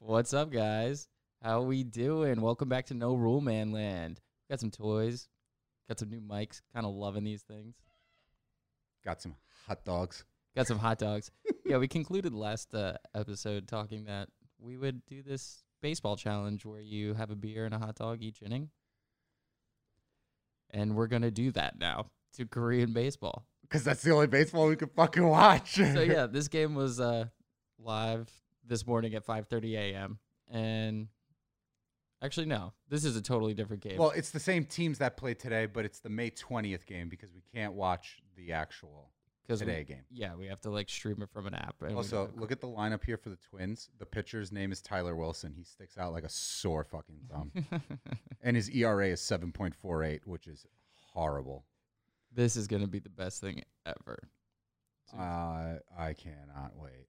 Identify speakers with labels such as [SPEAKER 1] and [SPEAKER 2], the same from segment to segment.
[SPEAKER 1] What's up, guys? How we doing? Welcome back to No Rule Man Land. Got some toys, got some new mics. Kind of loving these things.
[SPEAKER 2] Got some hot dogs.
[SPEAKER 1] Got some hot dogs. yeah, we concluded last uh, episode talking that we would do this baseball challenge where you have a beer and a hot dog each inning, and we're gonna do that now to Korean baseball.
[SPEAKER 2] Because that's the only baseball we could fucking watch.
[SPEAKER 1] so yeah, this game was uh, live this morning at 5:30 a.m. and actually no, this is a totally different game.
[SPEAKER 2] Well, it's the same teams that play today, but it's the May 20th game because we can't watch the actual
[SPEAKER 1] 'cause we-
[SPEAKER 2] today game.
[SPEAKER 1] yeah, we have to like stream it from an app. and we
[SPEAKER 2] Also,
[SPEAKER 1] don't-
[SPEAKER 2] look at the lineup here for the Twins. The pitcher's name is Tyler Wilson. He sticks out like a sore fucking thumb. and his ERA is 7.48, which is horrible.
[SPEAKER 1] this is gonna be the best thing ever. So-
[SPEAKER 2] Uh, I cannot wait.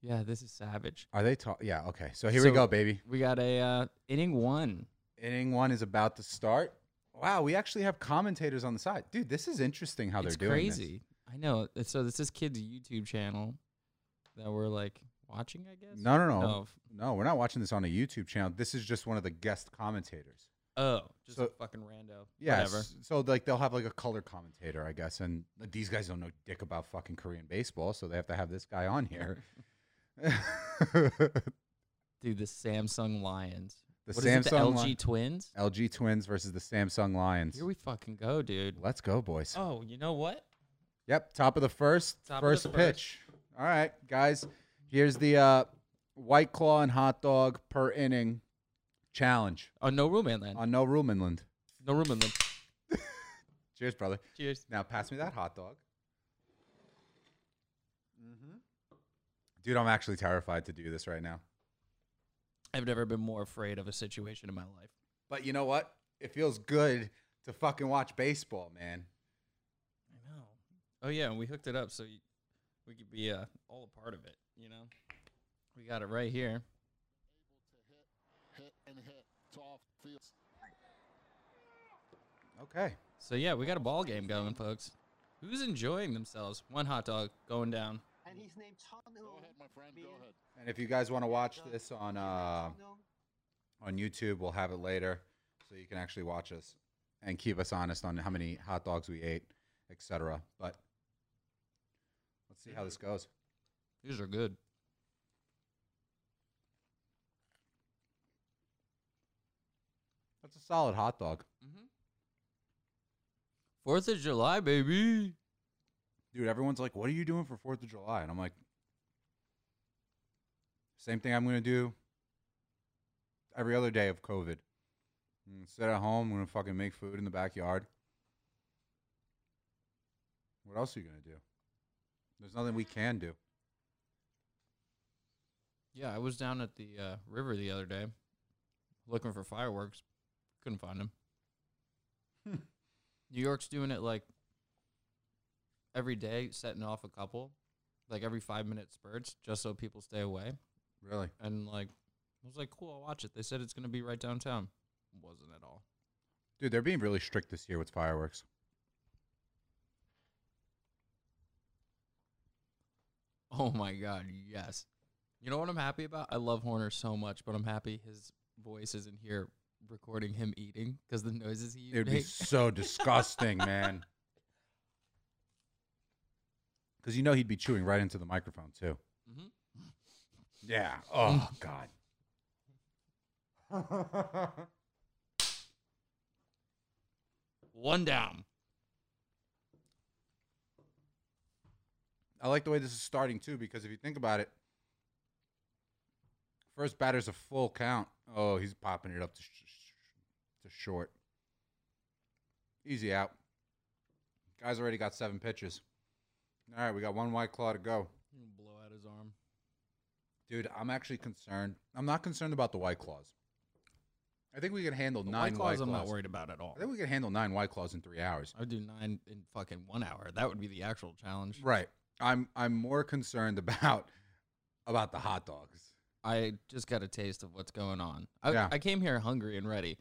[SPEAKER 1] yeah, this is savage.
[SPEAKER 2] Are they talk? Yeah, okay. So here
[SPEAKER 1] So-
[SPEAKER 2] we go, baby.
[SPEAKER 1] We got a uh, inning one.
[SPEAKER 2] Inning one is about to start. Wow, we actually have commentators on the side. Dude, this is interesting how
[SPEAKER 1] it's
[SPEAKER 2] they're doing this.
[SPEAKER 1] crazy. I know. It's- So this is kids' YouTube channel that we're like watching. I guess.
[SPEAKER 2] No, no, no.
[SPEAKER 1] No. Oh,
[SPEAKER 2] No, we're not watching this on a YouTube channel. This is just one of the guest commentators.
[SPEAKER 1] Oh, just a
[SPEAKER 2] So-
[SPEAKER 1] fucking rando.
[SPEAKER 2] Yeah.
[SPEAKER 1] Whatever.
[SPEAKER 2] s- So like they'll have like a color commentator, I guess, and these guys don't know dick about fucking Korean baseball, so they have to have this guy on here. the
[SPEAKER 1] Dude, the Samsung Lions. What is
[SPEAKER 2] Samsung
[SPEAKER 1] it, the LG
[SPEAKER 2] Li-
[SPEAKER 1] Twins?
[SPEAKER 2] LG Twins versus the Samsung Lions.
[SPEAKER 1] Here we fucking go, dude.
[SPEAKER 2] Let's go, boys.
[SPEAKER 1] Oh, you know what?
[SPEAKER 2] Yep, top of the first,
[SPEAKER 1] Top of the
[SPEAKER 2] first
[SPEAKER 1] first.
[SPEAKER 2] pitch. All right, guys, here's the uh, White Claw and hot dog per inning challenge
[SPEAKER 1] Oh, no room in land.
[SPEAKER 2] on No Room Inland.
[SPEAKER 1] No room in land.
[SPEAKER 2] Cheers, brother.
[SPEAKER 1] Cheers.
[SPEAKER 2] Now pass me that hot dog. Dude, I'm actually terrified to do this right now.
[SPEAKER 1] I've never been more afraid of a situation in my life.
[SPEAKER 2] But you know what? It feels good to fucking watch baseball, man.
[SPEAKER 1] I know. Oh yeah, and we hooked it up so y- we could be uh, all a part of it. You know, we got it right here.
[SPEAKER 3] hit and hit to off fields.
[SPEAKER 2] Okay.
[SPEAKER 1] So yeah, we got a ball game going, folks. Who's enjoying themselves? One hot dog going down.
[SPEAKER 4] and he's named Chun
[SPEAKER 5] Oh,
[SPEAKER 3] Go ahead, my friend. Go
[SPEAKER 4] Man.
[SPEAKER 3] ahead.
[SPEAKER 2] And if you guys want to watch this on uh, on YouTube, we'll have it later, so you can actually watch us and keep us honest on how many hot dogs we ate, etc. But let's see how this goes.
[SPEAKER 1] These are good.
[SPEAKER 2] That's a solid hot dog,
[SPEAKER 1] Fourth of July, baby.
[SPEAKER 2] dude. Everyone's like, "What are you doing for Fourth of July?" And I'm like, "Same thing I'm gonna do every other day of COVID. I'm gonna sit at home. I'm gonna fucking make food in the backyard. What else are you gonna do? There's nothing we can do."
[SPEAKER 1] Yeah, I was down at the uh, river the other day looking for fireworks. Couldn't find them.
[SPEAKER 2] Hmm.
[SPEAKER 1] New York's doing it like every day, setting off a couple, like every five minute spurts, just so people stay away.
[SPEAKER 2] Really?
[SPEAKER 1] And like, I was like, cool, I'll watch it. They said it's going to be right downtown. Wasn't at all.
[SPEAKER 2] Dude, they're being really strict this year with fireworks.
[SPEAKER 1] Oh my God, yes. You know what I'm happy about? I love Horner so much, but I'm happy his voice isn't here recording him eating because the noises he
[SPEAKER 2] It would be
[SPEAKER 1] make-
[SPEAKER 2] so disgusting, man. Because you know he'd be chewing right into the microphone too.
[SPEAKER 1] Mhm.
[SPEAKER 2] Yeah. Oh God.
[SPEAKER 1] One down.
[SPEAKER 2] I like the way this is starting too, because if you think about it, first batter's a full count. Oh, he's popping it up to, sh- sh- to short. Easy out. Guy's already got seven pitches. All right, we got one white claw to go.
[SPEAKER 1] Blow out his arm.
[SPEAKER 2] Dude, I'm actually concerned. I'm not concerned about the white claws. I think we can handle
[SPEAKER 1] The
[SPEAKER 2] nine
[SPEAKER 1] White Claws, I'm
[SPEAKER 2] white
[SPEAKER 1] not
[SPEAKER 2] claws.
[SPEAKER 1] worried about at all.
[SPEAKER 2] I think we can handle nine white claws in three hours.
[SPEAKER 1] I would do nine in fucking one hour. That would be the actual challenge.
[SPEAKER 2] Right. I'm I'm more concerned about about the hot dogs.
[SPEAKER 1] I just got a taste of what's going on. I,
[SPEAKER 2] Yeah.
[SPEAKER 1] I came here hungry and ready,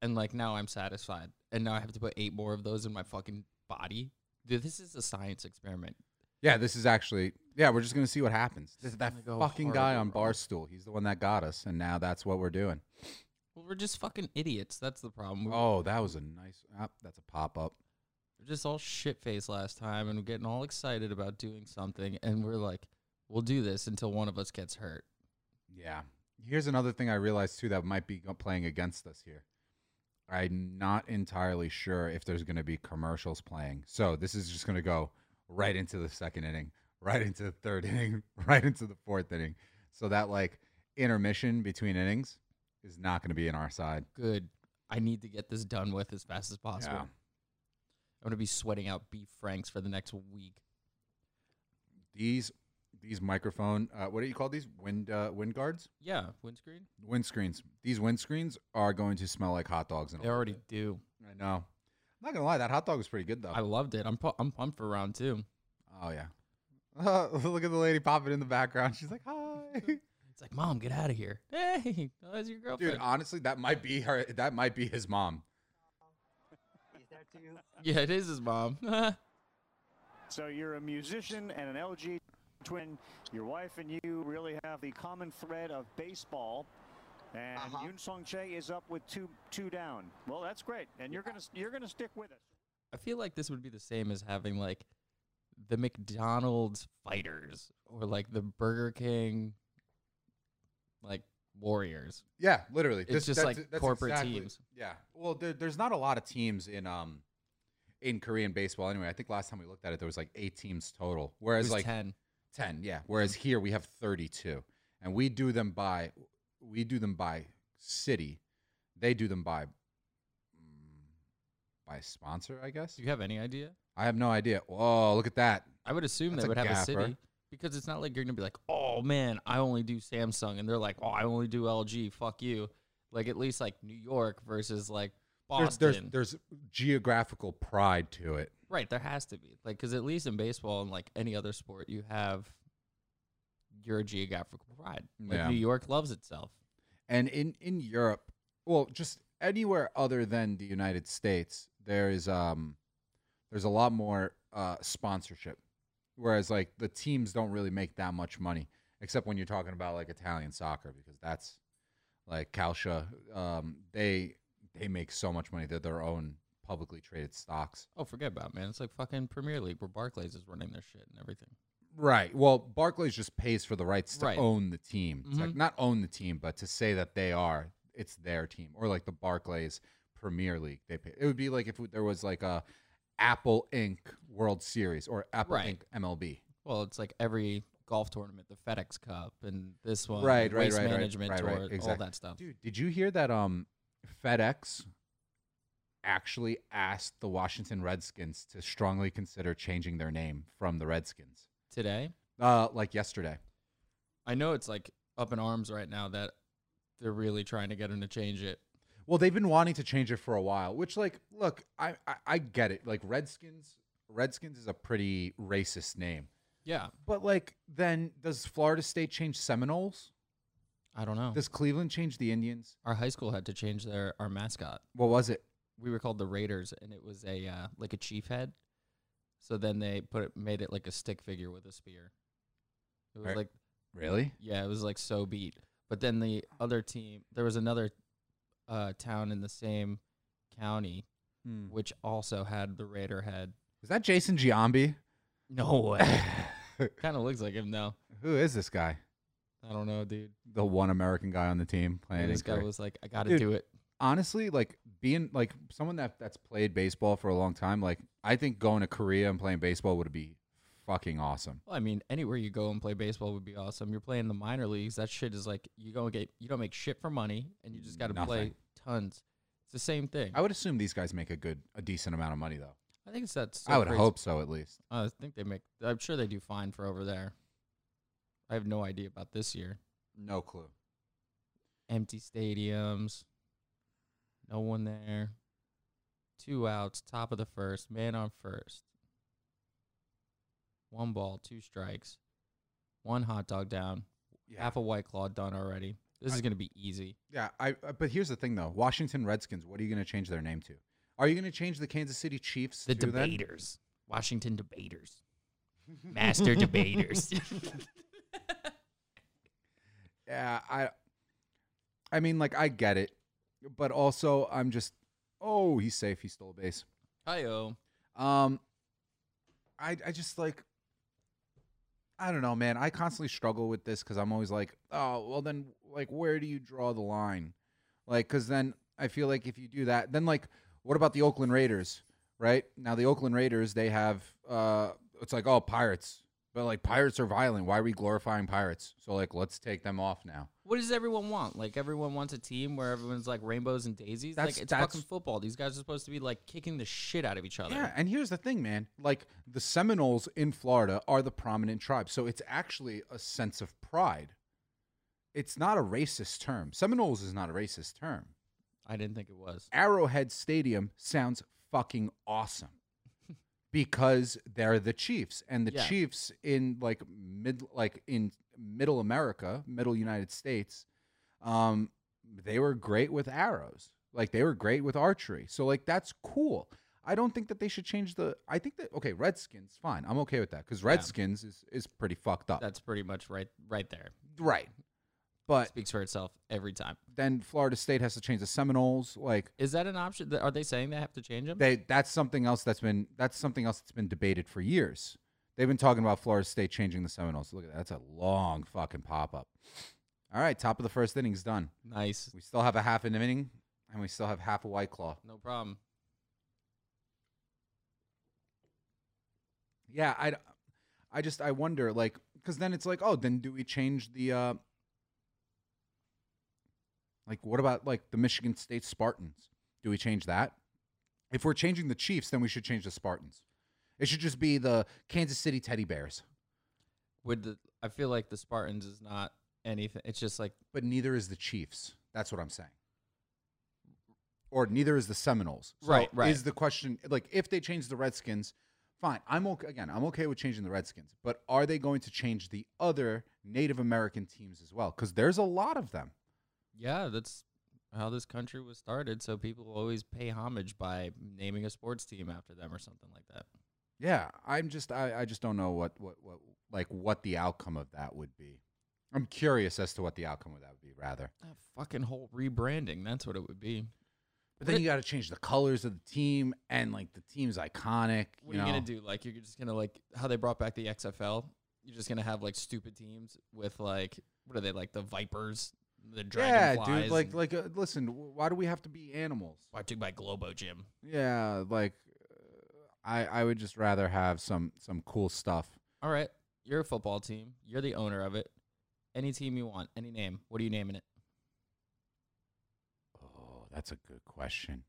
[SPEAKER 1] and like now I'm satisfied. And now I have to put eight more of those in my fucking body. Dude, this is a science experiment.
[SPEAKER 2] Yeah, this is actually. Yeah, we're just gonna see what happens. This, that
[SPEAKER 1] gonna go
[SPEAKER 2] fucking guy on
[SPEAKER 1] hard, bro.
[SPEAKER 2] Barstool. He's the one that got us, and now that's what we're doing.
[SPEAKER 1] Well, we're just fucking idiots. That's the problem. We
[SPEAKER 2] Oh, that was a nice. ah, that's a pop up.
[SPEAKER 1] We're just all shit faced last time and getting all excited about doing something and we're like, we'll do this until one of us gets hurt.
[SPEAKER 2] Yeah. Here's another thing I realized too that might be go- playing against us here. I'm not entirely sure if there's going to be commercials playing. So this is just going to go right into the second inning, right into the third inning, right into the fourth inning. So that like intermission between innings is not going to be in our side.
[SPEAKER 1] Good. I need to get this done with as fast as possible.
[SPEAKER 2] Yeah.
[SPEAKER 1] I'm gonna be sweating out beef franks for the next week.
[SPEAKER 2] These these microphone uh, what do you call these wind uh, wind guards
[SPEAKER 1] Yeah, windscreen.
[SPEAKER 2] wind screens these wind screens are going to smell like hot dogs in a
[SPEAKER 1] They
[SPEAKER 2] little
[SPEAKER 1] already
[SPEAKER 2] bit.
[SPEAKER 1] do.
[SPEAKER 2] I know I'm not gonna lie that hot dog was pretty good though
[SPEAKER 1] I loved it. I'm pu- I'm pumped for round two.
[SPEAKER 2] Oh yeah. Uh, look at the lady popping in the background. She's like, "Hi."
[SPEAKER 1] It's like, mom, get out of here. Hey, that's your girlfriend.
[SPEAKER 2] Dude, honestly, that might be her that might be his mom.
[SPEAKER 4] Is that you?
[SPEAKER 1] yeah, it is his mom.
[SPEAKER 6] So you're a musician and an LG twin. Your wife and you really have the common thread of baseball. And
[SPEAKER 4] Uh-huh.
[SPEAKER 6] Yoon Sung Che is up with two two down. Well, that's great, and you're gonna s- you're gonna stick with it.
[SPEAKER 1] I feel like this would be the same as having like the McDonald's fighters or like the Burger King like warriors.
[SPEAKER 2] Yeah, literally.
[SPEAKER 1] It's just like corporate teams.
[SPEAKER 2] Yeah. Well, there, there's not a lot of teams in um in Korean baseball anyway. I think last time we looked at it, there was like eight teams total.
[SPEAKER 1] It
[SPEAKER 2] Whereas
[SPEAKER 1] was
[SPEAKER 2] like
[SPEAKER 1] 10.
[SPEAKER 2] 10 yeah whereas here we have 32 and we do them by we do them by city they do them by mm, by sponsor i guess
[SPEAKER 1] Do you have any idea?
[SPEAKER 2] i have no idea whoa look at that
[SPEAKER 1] I would assume
[SPEAKER 2] That's
[SPEAKER 1] they
[SPEAKER 2] a
[SPEAKER 1] would have a
[SPEAKER 2] gaffer.
[SPEAKER 1] city because it's not like you're going to be like, "Oh man, I only do Samsung." And they're like, "Oh, I only do LG. Fuck you." Like at least like New York versus like
[SPEAKER 2] there's,
[SPEAKER 1] Boston.
[SPEAKER 2] there's there's geographical pride to it
[SPEAKER 1] Right, there has to be. Like cuz at least in baseball and like any other sport, you have your geographical pride. Like
[SPEAKER 2] Yeah.
[SPEAKER 1] New York loves itself.
[SPEAKER 2] and in in europe well just anywhere other than the united states there is um there's a lot more uh sponsorship whereas like the teams don't really make that much money except when you're talking about like italian soccer because that's like calcia um they they make so much money they're their own publicly traded stocks
[SPEAKER 1] Oh, forget about it, man. It's like fucking Premier League where Barclays is running their shit and everything.
[SPEAKER 2] Right. Well, Barclays just pays for the rights to
[SPEAKER 1] Right.
[SPEAKER 2] own the team. It's like
[SPEAKER 1] Mhm.
[SPEAKER 2] not own the team, but to say that they are, it's their team, or like the Barclays Premier League. They pay. It would be like if there was like a Apple Inc. World Series or Apple
[SPEAKER 1] Right.
[SPEAKER 2] Inc. MLB.
[SPEAKER 1] Well, it's like every golf tournament, the FedEx Cup and this one,
[SPEAKER 2] Right, right,
[SPEAKER 1] waste
[SPEAKER 2] right, right,
[SPEAKER 1] management
[SPEAKER 2] right, right,
[SPEAKER 1] tour,
[SPEAKER 2] exactly.
[SPEAKER 1] all that stuff.
[SPEAKER 2] Dude, did you hear that? Um, FedEx actually asked the Washington Redskins to strongly consider changing their name from the Redskins.
[SPEAKER 1] Today,
[SPEAKER 2] Uh, like yesterday.
[SPEAKER 1] I know it's like up in arms right now that they're really trying to get them to change it.
[SPEAKER 2] Well, they've been wanting to change it for a while, which like look, I I, I get it. Like Redskins Redskins is a pretty racist name.
[SPEAKER 1] Yeah,
[SPEAKER 2] But like then does Florida State change Seminoles?
[SPEAKER 1] I don't know.
[SPEAKER 2] Does Cleveland change the Indians?
[SPEAKER 1] our high school had to change their our mascot.
[SPEAKER 2] What was it?
[SPEAKER 1] We were called the Raiders, and it was a uh, like a chief head. So then they put it, made it like a stick figure with a spear. It was
[SPEAKER 2] Right.
[SPEAKER 1] like
[SPEAKER 2] Really?
[SPEAKER 1] Yeah, it was like so beat. But then the other team, there was another uh, town in the same county which also had the Raider head.
[SPEAKER 2] Hmm. Is that Jason Giambi?
[SPEAKER 1] No way. kind of looks like him though.
[SPEAKER 2] Who is this guy?
[SPEAKER 1] I don't know, dude.
[SPEAKER 2] The one American guy on the team playing.
[SPEAKER 1] And
[SPEAKER 2] in
[SPEAKER 1] this guy
[SPEAKER 2] Korea.
[SPEAKER 1] was like, I got to
[SPEAKER 2] Dude.
[SPEAKER 1] do it.
[SPEAKER 2] honestly, like being like someone that that's played baseball for a long time, like I think going to Korea and playing baseball would be fucking awesome.
[SPEAKER 1] Well, I mean, anywhere you go and play baseball would be awesome. You're playing the minor leagues. That shit is like you don't get you don't make shit for money, and you just got to play
[SPEAKER 2] Nothing.
[SPEAKER 1] tons. It's the same thing.
[SPEAKER 2] I would assume these guys make a good, a decent amount of money though.
[SPEAKER 1] I think it's that. so
[SPEAKER 2] I would
[SPEAKER 1] crazy-
[SPEAKER 2] hope so, at least.
[SPEAKER 1] I think they make. I'm sure they do fine for over there. I have no idea about this year.
[SPEAKER 2] No clue.
[SPEAKER 1] empty stadiums, no one there, two outs, top of the first, man on first, one ball, two strikes, one hot dog down,
[SPEAKER 2] Yeah,
[SPEAKER 1] half a white claw done already. This is
[SPEAKER 2] I-
[SPEAKER 1] going to be easy.
[SPEAKER 2] yeah. I, I. But here's the thing, though. Washington Redskins. What are you going to change their name to? Are you going to change the Kansas City Chiefs?
[SPEAKER 1] The
[SPEAKER 2] to then?
[SPEAKER 1] debaters, Washington debaters.
[SPEAKER 7] master debaters.
[SPEAKER 2] Yeah, I I mean like I get it, but also I'm just oh, he's safe, he stole a base.
[SPEAKER 1] Hi-yo.
[SPEAKER 2] Um I I just like I don't know, man. I constantly struggle with this cuz I'm always like, oh, well then like where do you draw the line? Like cuz then I feel like if you do that, then like what about the Oakland Raiders, right? Now the Oakland Raiders, they have uh it's like oh, pirates. But like pirates are violent. Why are we glorifying pirates? So like let's take them off now.
[SPEAKER 1] What does everyone want? Like everyone wants a team where everyone's like rainbows and daisies.
[SPEAKER 2] That's-
[SPEAKER 1] like it's
[SPEAKER 2] that's-
[SPEAKER 1] fucking football. These guys are supposed to be like kicking the shit out of each other.
[SPEAKER 2] Yeah, and here's the thing, man. Like the Seminoles in Florida are the prominent tribe, so it's actually a sense of pride. It's not a racist term. Seminoles is not a racist term.
[SPEAKER 1] I didn't think it was.
[SPEAKER 2] Arrowhead Stadium sounds fucking awesome because they're the Chiefs, and the
[SPEAKER 1] Yeah.
[SPEAKER 2] Chiefs in like mid, like in middle America, middle United States, um, they were great with arrows. Like they were great with archery. So like that's cool. I don't think that they should change the. I think that okay, Redskins, fine. I'm okay with that because Redskins is is pretty fucked up.
[SPEAKER 1] That's pretty much right right there.
[SPEAKER 2] right, but
[SPEAKER 1] Speaks for itself every time.
[SPEAKER 2] then Florida State has to change the Seminoles. Like
[SPEAKER 1] Is that an option? Th- Are they saying they have to change them?
[SPEAKER 2] they that's something else that's been that's something else that's been debated for years. They've been talking about Florida State changing the Seminoles. Look at that. That's a long fucking pop up. All right, top of the first inning's done.
[SPEAKER 1] nice.
[SPEAKER 2] We still have a half an inning and we still have half a white claw.
[SPEAKER 1] No problem.
[SPEAKER 2] Yeah, I I just I wonder like cuz then it's like, oh, then do we change the uh like what about like the Michigan State Spartans? Do we change that? If we're changing the Chiefs, then we should change the Spartans. It should just be the Kansas City Teddy Bears.
[SPEAKER 1] Would the I feel like the Spartans is not anything. It's just like
[SPEAKER 2] but neither is the Chiefs. That's what I'm saying. Or neither is the Seminoles.
[SPEAKER 1] Right, right.
[SPEAKER 2] Is the question like if they change the Redskins, fine. I'm okay again, I'm okay with changing the Redskins, but are they going to change the other Native American teams as well? Because there's a lot of them.
[SPEAKER 1] yeah, that's how this country was started. So people always pay homage by naming a sports team after them or something like that.
[SPEAKER 2] Yeah. I'm just I, I just don't know what, what what like what the outcome of that would be. I'm curious as to what the outcome of that would be, rather.
[SPEAKER 1] That fucking whole rebranding. That's what it would be.
[SPEAKER 2] But then
[SPEAKER 1] What-
[SPEAKER 2] you got to change the colors of the team, and like the team's iconic.
[SPEAKER 1] What are you gonna do? Like you're just gonna like how they brought back the XFL. You're just gonna have like stupid teams with like what are they like the Vipers, the Dragonflies?
[SPEAKER 2] Yeah, dude. Like,
[SPEAKER 1] and-
[SPEAKER 2] like, uh, listen. w- Why do we have to be animals?
[SPEAKER 1] brought to you by Globo Gym.
[SPEAKER 2] Yeah, like, uh, I, I would just rather have some, some cool stuff.
[SPEAKER 1] All right, you're a football team. You're the owner of it. Any team you want, any name. What are you naming it?
[SPEAKER 2] Oh, that's a good question.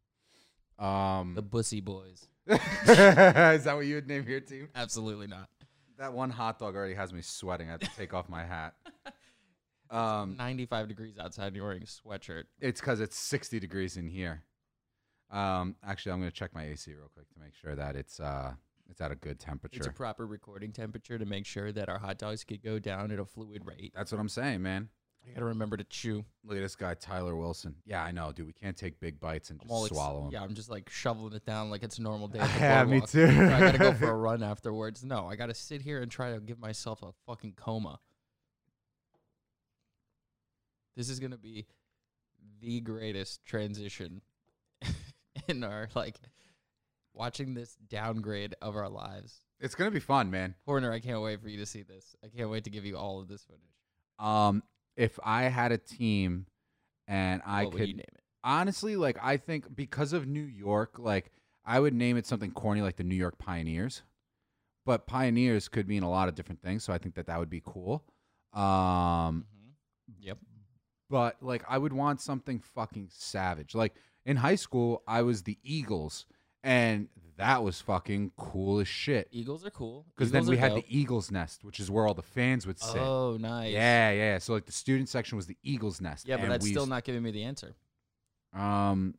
[SPEAKER 2] Um,
[SPEAKER 1] The Bussy Boys.
[SPEAKER 2] is that what you would name your team?
[SPEAKER 1] Absolutely not.
[SPEAKER 2] That one hot dog already has me sweating. I have to take off my hat. Um,
[SPEAKER 1] 95 degrees outside. You're wearing a sweatshirt.
[SPEAKER 2] It's because it's 60 degrees in here. Um, actually, I'm gonna check my AC real quick to make sure that it's uh, it's at a good temperature.
[SPEAKER 1] It's a proper recording temperature to make sure that our hot dogs could go down at a fluid rate.
[SPEAKER 2] that's what I'm saying, man.
[SPEAKER 1] I gotta remember to chew.
[SPEAKER 2] Look at this guy, Tyler Wilson. Yeah, I know, dude. We can't take big bites and
[SPEAKER 1] I'm
[SPEAKER 2] just
[SPEAKER 1] ex-
[SPEAKER 2] swallow them.
[SPEAKER 1] Yeah, I'm just like shoveling it down like it's a normal day. at the
[SPEAKER 2] Yeah, me
[SPEAKER 1] boardwalk.
[SPEAKER 2] too.
[SPEAKER 1] I gotta go for a run afterwards. No, I gotta sit here and try to give myself a fucking coma. This is gonna be the greatest transition in our like watching this downgrade of our lives.
[SPEAKER 2] It's gonna be fun, man.
[SPEAKER 1] Horner, I can't wait for you to see this. I can't wait to give you all of this footage.
[SPEAKER 2] Um, if I had a team, and I
[SPEAKER 1] What would you
[SPEAKER 2] could
[SPEAKER 1] name it?
[SPEAKER 2] honestly, like, I think because of New York, like, I would name it something corny, like the New York Pioneers. But Pioneers could mean a lot of different things, so I think that that would be cool. Um,
[SPEAKER 1] Mhm. Yep.
[SPEAKER 2] but like I would want something fucking savage. Like in high school, I was the Eagles, and that was fucking cool as shit.
[SPEAKER 1] Eagles are cool.
[SPEAKER 2] Because
[SPEAKER 1] E,
[SPEAKER 2] then
[SPEAKER 1] Eagles
[SPEAKER 2] we
[SPEAKER 1] are
[SPEAKER 2] had
[SPEAKER 1] dope.
[SPEAKER 2] the Eagles Nest, which is where all the fans would sit.
[SPEAKER 1] Oh, nice.
[SPEAKER 2] Yeah, yeah. So like the student section was the Eagles Nest.
[SPEAKER 1] Yeah, but
[SPEAKER 2] and
[SPEAKER 1] that's
[SPEAKER 2] we
[SPEAKER 1] still
[SPEAKER 2] used-
[SPEAKER 1] not giving me the answer.
[SPEAKER 2] Um,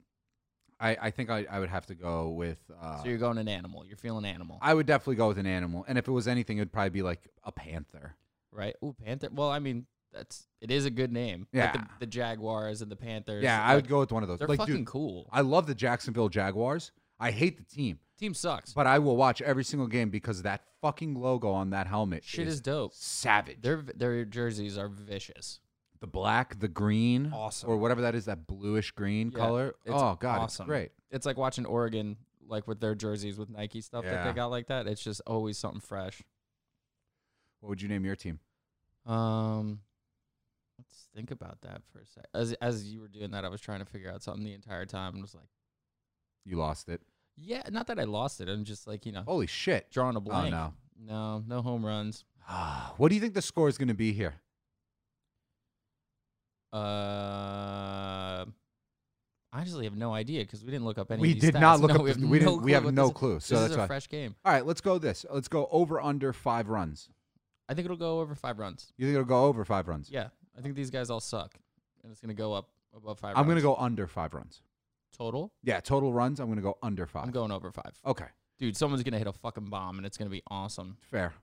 [SPEAKER 2] I I think I, I would have to go with. Uh,
[SPEAKER 1] so you're going an animal. You're feeling animal,
[SPEAKER 2] I would definitely go with an animal, and if it was anything, it'd probably be like a panther.
[SPEAKER 1] right? Ooh, panther. Well, I mean, that's it is a good name. Like the,
[SPEAKER 2] Yeah.
[SPEAKER 1] the Jaguars and the Panthers.
[SPEAKER 2] yeah, I would go with one of those.
[SPEAKER 1] They're
[SPEAKER 2] like,
[SPEAKER 1] fucking
[SPEAKER 2] dude,
[SPEAKER 1] cool.
[SPEAKER 2] I love the Jacksonville Jaguars. I hate the team,
[SPEAKER 1] Team sucks.
[SPEAKER 2] but I will watch every single game because that fucking logo on that helmet
[SPEAKER 1] Shit is dope.
[SPEAKER 2] savage.
[SPEAKER 1] Their their jerseys are vicious.
[SPEAKER 2] the black, the green,
[SPEAKER 1] Awesome.
[SPEAKER 2] or whatever that is, that bluish green
[SPEAKER 1] Yeah,
[SPEAKER 2] color.
[SPEAKER 1] it's
[SPEAKER 2] oh god,
[SPEAKER 1] awesome.
[SPEAKER 2] it's great.
[SPEAKER 1] It's like watching Oregon like with their jerseys with Nike stuff that
[SPEAKER 2] Yeah.
[SPEAKER 1] they got like that. It's just always something fresh.
[SPEAKER 2] What would you name your team?
[SPEAKER 1] Um, let's think about that for a sec. As as you were doing that, I was trying to figure out something the entire time and was like,
[SPEAKER 2] You lost it.
[SPEAKER 1] yeah, not that I lost it. I'm just like you know
[SPEAKER 2] Holy shit.
[SPEAKER 1] drawing a
[SPEAKER 2] Oh
[SPEAKER 1] blank.
[SPEAKER 2] no.
[SPEAKER 1] no, no home runs.
[SPEAKER 2] Ah, What do you think the score is going to be here?
[SPEAKER 1] Uh, I honestly have no idea because we didn't look up any.
[SPEAKER 2] We
[SPEAKER 1] of these
[SPEAKER 2] did not
[SPEAKER 1] stats.
[SPEAKER 2] look
[SPEAKER 1] No,
[SPEAKER 2] up
[SPEAKER 1] We have
[SPEAKER 2] the- we
[SPEAKER 1] no
[SPEAKER 2] didn't- we
[SPEAKER 1] clue
[SPEAKER 2] have
[SPEAKER 1] what
[SPEAKER 2] no
[SPEAKER 1] this-
[SPEAKER 2] clue, so
[SPEAKER 1] this
[SPEAKER 2] that's
[SPEAKER 1] is a
[SPEAKER 2] why.
[SPEAKER 1] fresh game.
[SPEAKER 2] All right, let's go this. Let's go over under 5 runs.
[SPEAKER 1] I think it'll go over five runs.
[SPEAKER 2] You think it'll go over 5 runs?
[SPEAKER 1] Yeah, I think these guys all suck, and it's gonna go up above five.
[SPEAKER 2] I'm going to
[SPEAKER 1] runs.
[SPEAKER 2] go under 5 runs.
[SPEAKER 1] total.
[SPEAKER 2] Yeah, total runs, I'm going to go under 5.
[SPEAKER 1] I'm going over five.
[SPEAKER 2] okay,
[SPEAKER 1] Dude, someone's gonna hit a fucking bomb, and it's gonna be awesome.
[SPEAKER 2] fair.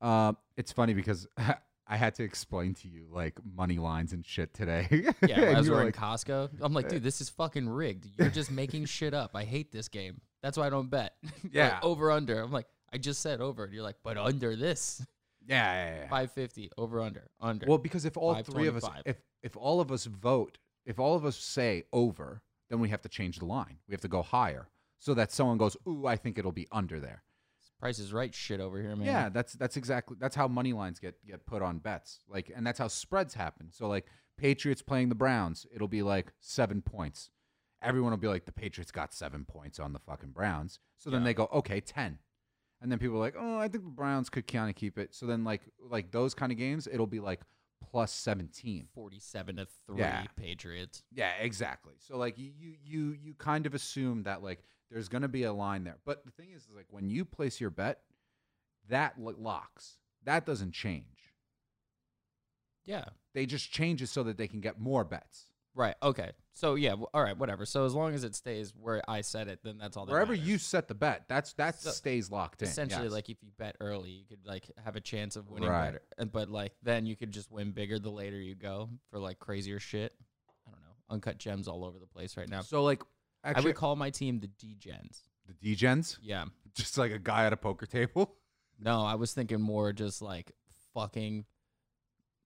[SPEAKER 2] Uh, it's funny because I had to explain to you like money lines and shit today.
[SPEAKER 1] Yeah,
[SPEAKER 2] And
[SPEAKER 1] as
[SPEAKER 2] you were
[SPEAKER 1] we're in
[SPEAKER 2] like, eh.
[SPEAKER 1] Costco, I'm like, dude, this is fucking rigged. You're just making shit up. I hate this game. That's why I don't bet. Like,
[SPEAKER 2] Yeah.
[SPEAKER 1] over under. I'm like, I just said over, and you're like, but under this,
[SPEAKER 2] yeah, yeah, yeah, yeah.
[SPEAKER 1] five fifty over under under.
[SPEAKER 2] Well, because if all three of us,
[SPEAKER 1] 525.
[SPEAKER 2] if if all of us vote, if all of us say over, then we have to change the line. We have to go higher so that someone goes, "Ooh, I think it'll be under there."
[SPEAKER 1] Price is right shit over here, man.
[SPEAKER 2] Yeah, that's that's exactly that's how money lines get get put on bets. Like, and that's how spreads happen. So like Patriots playing the Browns, it'll be like seven points. Everyone will be like, "The Patriots got seven points on the fucking Browns." So then
[SPEAKER 1] Yeah.
[SPEAKER 2] they go, "Okay, ten. And then people are like, "Oh, I think the Browns could kind of keep it." So then like like those kind of games, it'll be like plus seventeen.
[SPEAKER 1] forty-seven to three
[SPEAKER 2] Yeah.
[SPEAKER 1] Patriots.
[SPEAKER 2] Yeah, exactly. So like you you you you kind of assume that like there's going to be a line there. But the thing is, is like when you place your bet, that lo- locks. That doesn't change.
[SPEAKER 1] Yeah.
[SPEAKER 2] They just change it so that they can get more bets.
[SPEAKER 1] Right. Okay. So yeah. w- all right. Whatever. So as long as it stays where I said it, then that's all. That
[SPEAKER 2] Wherever
[SPEAKER 1] matters.
[SPEAKER 2] you set the bet, that's that
[SPEAKER 1] So,
[SPEAKER 2] stays locked in.
[SPEAKER 1] essentially
[SPEAKER 2] yes.
[SPEAKER 1] like if you bet early you could like have a chance of winning
[SPEAKER 2] Right.
[SPEAKER 1] better and but like then you could just win bigger the later you go for like crazier shit i don't know uncut gems all over the place right now
[SPEAKER 2] so like
[SPEAKER 1] i
[SPEAKER 2] actually
[SPEAKER 1] would call my team the d-gens
[SPEAKER 2] the D-gens,
[SPEAKER 1] yeah
[SPEAKER 2] just like a guy at a poker table.
[SPEAKER 1] no i was thinking more just like fucking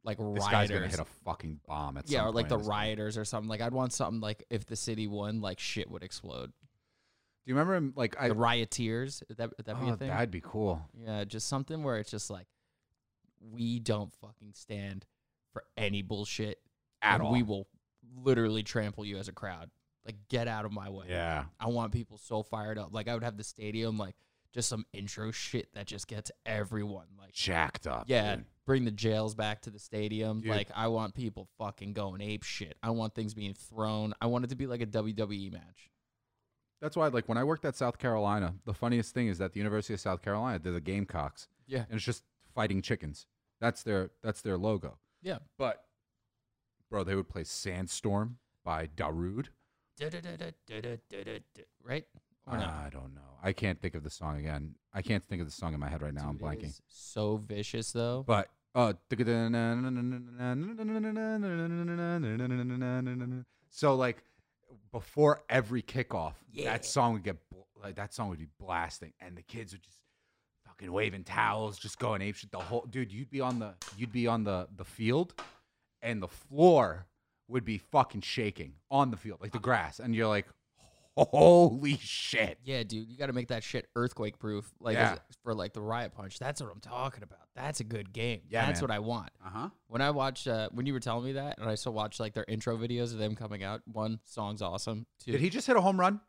[SPEAKER 1] like
[SPEAKER 2] This
[SPEAKER 1] rioters
[SPEAKER 2] guy's gonna hit a fucking bomb at
[SPEAKER 1] yeah
[SPEAKER 2] some
[SPEAKER 1] or like
[SPEAKER 2] point
[SPEAKER 1] the
[SPEAKER 2] in this game.
[SPEAKER 1] rioters or something like i'd want something like if the city won like shit would explode
[SPEAKER 2] Do you remember him? Like I
[SPEAKER 1] the rioteers would that, would that be
[SPEAKER 2] oh,
[SPEAKER 1] a thing
[SPEAKER 2] that'd be cool.
[SPEAKER 1] Yeah, just something where it's just like we don't fucking stand for any bullshit
[SPEAKER 2] At
[SPEAKER 1] and
[SPEAKER 2] all.
[SPEAKER 1] We will literally trample you as a crowd. Like get out of my way.
[SPEAKER 2] Yeah.
[SPEAKER 1] I want people so fired up. Like I would have the stadium like just some intro shit that just gets everyone like
[SPEAKER 2] Jacked up.
[SPEAKER 1] yeah,
[SPEAKER 2] dude.
[SPEAKER 1] bring the jails back to the stadium.
[SPEAKER 2] Dude.
[SPEAKER 1] Like I want people fucking going ape shit. I want things being thrown. I want it to be like a WWE match.
[SPEAKER 2] That's why, like, when I worked at South Carolina, the funniest thing is that the University of South Carolina, they're the Gamecocks,
[SPEAKER 1] Yeah.
[SPEAKER 2] and it's just fighting chickens. That's their that's their logo.
[SPEAKER 1] Yeah.
[SPEAKER 2] But, bro, they would play "Sandstorm" by Darude.
[SPEAKER 1] Du-du-du-du-du-du-du-du. Right? Or not?
[SPEAKER 2] I don't know. I can't think of the song again. I can't think of the song in my head right now.
[SPEAKER 1] Dude,
[SPEAKER 2] I'm
[SPEAKER 1] it
[SPEAKER 2] blanking.
[SPEAKER 1] is So vicious though.
[SPEAKER 2] But uh, so like before every kickoff,
[SPEAKER 7] Yeah.
[SPEAKER 2] that song would get bl- like that song would be blasting, and the kids would just fucking waving towels, just going ape shit. The whole dude, you'd be on the you'd be on the the field, and the floor would be fucking shaking on the field, like the grass, and you're like, holy shit.
[SPEAKER 1] Yeah, dude, you got to make that shit earthquake proof, like
[SPEAKER 2] Yeah.
[SPEAKER 1] as- for like the riot punch. That's what I'm talking about. That's a good game.
[SPEAKER 2] Yeah,
[SPEAKER 1] that's
[SPEAKER 2] man.
[SPEAKER 1] what I want.
[SPEAKER 2] Uh huh.
[SPEAKER 1] When I watch, uh, when you were telling me that, and I still watch like their intro videos of them coming out. One song's awesome. Two
[SPEAKER 2] Did he just hit a home run?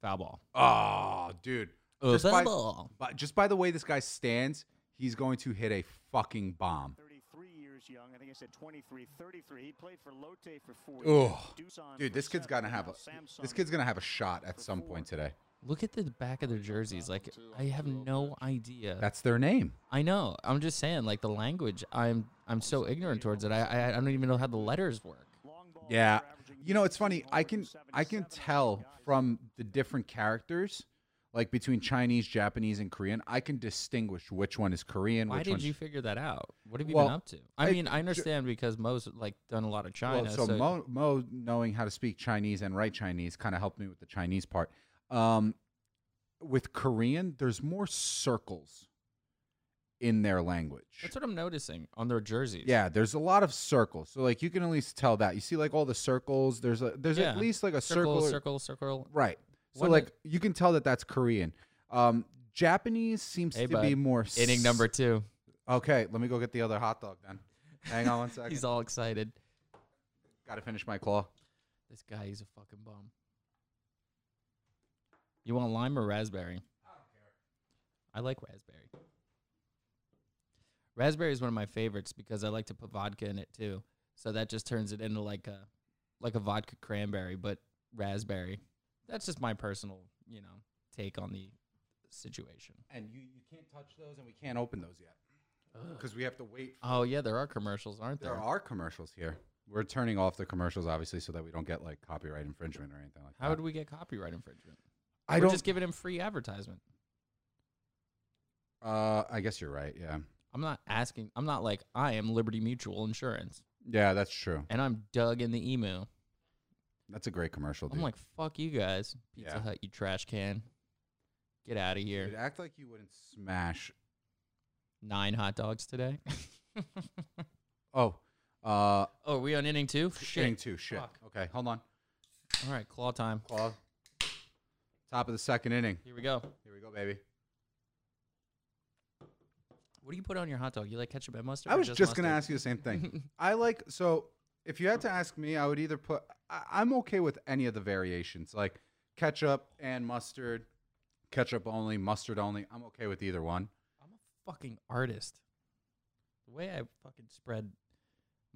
[SPEAKER 1] foul ball?
[SPEAKER 2] Oh, dude.
[SPEAKER 1] Oh,
[SPEAKER 2] Just by-
[SPEAKER 1] foul ball.
[SPEAKER 2] But just by the way this guy stands, he's going to hit a fucking bomb.
[SPEAKER 6] 33 years young. I think I said 23, 33. He played for Lotte for four
[SPEAKER 2] Ugh.
[SPEAKER 6] years. Doosan
[SPEAKER 2] Dude,
[SPEAKER 6] for
[SPEAKER 2] this kid's
[SPEAKER 6] seven,
[SPEAKER 2] gonna have a
[SPEAKER 6] now
[SPEAKER 2] this
[SPEAKER 6] Samsung.
[SPEAKER 2] kid's gonna have a shot at some point today.
[SPEAKER 1] Look at the back of their jerseys. Like I have no idea.
[SPEAKER 2] That's their name.
[SPEAKER 1] I know. I'm just saying, like the language. I'm I'm so ignorant towards it. I I, I don't even know how the letters work.
[SPEAKER 6] Long ball,
[SPEAKER 2] Yeah.
[SPEAKER 6] they're averaging
[SPEAKER 2] You know, it's
[SPEAKER 6] 19
[SPEAKER 2] funny. I
[SPEAKER 6] homers,
[SPEAKER 2] can I can
[SPEAKER 6] 77
[SPEAKER 2] tell
[SPEAKER 6] guys.
[SPEAKER 2] from the different characters, like between Chinese, Japanese, and Korean, I can distinguish which one is Korean.
[SPEAKER 1] Why
[SPEAKER 2] which
[SPEAKER 1] did
[SPEAKER 2] one's-
[SPEAKER 1] you figure that out? What have you
[SPEAKER 2] Well,
[SPEAKER 1] been up to? I,
[SPEAKER 2] I-
[SPEAKER 1] mean, I understand because Mo's like done a lot of China.
[SPEAKER 2] Well, so, Mo, Mo knowing how to speak Chinese and write Chinese kind of helped me with the Chinese part. Um, with Korean, there's more circles in their language.
[SPEAKER 1] That's what I'm noticing on their jerseys.
[SPEAKER 2] Yeah, there's a lot of circles. So like you can at least tell that. You see like all the circles. There's a there's at
[SPEAKER 1] Yeah.
[SPEAKER 2] least like a
[SPEAKER 1] Circle,
[SPEAKER 2] circle. or-
[SPEAKER 1] circle, circle.
[SPEAKER 2] Right. So
[SPEAKER 1] One-
[SPEAKER 2] like you can tell that that's Korean. Um, Japanese seems
[SPEAKER 1] Hey,
[SPEAKER 2] to be
[SPEAKER 1] bud.
[SPEAKER 2] more
[SPEAKER 1] Inning
[SPEAKER 2] s-
[SPEAKER 1] number two.
[SPEAKER 2] Okay, let me go get the other hot dog then. Hang on one second.
[SPEAKER 1] He's all excited.
[SPEAKER 2] Got to finish my claw.
[SPEAKER 1] This guy, he's a fucking bum. You want lime or raspberry? I like raspberry. Raspberry is one of my favorites because I like to put vodka in it too. So that just turns it into like a like a vodka cranberry, but raspberry. That's just my personal, you know, take on the situation.
[SPEAKER 2] And you you can't touch those, and we can't open those yet because we have to wait. For
[SPEAKER 1] Oh yeah, there are commercials, aren't there?
[SPEAKER 2] There are commercials here. We're turning off the commercials, obviously, so that we don't get like copyright infringement or anything like
[SPEAKER 1] How
[SPEAKER 2] that.
[SPEAKER 1] would we get copyright infringement?
[SPEAKER 2] I
[SPEAKER 1] We're
[SPEAKER 2] don't.
[SPEAKER 1] just giving him free advertisement.
[SPEAKER 2] uh, I guess you're right. Yeah,
[SPEAKER 1] I'm not asking. I'm not like I am Liberty Mutual Insurance.
[SPEAKER 2] yeah, that's true.
[SPEAKER 1] and I'm Doug in the emu.
[SPEAKER 2] That's a great commercial. Dude.
[SPEAKER 1] I'm like, fuck you guys, Pizza
[SPEAKER 2] Yeah.
[SPEAKER 1] Hut, you trash can. Get out of
[SPEAKER 2] Dude,
[SPEAKER 1] here.
[SPEAKER 2] act like you wouldn't smash.
[SPEAKER 1] Nine hot dogs today.
[SPEAKER 2] Oh, uh,
[SPEAKER 1] oh, are we on inning two? Shit.
[SPEAKER 2] inning two. Shit.
[SPEAKER 1] Fuck.
[SPEAKER 2] Okay, hold on.
[SPEAKER 1] All right, claw time.
[SPEAKER 2] Claw. Top of the second inning.
[SPEAKER 1] Here we go.
[SPEAKER 2] Here we go, baby.
[SPEAKER 1] What do you put on your hot dog? You like ketchup and mustard?
[SPEAKER 2] I
[SPEAKER 1] or
[SPEAKER 2] was just gonna
[SPEAKER 1] mustard?
[SPEAKER 2] ask you the same thing. I like so. If you had to ask me, I would either put. I, I'm okay with any of the variations, like ketchup and mustard, ketchup only, mustard only. I'm okay with either one.
[SPEAKER 1] I'm a fucking artist. The way I fucking spread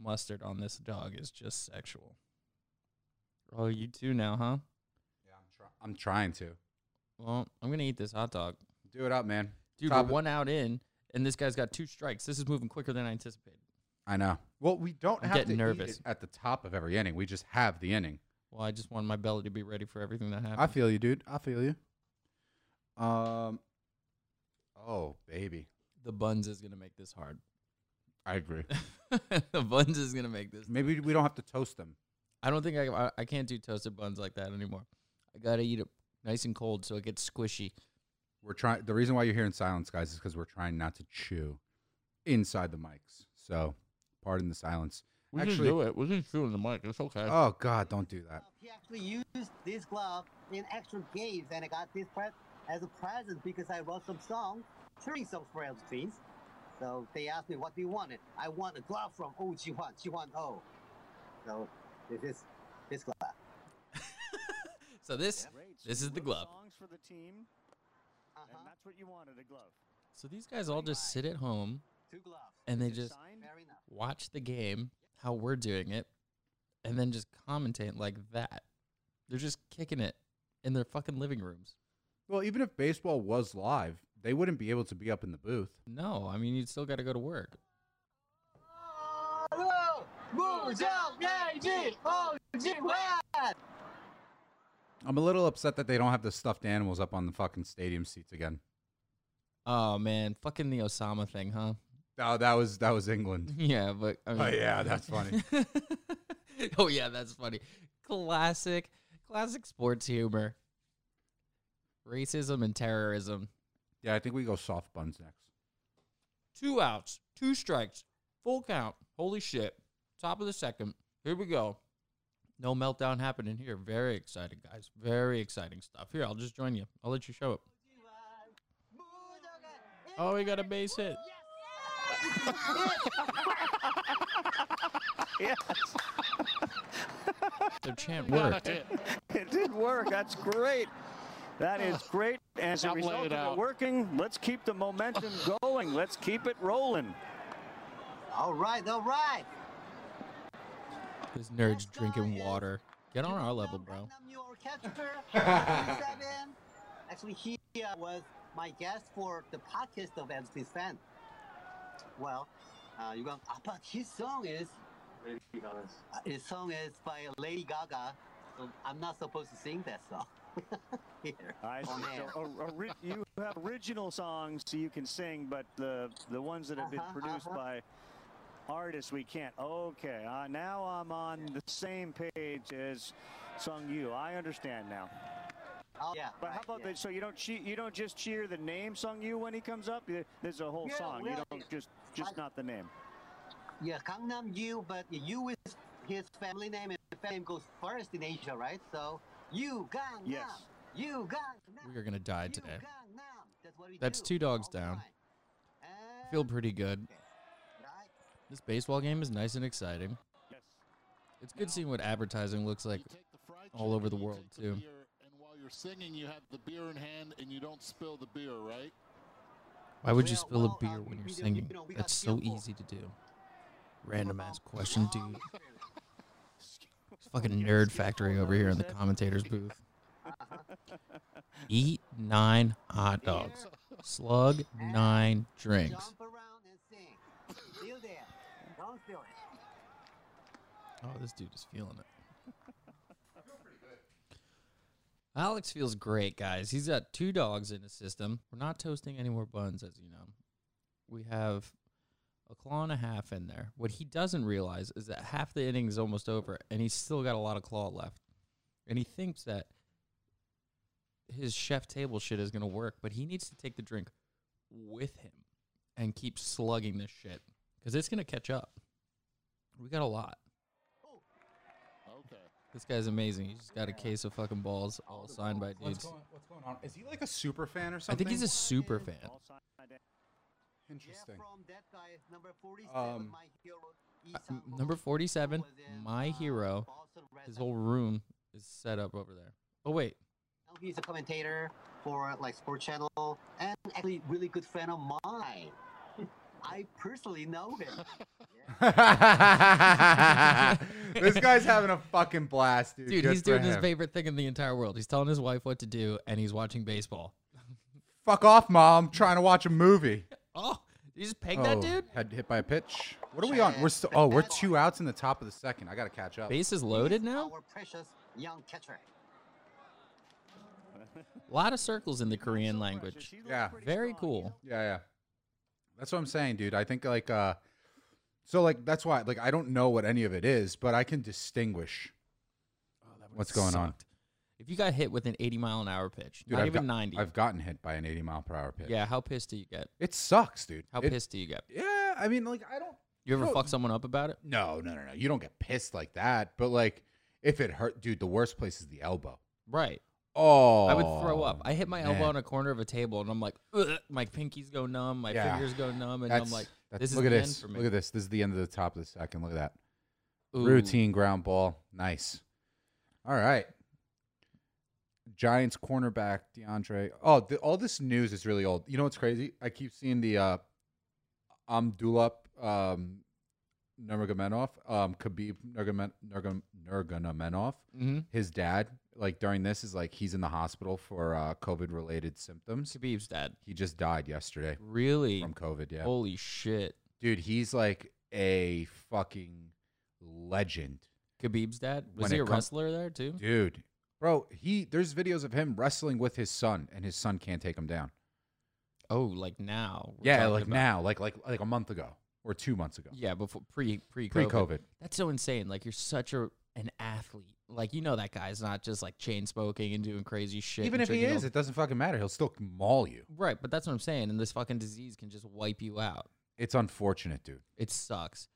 [SPEAKER 1] mustard on this dog is just sexual. Oh, you too now, huh?
[SPEAKER 2] Yeah, I'm, try- I'm trying to
[SPEAKER 1] Well, I'm gonna eat this hot dog.
[SPEAKER 2] do it up, man.
[SPEAKER 1] Dude,
[SPEAKER 2] Top
[SPEAKER 1] we're
[SPEAKER 2] of-
[SPEAKER 1] one out in, and this guy's got two strikes. This is moving quicker than I anticipated.
[SPEAKER 2] I know. Well, we don't
[SPEAKER 1] I'm
[SPEAKER 2] have
[SPEAKER 1] getting
[SPEAKER 2] to eat
[SPEAKER 1] nervous.
[SPEAKER 2] it at the top of every inning. We just have the inning.
[SPEAKER 1] Well, I just want my belly to be ready for everything that happens.
[SPEAKER 2] I feel you, dude. I feel you. Um. Oh, baby.
[SPEAKER 1] the buns is gonna make this hard.
[SPEAKER 2] I agree.
[SPEAKER 1] the buns is gonna make this.
[SPEAKER 2] Maybe we don't have to toast them.
[SPEAKER 1] I don't think I, I I can't do toasted buns like that anymore. I gotta eat it nice and cold so it gets squishy.
[SPEAKER 2] We're trying. The reason why you're hearing silence, guys, is because we're trying not to chew inside the mics. So, pardon the silence.
[SPEAKER 3] We
[SPEAKER 2] can Actually- do
[SPEAKER 3] it. We can do it in the mic. It's okay.
[SPEAKER 1] Uh,
[SPEAKER 2] Oh God, don't do that.
[SPEAKER 4] Uh, He actually used this glove in extra games, and I got this pre- as a present because I wrote some songs, cheering songs for Elstrins. So they asked me what we wanted. I want a glove from Oh Jiwan, Jiwan Oh. So this is this glove.
[SPEAKER 1] So this,
[SPEAKER 6] Great.
[SPEAKER 1] This
[SPEAKER 6] you
[SPEAKER 1] is the
[SPEAKER 6] wrote
[SPEAKER 1] glove.
[SPEAKER 6] Songs for the team,
[SPEAKER 4] Uh-huh.
[SPEAKER 6] and that's what you wanted, a glove.
[SPEAKER 1] so these guys all just sit at home
[SPEAKER 4] Two gloves.
[SPEAKER 1] and they
[SPEAKER 6] Is it
[SPEAKER 1] just
[SPEAKER 6] signed?
[SPEAKER 4] Fair enough.
[SPEAKER 1] watch the game how we're doing it, and then just commentate like that. They're just kicking it in their fucking living rooms.
[SPEAKER 2] Well, even if baseball was live, they wouldn't be able to be up in the booth.
[SPEAKER 1] No, I mean you still got to go to work.
[SPEAKER 2] I'm a little upset that they don't have the stuffed animals up on the fucking stadium seats again.
[SPEAKER 1] Oh man, fucking the Osama thing, huh?
[SPEAKER 2] Oh, that was that was England.
[SPEAKER 1] Yeah, but I mean,
[SPEAKER 2] Oh yeah, that's funny.
[SPEAKER 1] oh yeah, that's funny. Classic, classic sports humor. Racism and terrorism.
[SPEAKER 2] yeah, I think we go soft buns next.
[SPEAKER 1] Two outs, two strikes, full count. Holy shit! Top of the second. Here we go. No meltdown happening here. Very exciting, guys. Very exciting stuff. Here, I'll just join you. I'll let you show it. Oh, we got a base hit.
[SPEAKER 6] Yes,
[SPEAKER 1] Their chant worked.
[SPEAKER 6] it did work. That's great. That is great. As a
[SPEAKER 3] I'm
[SPEAKER 6] result of
[SPEAKER 3] laid
[SPEAKER 6] it
[SPEAKER 3] out.
[SPEAKER 6] working, let's keep the momentum going. Let's keep it rolling.
[SPEAKER 4] All right, all right.
[SPEAKER 1] This nerd's drinking water. Get on our level, bro.
[SPEAKER 4] Magnum, your catcher, 27. Actually, he uh, was my guest for the podcast of Elvis fan. Well, uh, you got, uh, but his song is uh, his song is by Lady Gaga, so I'm not supposed to sing that song here.
[SPEAKER 6] I see.
[SPEAKER 4] on air.
[SPEAKER 6] So, or- ori- you have original songs so you can sing, but the the ones that have been
[SPEAKER 4] Uh-huh,
[SPEAKER 6] produced
[SPEAKER 4] uh-huh.
[SPEAKER 6] by artists we can't. Okay, uh, now I'm on the same page as Sung Yu. I understand now.
[SPEAKER 4] Oh yeah.
[SPEAKER 6] But how
[SPEAKER 4] right,
[SPEAKER 6] about
[SPEAKER 4] yeah.
[SPEAKER 6] that? So you don't che- you don't just cheer the name Sung Yu when he comes up. There- There's a whole
[SPEAKER 4] Yeah,
[SPEAKER 6] song. You
[SPEAKER 4] well,
[SPEAKER 6] don't just just
[SPEAKER 4] I-
[SPEAKER 6] not the name.
[SPEAKER 4] Yeah, Gangnam Yu, but Yu is his family name, and the family name goes first in Asia, right? So Yu Gangnam.
[SPEAKER 6] Yes.
[SPEAKER 4] Yu Gangnam.
[SPEAKER 1] We are gonna die
[SPEAKER 4] Yu
[SPEAKER 1] today.
[SPEAKER 4] Gangnam. That's what we
[SPEAKER 1] That's
[SPEAKER 4] do
[SPEAKER 1] two dogs
[SPEAKER 4] all the
[SPEAKER 1] down.
[SPEAKER 4] time.
[SPEAKER 1] I feel pretty good.
[SPEAKER 4] And- right.
[SPEAKER 1] This baseball game is nice and exciting.
[SPEAKER 6] Yes.
[SPEAKER 1] It's good seeing what advertising looks like.
[SPEAKER 5] You take the fried
[SPEAKER 1] all over
[SPEAKER 5] chicken,
[SPEAKER 1] the
[SPEAKER 5] you
[SPEAKER 1] world,
[SPEAKER 5] take the
[SPEAKER 1] too.
[SPEAKER 5] beer, and while you're singing, you have the beer in hand, and you don't spill the beer, right?
[SPEAKER 1] Why would you
[SPEAKER 4] Well,
[SPEAKER 1] spill a
[SPEAKER 4] well, uh,
[SPEAKER 1] beer when
[SPEAKER 4] we
[SPEAKER 1] you're
[SPEAKER 4] do- you
[SPEAKER 1] singing?
[SPEAKER 4] know, we got
[SPEAKER 1] That's so
[SPEAKER 4] skillful.
[SPEAKER 1] easy to do. Random ass
[SPEAKER 4] Well,
[SPEAKER 1] question,
[SPEAKER 4] well,
[SPEAKER 1] dude. Fucking nerd factory over here in the
[SPEAKER 6] said.
[SPEAKER 1] commentator's booth. Eat nine hot
[SPEAKER 4] Beer.
[SPEAKER 1] dogs. Slug nine drinks.
[SPEAKER 4] Jump around and sing. Still there. Don't do it.
[SPEAKER 1] Oh, this dude is feeling it. Alex feels great, guys. He's got two dogs in his system. We're not toasting any more buns, as you know. We have a claw and a half in there. What he doesn't realize is that half the inning is almost over, and he's still got a lot of claw left. And he thinks that his chef table shit is going to work, but he needs to take the drink with him and keep slugging this shit because it's going to catch up. We got a lot.
[SPEAKER 5] Okay.
[SPEAKER 1] This guy's amazing. He's just got a case of fucking balls, all signed by
[SPEAKER 2] What's
[SPEAKER 1] dudes.
[SPEAKER 2] going, what's going on? Is he like a super fan or
[SPEAKER 1] I
[SPEAKER 2] something?
[SPEAKER 1] think he's a super fan.
[SPEAKER 6] All signed.
[SPEAKER 4] Yeah,
[SPEAKER 2] interesting.
[SPEAKER 4] from that guy, number 47,
[SPEAKER 2] Um,
[SPEAKER 4] my hero. Lee
[SPEAKER 1] Uh,
[SPEAKER 4] Sang-ho,
[SPEAKER 1] number
[SPEAKER 4] who
[SPEAKER 1] 47,
[SPEAKER 4] was in,
[SPEAKER 1] my
[SPEAKER 4] uh,
[SPEAKER 1] hero.
[SPEAKER 4] Boston Red
[SPEAKER 1] His
[SPEAKER 4] Sox.
[SPEAKER 1] whole room is set up over there. Oh wait,
[SPEAKER 4] Now he's a commentator for like Sports Channel and actually really good friend of mine. I personally know him.
[SPEAKER 2] this guy's having a fucking blast, dude.
[SPEAKER 1] dude,
[SPEAKER 2] Good
[SPEAKER 1] he's
[SPEAKER 2] for
[SPEAKER 1] doing his
[SPEAKER 2] him.
[SPEAKER 1] favorite thing in the entire world. He's telling his wife what to do, and he's watching baseball.
[SPEAKER 2] Fuck off, mom. trying to watch a movie.
[SPEAKER 1] Oh, you just peg that dude?
[SPEAKER 2] Had hit by a pitch. What are we on? We're still. Oh, we're two outs in the top of the second. I gotta catch up.
[SPEAKER 1] Base is loaded
[SPEAKER 4] He's
[SPEAKER 1] now.
[SPEAKER 4] Our precious young catcher.
[SPEAKER 1] A lot of circles in the Korean
[SPEAKER 6] So precious.
[SPEAKER 1] language.
[SPEAKER 6] He looks
[SPEAKER 2] Yeah.
[SPEAKER 6] pretty
[SPEAKER 1] Very
[SPEAKER 6] strong, you
[SPEAKER 1] cool.
[SPEAKER 6] know?
[SPEAKER 2] Yeah, yeah. That's what I'm saying, dude. I think like uh so like that's why like I don't know what any of it is, but I can distinguish. What's going on?
[SPEAKER 1] Sucked. If you got hit with an 80 mile an hour pitch,
[SPEAKER 2] Dude,
[SPEAKER 1] not
[SPEAKER 2] I've
[SPEAKER 1] even
[SPEAKER 2] got-
[SPEAKER 1] 90.
[SPEAKER 2] I've gotten hit by an 80 mile per hour pitch.
[SPEAKER 1] yeah, how pissed do you get?
[SPEAKER 2] It sucks, dude.
[SPEAKER 1] How
[SPEAKER 2] It-
[SPEAKER 1] pissed do you get?
[SPEAKER 2] Yeah, I mean like I don't
[SPEAKER 1] You ever
[SPEAKER 2] No.
[SPEAKER 1] fuck someone up about it?
[SPEAKER 2] No, no, no, no. You don't get pissed like that, but like if it hurt, dude, the worst place is the elbow.
[SPEAKER 1] Right.
[SPEAKER 2] Oh.
[SPEAKER 1] I would throw up. I hit my elbow
[SPEAKER 2] man.
[SPEAKER 1] on a corner of a table, and I'm like, "Ugh," my pinkies go numb, my
[SPEAKER 2] Yeah.
[SPEAKER 1] fingers go numb, and
[SPEAKER 2] That's
[SPEAKER 1] I'm like,
[SPEAKER 2] that's,
[SPEAKER 1] this is
[SPEAKER 2] look
[SPEAKER 1] the
[SPEAKER 2] at
[SPEAKER 1] end
[SPEAKER 2] this.
[SPEAKER 1] for me.
[SPEAKER 2] Look at this. This is the end of the top of the second. Look at that.
[SPEAKER 1] Ooh.
[SPEAKER 2] Routine ground ball. Nice. All right. Giants cornerback DeAndre. Oh, the, all this news is really old. You know what's crazy? I keep seeing the uh, Amdulap um, Nurmagomedov, um, Khabib Nurgamen- Nurgam- Nurmagomedov.
[SPEAKER 1] Mhm.
[SPEAKER 2] His dad, like during this, is like he's in the hospital for uh, COVID related symptoms.
[SPEAKER 1] Khabib's dad.
[SPEAKER 2] He just died yesterday
[SPEAKER 1] Really?
[SPEAKER 2] from COVID. Yeah,
[SPEAKER 1] Holy shit.
[SPEAKER 2] dude, he's like a fucking legend.
[SPEAKER 1] Khabib's dad? Was
[SPEAKER 2] When
[SPEAKER 1] he
[SPEAKER 2] it
[SPEAKER 1] a
[SPEAKER 2] come-
[SPEAKER 1] wrestler there too?
[SPEAKER 2] dude bro he there's videos of him wrestling with his son and his son can't take him down
[SPEAKER 1] Oh, like now. we're
[SPEAKER 2] yeah
[SPEAKER 1] talking
[SPEAKER 2] like
[SPEAKER 1] about-
[SPEAKER 2] now like like like a month ago or two months ago
[SPEAKER 1] Yeah, before pre pre
[SPEAKER 2] pre-covid
[SPEAKER 1] That's so insane. Like you're such a an athlete. Like you know that guy's not just like chain smoking and doing crazy shit.
[SPEAKER 2] even
[SPEAKER 1] and
[SPEAKER 2] if he
[SPEAKER 1] drinking all-
[SPEAKER 2] is it doesn't fucking matter he'll still maul you
[SPEAKER 1] right, but that's what I'm saying. And this fucking disease can just wipe you out.
[SPEAKER 2] it's unfortunate dude
[SPEAKER 1] It sucks.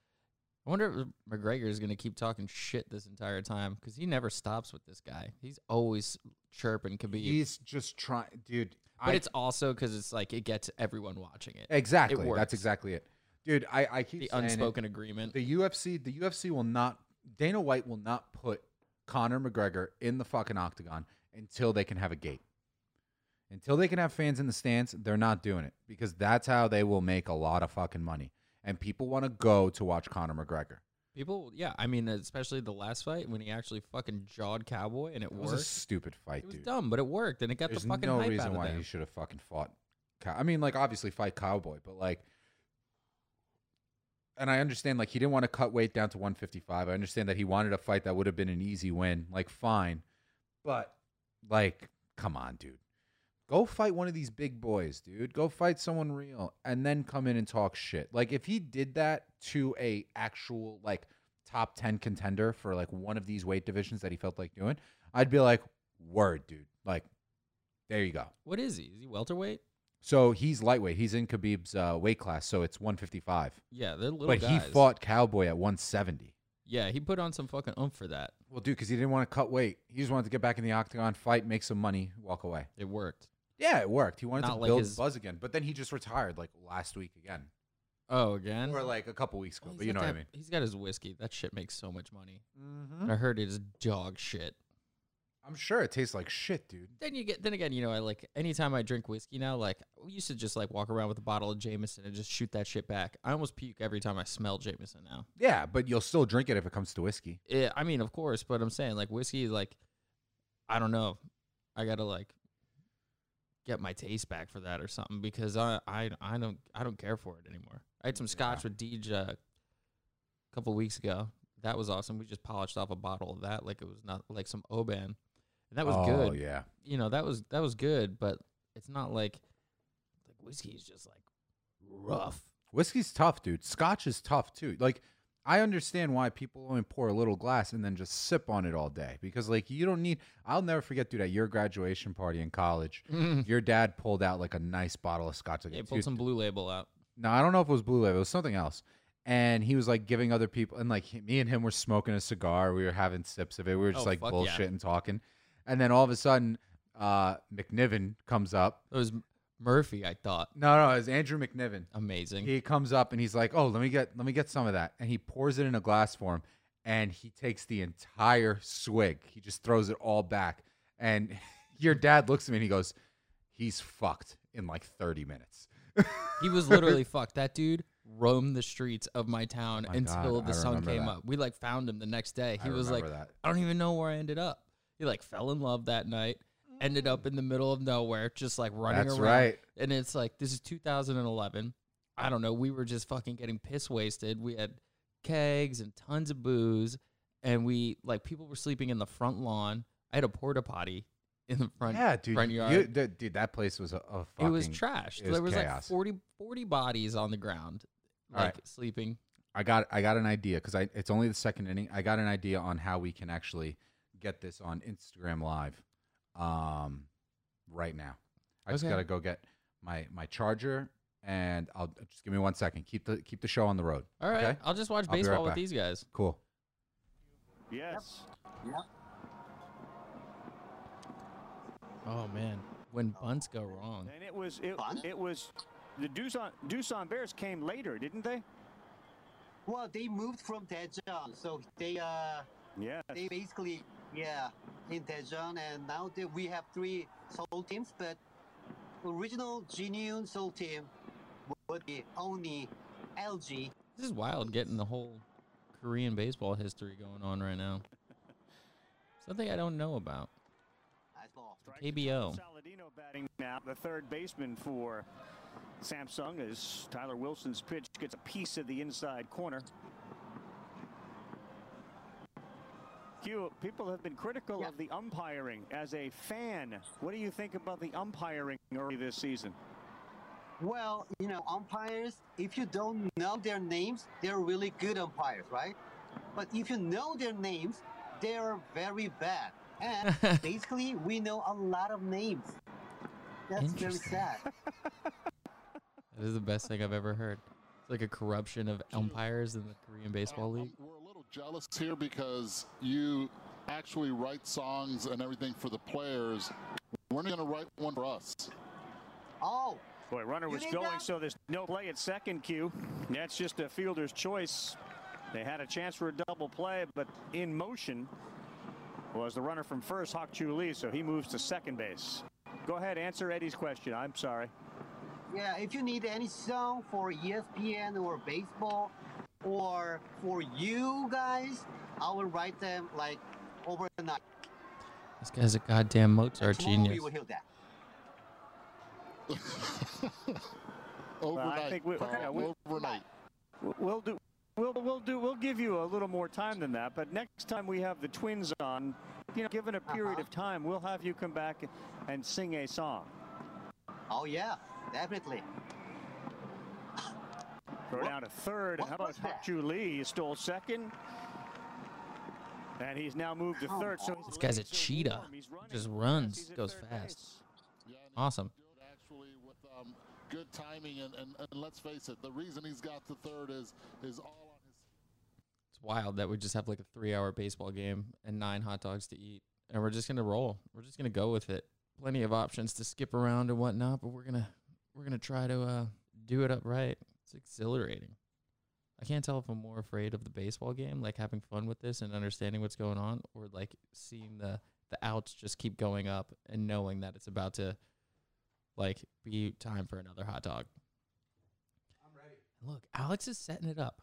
[SPEAKER 1] I wonder if McGregor is going to keep talking shit this entire time because he never stops with this guy. He's always chirping Khabib.
[SPEAKER 2] he's just trying dude
[SPEAKER 1] but
[SPEAKER 2] I-
[SPEAKER 1] it's also because it's like it gets everyone watching it.
[SPEAKER 2] exactly
[SPEAKER 1] works.
[SPEAKER 2] that's exactly it dude i i keep
[SPEAKER 1] The
[SPEAKER 2] saying it.
[SPEAKER 1] unspoken agreement.
[SPEAKER 2] the ufc the ufc will not dana white will not put conor mcgregor in the fucking octagon until they can have a gate until they can have fans in the stands, they're not doing it because that's how they will make a lot of fucking money. And people want to go to watch Conor McGregor.
[SPEAKER 1] People, yeah, I mean, especially the last fight when he actually fucking jawed Cowboy and it
[SPEAKER 2] It was a
[SPEAKER 1] worked.
[SPEAKER 2] stupid fight,
[SPEAKER 1] It was
[SPEAKER 2] dude.
[SPEAKER 1] dumb, but it worked and it got
[SPEAKER 2] There's
[SPEAKER 1] the fucking
[SPEAKER 2] no
[SPEAKER 1] hype out
[SPEAKER 2] reason
[SPEAKER 1] of
[SPEAKER 2] why
[SPEAKER 1] there.
[SPEAKER 2] he should have fucking fought. Cow- I mean, like obviously fight Cowboy, but like, and I understand like he didn't want to cut weight down to 155. I understand that he wanted a fight that would have been an easy win. Like, fine, but like, come on, dude. Go fight one of these big boys, dude. Go fight someone real and then come in and talk shit. Like if he did that to a actual like top 10 contender for like one of these weight divisions that he felt like doing, I'd be like, "Word, dude. Like There you go.
[SPEAKER 1] What is he? Is he welterweight?
[SPEAKER 2] So he's lightweight. He's in Khabib's uh, weight class, so it's 155.
[SPEAKER 1] Yeah, they're little
[SPEAKER 2] But
[SPEAKER 1] guys.
[SPEAKER 2] he fought Cowboy at 170.
[SPEAKER 1] Yeah, he put on some fucking oomph for that.
[SPEAKER 2] Well, dude, because he didn't want to cut weight. He just wanted to get back in the octagon, fight, make some money, walk away.
[SPEAKER 1] It worked.
[SPEAKER 2] Yeah, it worked. He wanted
[SPEAKER 1] Not
[SPEAKER 2] to
[SPEAKER 1] like
[SPEAKER 2] build
[SPEAKER 1] his-
[SPEAKER 2] buzz again, but then he just retired like last week again,
[SPEAKER 1] Oh, again?
[SPEAKER 2] or like a couple weeks ago.
[SPEAKER 1] Well, he's
[SPEAKER 2] but you know
[SPEAKER 1] got
[SPEAKER 2] what I
[SPEAKER 1] that-
[SPEAKER 2] mean. Mm.
[SPEAKER 1] He's got his whiskey. That shit makes so much money. I heard it is dog shit.
[SPEAKER 2] I'm sure it tastes like shit, dude.
[SPEAKER 1] Then you get. Then again, you know, I like anytime I drink whiskey now. Like we used to just like walk around with a bottle of Jameson and just shoot that shit back. I almost puke every time I smell Jameson now.
[SPEAKER 2] Yeah, but you'll still drink it if it comes to whiskey.
[SPEAKER 1] Yeah, I mean, of course, but I'm saying like whiskey, like I don't know, I gotta like get my taste back for that or something because I I I don't I don't care for it anymore. I had some scotch with Deej uh, a couple weeks ago. That was awesome. We just polished off a bottle of that like it was not like some Oban, and that was
[SPEAKER 2] oh,
[SPEAKER 1] good.
[SPEAKER 2] yeah.
[SPEAKER 1] You know that was that was good, but it's not like like whiskey is just like rough.
[SPEAKER 2] Whiskey's tough, dude. Scotch is tough too. Like, I understand why people only pour a little glass and then just sip on it all day because, like, you don't need. I'll never forget, dude, at your graduation party in college, your dad pulled out like a nice bottle of scotch. Like,
[SPEAKER 1] They
[SPEAKER 2] a
[SPEAKER 1] Hmm. pulled
[SPEAKER 2] two-
[SPEAKER 1] some blue label out.
[SPEAKER 2] No, I don't know if it was Blue Label. It was something else. And he was like giving other people, and like he- me and him were smoking a cigar. We were having sips of it. We were just
[SPEAKER 1] Oh,
[SPEAKER 2] like
[SPEAKER 1] fuck yeah.
[SPEAKER 2] bullshit and talking. And then all of a sudden, uh, McNiven comes up.
[SPEAKER 1] It was Murphy, I thought.
[SPEAKER 2] No, no, it was Andrew McNiven.
[SPEAKER 1] Amazing.
[SPEAKER 2] He comes up and he's like, "Oh, let me get, let me get some of that." And he pours it in a glass for him, and he takes the entire swig. He just throws it all back. And your dad looks at me and he goes, "He's fucked in like thirty minutes."
[SPEAKER 1] He was literally fucked. That dude roamed the streets of my town
[SPEAKER 2] Oh my
[SPEAKER 1] until
[SPEAKER 2] God,
[SPEAKER 1] the
[SPEAKER 2] I
[SPEAKER 1] sun
[SPEAKER 2] remember
[SPEAKER 1] came
[SPEAKER 2] that.
[SPEAKER 1] up. We like found him the next day.
[SPEAKER 2] I
[SPEAKER 1] He was like,
[SPEAKER 2] remember that.
[SPEAKER 1] I don't even know where I ended up. He like fell in love that night, ended up in the middle of nowhere, just like running
[SPEAKER 2] That's
[SPEAKER 1] around.
[SPEAKER 2] right.
[SPEAKER 1] And it's like, this is 2011. I don't know. We were just fucking getting piss wasted. We had kegs and tons of booze. And we, like, people were sleeping in the front lawn. I had a porta potty in the front,
[SPEAKER 2] Yeah, dude.
[SPEAKER 1] front
[SPEAKER 2] you-
[SPEAKER 1] yard.
[SPEAKER 2] you- th- dude, that place was a, a fucking.
[SPEAKER 1] it was trash.
[SPEAKER 2] it was
[SPEAKER 1] there was like
[SPEAKER 2] chaos.
[SPEAKER 1] 40, 40 bodies on the ground,
[SPEAKER 2] All
[SPEAKER 1] like sleeping.
[SPEAKER 2] I got I got an idea because I it's only the second inning. I got an idea on how we can actually get this on Instagram Live, um, right now. I just
[SPEAKER 1] Okay.
[SPEAKER 2] gotta go get my my charger and I'll just give me one second. Keep the keep the show on the road.
[SPEAKER 1] All right,
[SPEAKER 2] Okay?
[SPEAKER 1] I'll just watch
[SPEAKER 2] I'll be right
[SPEAKER 1] baseball with
[SPEAKER 2] back.
[SPEAKER 1] these guys.
[SPEAKER 2] Cool.
[SPEAKER 6] Yes.
[SPEAKER 4] Yep.
[SPEAKER 1] Oh man, when bunts go wrong,
[SPEAKER 6] And it was it,
[SPEAKER 4] Fun?
[SPEAKER 6] it was the Doosan Doosan Bears came later, didn't they?
[SPEAKER 4] Well, they moved from Daejeon, so they uh
[SPEAKER 6] Yes.
[SPEAKER 4] they basically yeah in Daejeon, and now they, we have three Seoul teams, but original genuine Seoul team would be only LG.
[SPEAKER 1] this is wild. Getting the whole Korean baseball history going on right now. Something I don't know about.
[SPEAKER 4] as well.
[SPEAKER 1] KBO.
[SPEAKER 6] Saladino batting now, the third baseman for Samsung as Tyler Wilson's pitch gets a piece of the inside corner. Q, people have been critical
[SPEAKER 4] Yeah.
[SPEAKER 6] of the umpiring. As a fan, what do you think about the umpiring early this season?
[SPEAKER 4] Well, you know, umpires, if you don't know their names, they're really good umpires, right? But if you know their names, they're very bad. And basically, we know a lot of names. That's very
[SPEAKER 1] Interesting.
[SPEAKER 4] sad.
[SPEAKER 1] That is the best thing I've ever heard. It's like a corruption of umpires in the Korean baseball
[SPEAKER 5] Um,
[SPEAKER 1] league.
[SPEAKER 5] We're a little jealous here because you actually write songs and everything for the players. We're not going to write one for us.
[SPEAKER 4] Oh,
[SPEAKER 6] Boy, runner
[SPEAKER 4] You
[SPEAKER 6] was
[SPEAKER 4] need
[SPEAKER 6] going,
[SPEAKER 4] that?
[SPEAKER 6] so there's no play at second Q. That's just a fielder's choice. They had a chance for a double play, but in motion was the runner from first, Hawk Chu Lee, so he moves to second base. Go ahead, answer Eddie's question. I'm sorry.
[SPEAKER 4] yeah, if you need any song for E ESPN or baseball or for you guys, I will write them like overnight.
[SPEAKER 1] This guy's a goddamn Mozart
[SPEAKER 4] Tomorrow
[SPEAKER 1] genius.
[SPEAKER 4] you will hear that.
[SPEAKER 5] Overnight.
[SPEAKER 6] think we-
[SPEAKER 5] Carl,
[SPEAKER 6] yeah, we-
[SPEAKER 5] overnight.
[SPEAKER 6] W- We'll do. We'll, we'll do. We'll give you a little more time than that. But next time we have the twins on, you know, given a period
[SPEAKER 4] Uh-huh.
[SPEAKER 6] of time, we'll have you come back and sing a song.
[SPEAKER 4] Oh, yeah, definitely.
[SPEAKER 6] Throw down to third. and
[SPEAKER 4] what
[SPEAKER 6] How about
[SPEAKER 4] was that?
[SPEAKER 6] Chu Lee? He stole second. And he's now moved to
[SPEAKER 4] Come
[SPEAKER 6] third. So
[SPEAKER 4] on.
[SPEAKER 6] his
[SPEAKER 1] This guy's a
[SPEAKER 4] Oh,
[SPEAKER 6] legs are
[SPEAKER 1] cheetah.
[SPEAKER 6] warm. He's
[SPEAKER 1] He
[SPEAKER 6] running
[SPEAKER 1] just
[SPEAKER 6] fast.
[SPEAKER 1] runs,
[SPEAKER 6] He's at
[SPEAKER 1] goes
[SPEAKER 6] third
[SPEAKER 1] fast.
[SPEAKER 6] base.
[SPEAKER 1] Awesome.
[SPEAKER 5] good actually with um, good timing and, and, and let's face it, the reason he's got the third is is all on his
[SPEAKER 1] It's wild that we just have like a three hour baseball game and nine hot dogs to eat. And we're just gonna roll. We're just gonna go with it. Plenty of options to skip around and whatnot, but we're gonna we're gonna try to uh do it up right. It's exhilarating. I can't tell if I'm more afraid of the baseball game, like having fun with this and understanding what's going on, or like seeing the the outs just keep going up and knowing that it's about to like be time for another hot dog. I'm ready. Look, Alex is setting it up.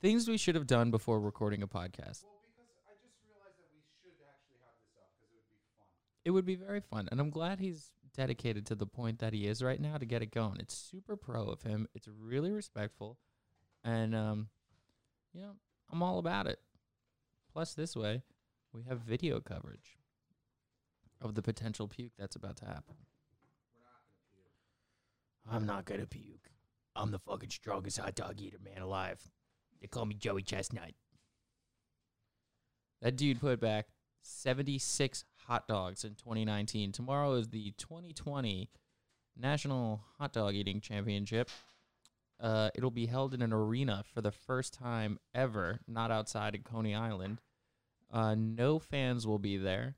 [SPEAKER 1] Things we should have done before recording a podcast.
[SPEAKER 2] Well, because I just realized that we should actually have this up because it would be fun.
[SPEAKER 1] It would be very fun. And I'm glad he's dedicated to the point that he is right now to get it going. It's super pro of him. It's really respectful. And um, you know, I'm all about it. Plus this way, we have video coverage of the potential puke that's about to happen.
[SPEAKER 7] I'm not gonna puke. I'm the fucking strongest hot dog eater man alive. They call me Joey Chestnut.
[SPEAKER 1] That dude put back 76 hot dogs in 2019. Tomorrow is the 2020 National Hot Dog Eating Championship. Uh, it'll be held in an arena for the first time ever, not outside of Coney Island. Uh, no fans will be there.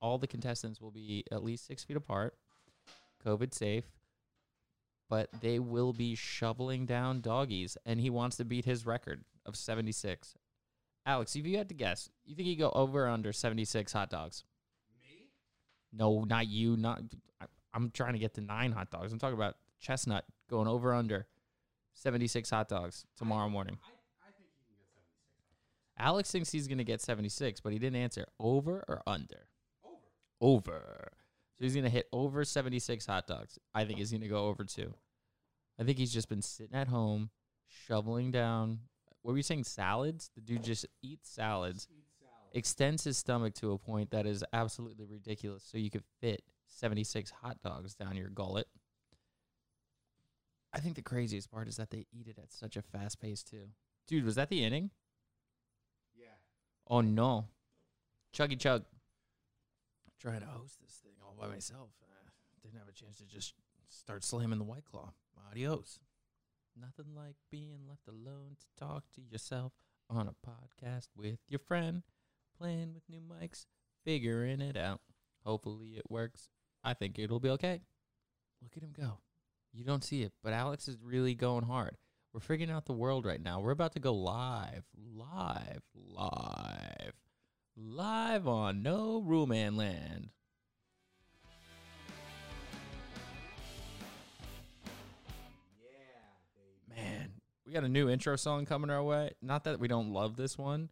[SPEAKER 1] All the contestants will be at least six feet apart, COVID safe. But they will be shoveling down doggies, and he wants to beat his record of 76. Alex, if you had to guess, you think you go over or under 76 hot dogs? Me? No, not you. Not I, I'm trying to get to nine hot dogs. I'm talking about Chestnut going over or under 76 hot dogs tomorrow morning. Alex thinks he's going to get 76, but he didn't answer over or under. Over. Over. So he's going to hit over 76 hot dogs. I think he's going to go over two. I think he's just been sitting at home, shoveling down. What were you saying? Salads? The dude just eats salads, extends his stomach to a point that is absolutely ridiculous. So you could fit 76 hot dogs down your gullet. I think the craziest part is that they eat it at such a fast pace, too. Dude, was that the inning?
[SPEAKER 2] Yeah.
[SPEAKER 1] Oh, no. Chuggy Chug. Trying to host this thing all by myself. Uh, didn't have a chance to just start slamming the White Claw. Adios. Nothing like being left alone to talk to yourself on a podcast with your friend, playing with new mics, figuring it out. Hopefully it works. I think it'll be okay. Look at him go. You don't see it, but Alex is really going hard. We're figuring out the world right now. We're about to go live, live, live, live on No Rule Man Land. Man, we got a new intro song coming our way. Not that we don't love this one,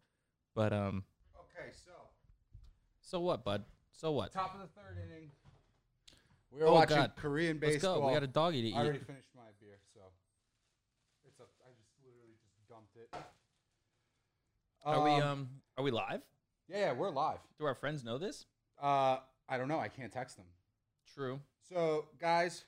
[SPEAKER 1] but um,
[SPEAKER 2] Okay, so
[SPEAKER 1] so what, bud? So what?
[SPEAKER 2] top of the third inning. We are
[SPEAKER 1] Oh,
[SPEAKER 2] watching
[SPEAKER 1] God.
[SPEAKER 2] Korean
[SPEAKER 1] Let's
[SPEAKER 2] baseball.
[SPEAKER 1] go. We got a doggy to
[SPEAKER 2] I already
[SPEAKER 1] eat.
[SPEAKER 2] finished my beer, so it's up. I just literally just dumped it.
[SPEAKER 1] Are we um? Are we live?
[SPEAKER 2] Yeah, yeah, we're live.
[SPEAKER 1] Do our friends know this?
[SPEAKER 2] Uh, I don't know. I can't text them.
[SPEAKER 1] True.
[SPEAKER 2] So, guys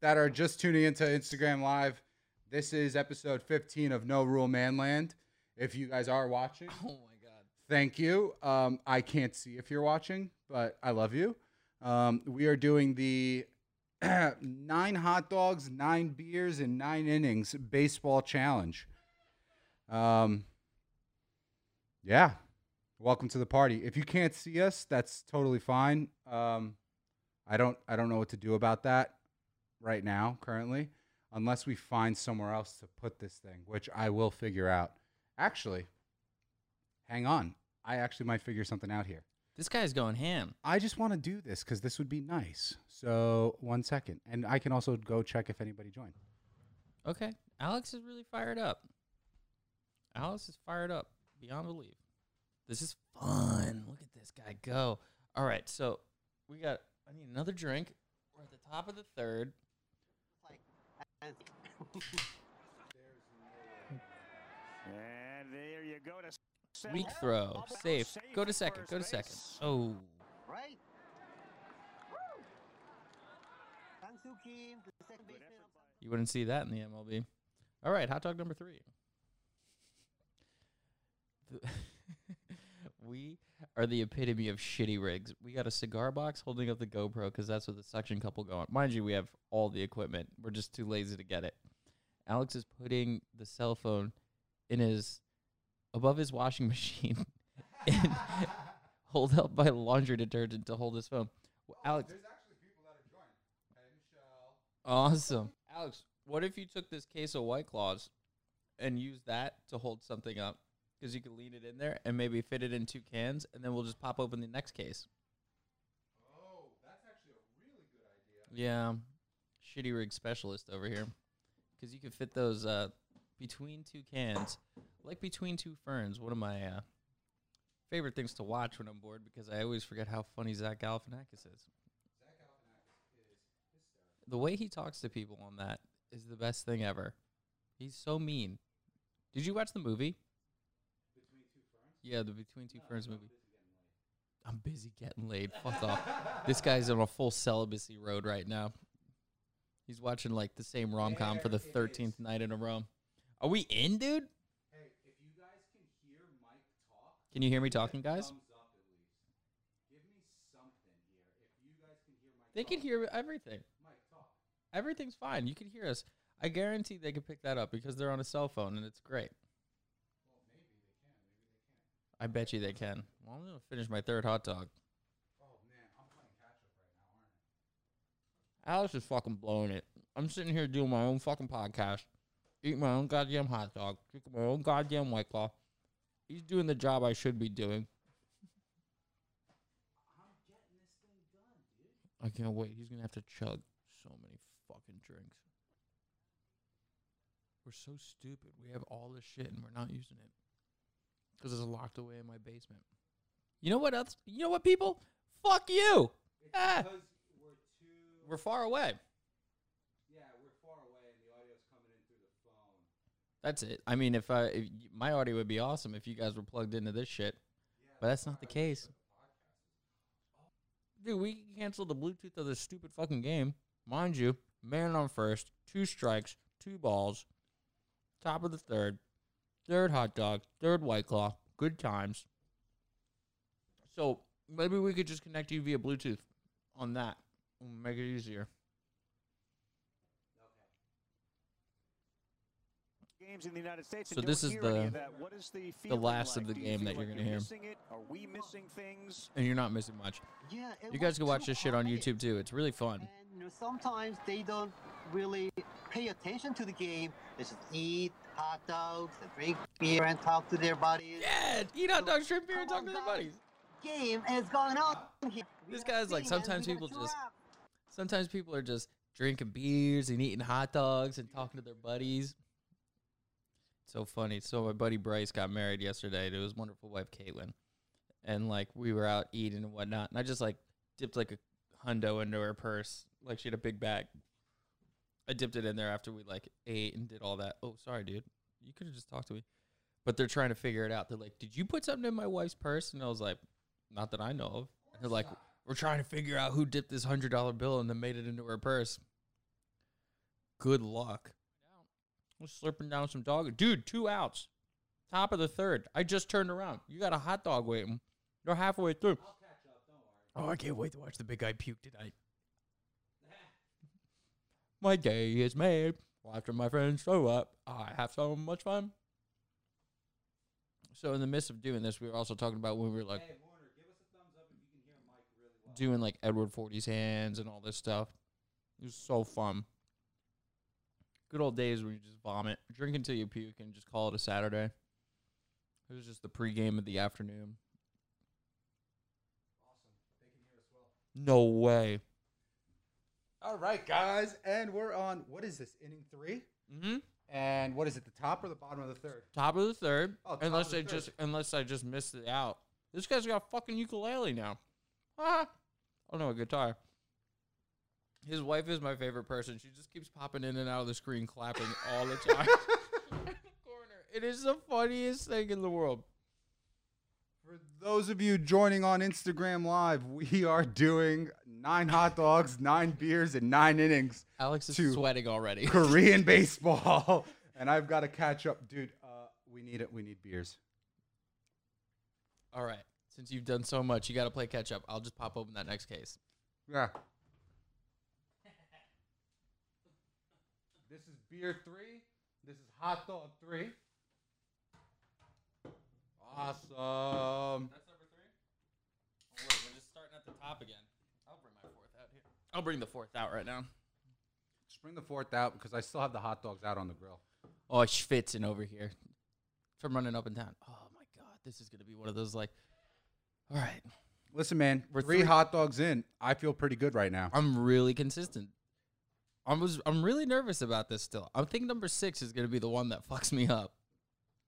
[SPEAKER 2] that are just tuning into Instagram Live, this is episode 15 of No Rule Manland. If you guys are watching,
[SPEAKER 1] Oh my god.
[SPEAKER 2] thank you. Um, I can't see if you're watching, but I love you. Um, we are doing the nine hot dogs, nine beers, and nine innings baseball challenge. Um, yeah. Welcome to the party. If you can't see us, that's totally fine. Um, I don't I don't know what to do about that right now currently unless we find somewhere else to put this thing, which I will figure out. Actually, hang on. I actually might figure something out here.
[SPEAKER 1] This guy's going ham.
[SPEAKER 2] I just want to do this because this would be nice. So one second, and I can also go check if anybody joined.
[SPEAKER 1] Okay. Alex is really fired up. Alex is fired up beyond belief. This is fun. Look at this guy go. All right, so we got. I need another drink. We're at the top of the third.
[SPEAKER 4] Like, and
[SPEAKER 6] And there you go to second.
[SPEAKER 1] Weak throw,
[SPEAKER 6] Almost
[SPEAKER 1] safe. Go to
[SPEAKER 6] at
[SPEAKER 1] second.
[SPEAKER 6] first
[SPEAKER 1] Go to second.
[SPEAKER 6] base.
[SPEAKER 1] Oh,
[SPEAKER 4] right? Kang Soo Kim, the second
[SPEAKER 6] Good
[SPEAKER 4] baseman.
[SPEAKER 6] effort by-
[SPEAKER 1] you wouldn't see that in the MLB. All right, hot dog number three. The- we are the epitome of shitty rigs. We got a cigar box holding up the GoPro because that's what the suction couple go on. Mind you, we have all the equipment. We're just too lazy to get it. Alex is putting the cell phone in his above his washing machine and hold up by laundry detergent to hold his phone. Well, Alex, awesome. Alex, what if you took this case of White Claws and used that to hold something up? Because you could lean it in there and maybe fit it in two cans, and then we'll just pop open the next case. Yeah, shitty rig specialist over here. Because you could fit those uh, between two cans, like between two ferns. One of my uh, favorite things to watch when I'm bored because I always forget how funny Zach Galifianakis is. The way he talks to people on that is the best thing ever. He's so mean. Did you watch the movie? Yeah, the Between Two Ferns movie. I'm busy getting laid. Fuck off. This guy's on a full celibacy road right now. He's watching like the same rom com for the 13th night in a row. Are we in, dude? Can you hear me talking, guys? They can hear everything. Everything's fine. You can hear us. I guarantee they can pick that up because they're on a cell phone and it's great. I bet you they can. Well, I'm gonna finish my third hot dog. Alex is fucking blowing it. I'm sitting here doing my own fucking podcast, eating my own goddamn hot dog, drinking my own goddamn white claw. He's doing the job I should be doing. I can't wait. He's gonna have to chug so many fucking drinks. We're so stupid. We have all this shit and we're not using it because it's locked away in my basement. You know what else? You know what, people? Fuck you. Ah, we're far away. That's it. I mean, if I if y- my audio would be awesome if you guys were plugged into this shit, but that's not the case. Dude, we can cancel the Bluetooth of this stupid fucking game, mind you. Man on first, two strikes, two balls, top of the third, third hot dog, third white claw. Good times. So maybe we could just connect you via Bluetooth on that. and Make it easier.
[SPEAKER 6] Games in the United States. and
[SPEAKER 1] So
[SPEAKER 6] don't
[SPEAKER 1] this is
[SPEAKER 6] hear any
[SPEAKER 1] the-
[SPEAKER 6] of that. What is the,
[SPEAKER 1] the
[SPEAKER 6] feeling
[SPEAKER 1] last
[SPEAKER 6] like?
[SPEAKER 1] of the
[SPEAKER 6] Do you
[SPEAKER 1] game
[SPEAKER 6] feel
[SPEAKER 1] that you're
[SPEAKER 6] like
[SPEAKER 1] gonna hear.
[SPEAKER 6] missing it? Are we missing things?
[SPEAKER 1] And you're not missing much.
[SPEAKER 4] Yeah, it
[SPEAKER 1] You guys
[SPEAKER 4] was
[SPEAKER 1] can watch
[SPEAKER 4] too
[SPEAKER 1] this shit on
[SPEAKER 4] quiet.
[SPEAKER 1] YouTube too. It's really fun.
[SPEAKER 4] And you know, sometimes they don't really pay attention to the game. They just eat hot dogs and drink beer and talk to their buddies.
[SPEAKER 1] Yeah, eat hot dogs, drink beer, and talk to their
[SPEAKER 4] Come on,
[SPEAKER 1] buddies.
[SPEAKER 4] Game is going on here. We
[SPEAKER 1] This
[SPEAKER 4] are
[SPEAKER 1] guy's like,
[SPEAKER 4] seeing and
[SPEAKER 1] sometimes
[SPEAKER 4] we got
[SPEAKER 1] people
[SPEAKER 4] two
[SPEAKER 1] just-
[SPEAKER 4] up.
[SPEAKER 1] Sometimes people are just drinking beers and eating hot dogs and talking to their buddies. so funny. So my buddy Bryce got married yesterday to his wonderful wife Caitlin, and like we were out eating and whatnot, and I just like dipped like a hundo into her purse, like she had a big bag. I dipped it in there after we like ate and did all that. Oh, sorry, dude. You could have just talked to me. But they're trying to figure it out. They're like, "Did you put something in my wife's purse?" And I was like, "Not that I know of." And they're like, "We're trying to figure out who dipped this hundred dollar bill and then made it into her purse." Good luck. I'm slurping down some dog. Dude, two outs. Top of the third. I just turned around. You got a hot dog waiting. You're halfway through.
[SPEAKER 7] Oh, I can't wait to watch the big guy puke tonight.
[SPEAKER 1] My day is made. After my friends show up, I have so much fun. So in the midst of doing this, we were also talking about when we were like doing like Edward Forty's hands and all this stuff. It was so fun. Good old days when you just vomit, drink until you puke, and just call it a Saturday. It was just the pregame of the afternoon. No way.
[SPEAKER 2] All right, guys, and we're on what is this inning three?
[SPEAKER 1] Mm-hmm.
[SPEAKER 2] And what is it, the top or the bottom of the third?
[SPEAKER 1] Top of the third.
[SPEAKER 2] Oh, top
[SPEAKER 1] unless
[SPEAKER 2] of the
[SPEAKER 1] I
[SPEAKER 2] third.
[SPEAKER 1] just unless I just missed it out. This guy's got a fucking ukulele now. Ah. Oh no, a guitar. His wife is my favorite person. She just keeps popping in and out of the screen clapping all the time. Corner. It is the funniest thing in the world.
[SPEAKER 2] For those of you joining on Instagram Live, we are doing nine hot dogs, nine beers, and nine innings
[SPEAKER 1] Alex is
[SPEAKER 2] Two.
[SPEAKER 1] sweating already.
[SPEAKER 2] Korean baseball. And I've got to catch up, dude. Uh, we need it. We need beers.
[SPEAKER 1] all right. Since you've done so much, you got to play catch up. I'll just pop open that next case.
[SPEAKER 2] Yeah. This is beer three. This is hot dog three. Awesome.
[SPEAKER 1] That's number three. Oh, wait, we're just starting at the top again. I'll bring my fourth out here. I'll bring the fourth out right now.
[SPEAKER 2] Just bring the fourth out because I still have the hot dogs out on the grill.
[SPEAKER 1] Oh, schwitzing over here from running up and down. Oh my god, this is gonna be one of those like. All right,
[SPEAKER 2] Listen, man,
[SPEAKER 1] We're
[SPEAKER 2] three,
[SPEAKER 1] three-
[SPEAKER 2] hot dogs in. I feel pretty good right now.
[SPEAKER 1] I'm really consistent. I was I'm really nervous about this still. I think number six is gonna be the one that fucks me up.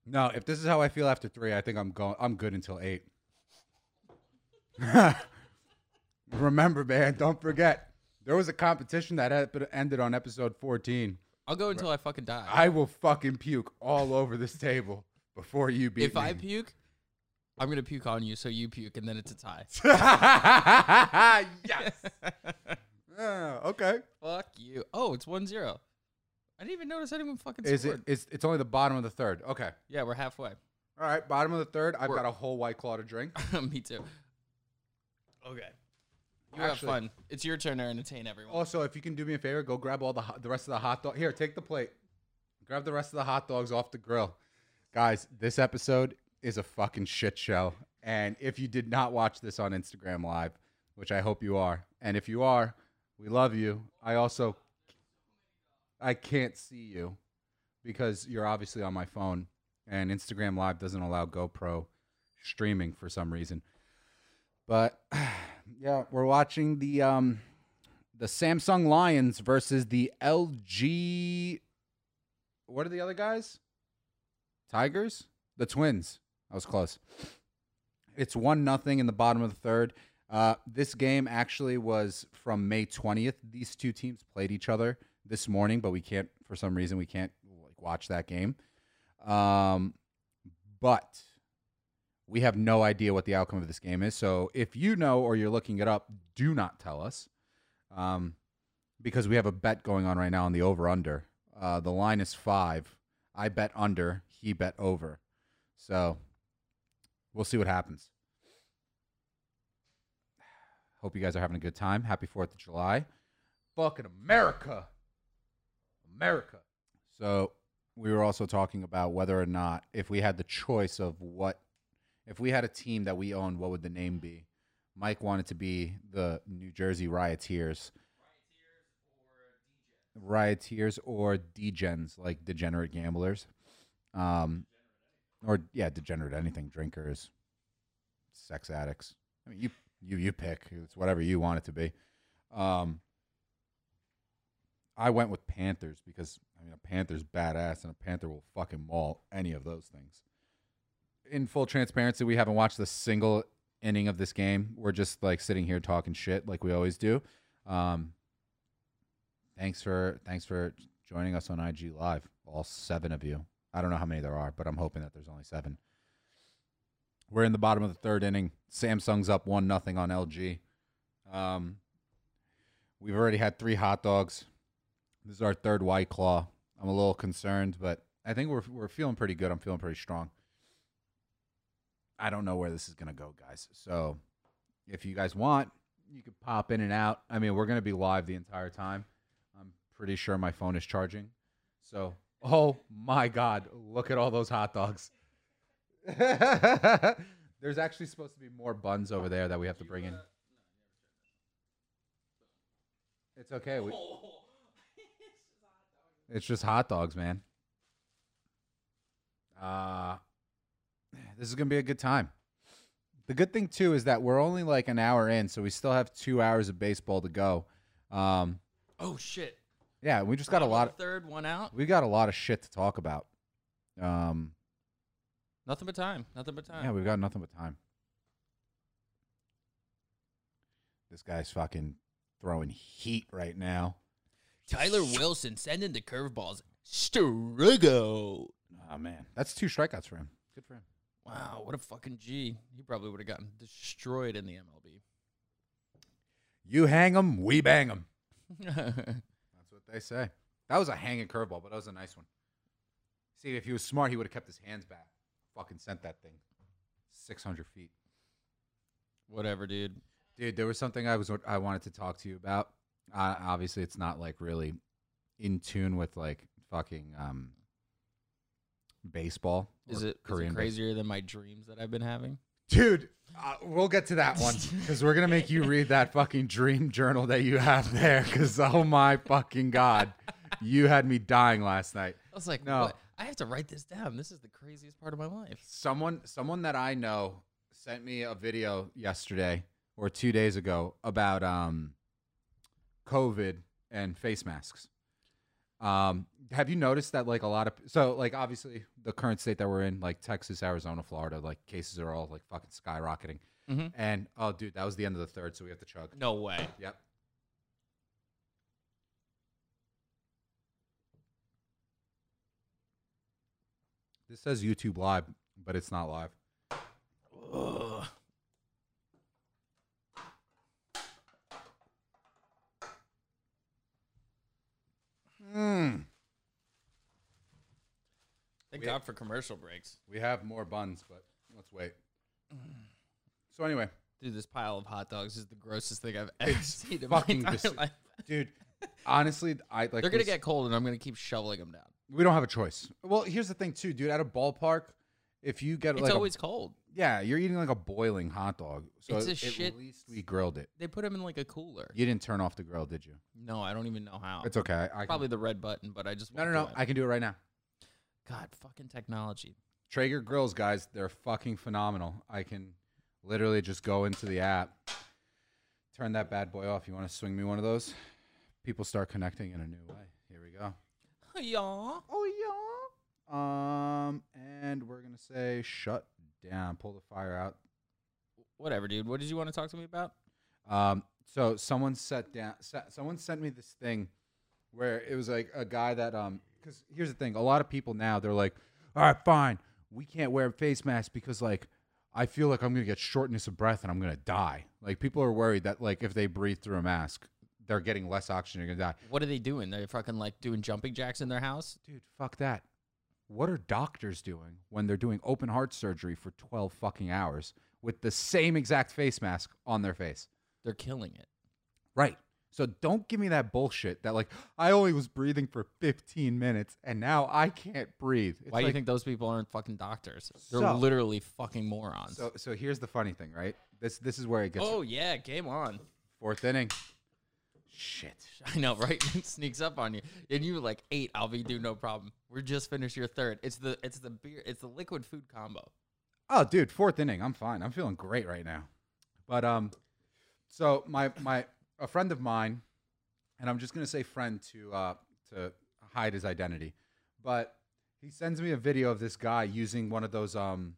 [SPEAKER 2] No, if this is how I feel after three, I think I'm going. I'm good until eight. Remember, man, don't forget. There was a competition that ep- ended on episode 14.
[SPEAKER 1] I'll go until I fucking die.
[SPEAKER 2] I will fucking puke all over this table before you beat
[SPEAKER 1] if I
[SPEAKER 2] me.
[SPEAKER 1] puke, I'm gonna puke on you, so you puke, and then it's a tie.
[SPEAKER 2] yes. Yeah, okay.
[SPEAKER 1] Fuck you. Oh, it's 1-0. I didn't even notice anyone fucking
[SPEAKER 2] Is it?
[SPEAKER 1] scored.
[SPEAKER 2] It's, it's only the bottom of the third. Okay.
[SPEAKER 1] Yeah, we're halfway.
[SPEAKER 2] All right. Bottom of the third. I've
[SPEAKER 1] We're-
[SPEAKER 2] got a whole white claw to drink.
[SPEAKER 1] me too. Okay. You have
[SPEAKER 2] Actually- Oh.
[SPEAKER 1] fun. It's your turn to entertain everyone.
[SPEAKER 2] Also, if you can do me a favor, go grab all the ho- the rest of the hot dog. Here, take the plate. Grab the rest of the hot dogs off the grill. Guys, this episode is a fucking shit show. And if you did not watch this on Instagram Live, which I hope you are, and if you are, we love you. I also I can't see you because you're obviously on my phone and Instagram Live doesn't allow GoPro streaming for some reason. But yeah, we're watching the um the Samsung Lions versus the LG. What are the other guys? Tigers? The Twins. I was close. It's one nothing in the bottom of the third. Uh, this game actually was from May twentieth. These two teams played each other this morning, but we can't for some reason we can't like watch that game. Um, but we have no idea what the outcome of this game is. So if you know or you're looking it up, do not tell us um, because we have a bet going on right now on the over under. Uh, the line is five. I bet under. He bet over. So we'll see what happens. Hope you guys are having a good time. Happy Fourth of July. Fucking America, America. So we were also talking about whether or not if we had the choice of what if we had a team that we owned, what would the name be? Mike wanted to be the New Jersey Rioteers. Rioteers or degens, like degenerate gamblers, um, or yeah, degenerate anything drinkers, sex addicts. I mean, you you you pick. It's whatever you want it to be. Um, I went with Panthers because I mean a Panther's badass and a Panther will fucking maul any of those things. In full transparency, we haven't watched a single inning of this game. We're just like sitting here talking shit like we always do. Um, thanks for thanks for joining us on IG Live, all seven of you. I don't know how many there are, but I'm hoping that there's only seven. We're in the bottom of the third inning. Samsung's up one nothing on LG. Um, we've already had three hot dogs. This is our third white claw. I'm a little concerned, but I think we're we're feeling pretty good. I'm feeling pretty strong. I don't know where this is gonna go, guys. So if you guys want, you could pop in and out. I mean, we're gonna be live the entire time. I'm pretty sure my phone is charging. So oh my god, look at all those hot dogs. There's actually supposed to be more buns over there that we have to bring in. It's okay. We, it's just hot dogs, man. Uh this is gonna be a good time. The good thing too is that we're only like an hour in, so we still have two hours of baseball to go. Um,
[SPEAKER 1] oh shit!
[SPEAKER 2] yeah, we just got a
[SPEAKER 1] Bottom
[SPEAKER 2] lot.
[SPEAKER 1] of the third one out.
[SPEAKER 2] Of, we got a lot of shit to talk about. Um,
[SPEAKER 1] Nothing but time. Nothing but time.
[SPEAKER 2] yeah, we've got nothing but time. This guy's fucking throwing heat right now.
[SPEAKER 1] Tyler Wilson sending the curveballs. Strigo.
[SPEAKER 2] Oh man, that's two strikeouts for him. Good for him.
[SPEAKER 1] Wow, what a fucking G. He probably would have gotten destroyed in the
[SPEAKER 2] You hang 'em, we bang 'em.
[SPEAKER 1] MLB.
[SPEAKER 2] That's what they say. That was a hanging curveball, but that was a nice one. See, if he was smart, he would have kept his hands back. Fucking sent that thing 600 feet.
[SPEAKER 1] Whatever, dude.
[SPEAKER 2] Dude, there was something I was I wanted to talk to you about. Uh, obviously, it's not like really in tune with like fucking um baseball.
[SPEAKER 1] Is
[SPEAKER 2] or
[SPEAKER 1] it, is it
[SPEAKER 2] base-
[SPEAKER 1] crazier than my dreams that I've been having?
[SPEAKER 2] Dude, uh, we'll get to that one because we're gonna make you read that fucking dream journal that you have there. Because oh my fucking god, you had me dying last night.
[SPEAKER 1] I was like,
[SPEAKER 2] No.
[SPEAKER 1] what? I have to write this down. This is the craziest part of my life.
[SPEAKER 2] Someone, someone that I know sent me a video yesterday or two days ago about um, COVID and face masks. Um, have you noticed that like a lot of so like obviously the current state that we're in, like Texas, Arizona, Florida, like cases are all like fucking skyrocketing.
[SPEAKER 1] Mhm.
[SPEAKER 2] And oh, dude, that was the end of the third, so we have to chug.
[SPEAKER 1] No way.
[SPEAKER 2] Yep. This says YouTube live, but it's not live.
[SPEAKER 1] Ugh. Thank
[SPEAKER 2] Hmm. We-
[SPEAKER 1] God for commercial breaks.
[SPEAKER 2] We have more buns, but let's wait. So anyway,
[SPEAKER 1] Dude, this pile of hot dogs is the grossest thing I've ever seen in my
[SPEAKER 2] fucking
[SPEAKER 1] entire
[SPEAKER 2] dis-
[SPEAKER 1] life.
[SPEAKER 2] dude, honestly, I like
[SPEAKER 1] They're gonna
[SPEAKER 2] we-
[SPEAKER 1] get cold, and I'm gonna keep shoveling them down.
[SPEAKER 2] we don't have a choice. Well, here's the thing too, dude, at a ballpark, if you get
[SPEAKER 1] It's
[SPEAKER 2] like a-
[SPEAKER 1] always cold.
[SPEAKER 2] yeah, you're eating like a boiling hot dog. So
[SPEAKER 1] It's a
[SPEAKER 2] at
[SPEAKER 1] shit-
[SPEAKER 2] least we grilled it.
[SPEAKER 1] They put them in like a cooler.
[SPEAKER 2] You didn't turn off the grill, did you?
[SPEAKER 1] No, I don't even know how.
[SPEAKER 2] It's okay. I, I
[SPEAKER 1] probably the red button, but I just
[SPEAKER 2] can, no,
[SPEAKER 1] won't
[SPEAKER 2] no,
[SPEAKER 1] do
[SPEAKER 2] no.
[SPEAKER 1] it.
[SPEAKER 2] I can do it right now.
[SPEAKER 1] God, fucking technology.
[SPEAKER 2] Traeger grills, guys, they're fucking phenomenal. I can literally just go into the app, turn that bad boy off. You want to swing me one of those? People start connecting in a new way. Here we go.
[SPEAKER 1] Y'all.
[SPEAKER 2] Oh yeah. Um, and we're gonna say shut down. Pull the fire out.
[SPEAKER 1] Whatever, dude. What did you want to talk to me about?
[SPEAKER 2] Um, so someone set down. Set, someone sent me this thing where it was like a guy that um. Because here's the thing: a lot of people now they're like, "All right, fine, we can't wear face masks because like I feel like I'm gonna get shortness of breath and I'm gonna die." Like people are worried that like if they breathe through a mask, they're getting less oxygen, they're gonna die.
[SPEAKER 1] What are they doing? They're fucking like doing jumping jacks in their house.
[SPEAKER 2] Dude, fuck that. What are doctors doing when they're doing open heart surgery for 12 fucking hours with the same exact face mask on their face?
[SPEAKER 1] They're killing it.
[SPEAKER 2] Right. So don't give me that bullshit that like I only was breathing for 15 minutes and now I can't breathe. It's
[SPEAKER 1] Why do you
[SPEAKER 2] like-
[SPEAKER 1] think those people aren't fucking doctors? They're
[SPEAKER 2] So-
[SPEAKER 1] literally fucking morons.
[SPEAKER 2] so so here's the funny thing, right? This this is where it gets
[SPEAKER 1] oh yeah, game on.
[SPEAKER 2] fourth inning. Shit.
[SPEAKER 1] I know, right? it sneaks up on you, and you were like eight. I'll be due, no problem. We're just finished your third. It's the it's the beer. It's the liquid food combo.
[SPEAKER 2] Oh, dude, fourth inning. I'm fine. I'm feeling great right now. But um, so my my a friend of mine, and I'm just gonna say friend to uh to hide his identity, but he sends me a video of this guy using one of those um,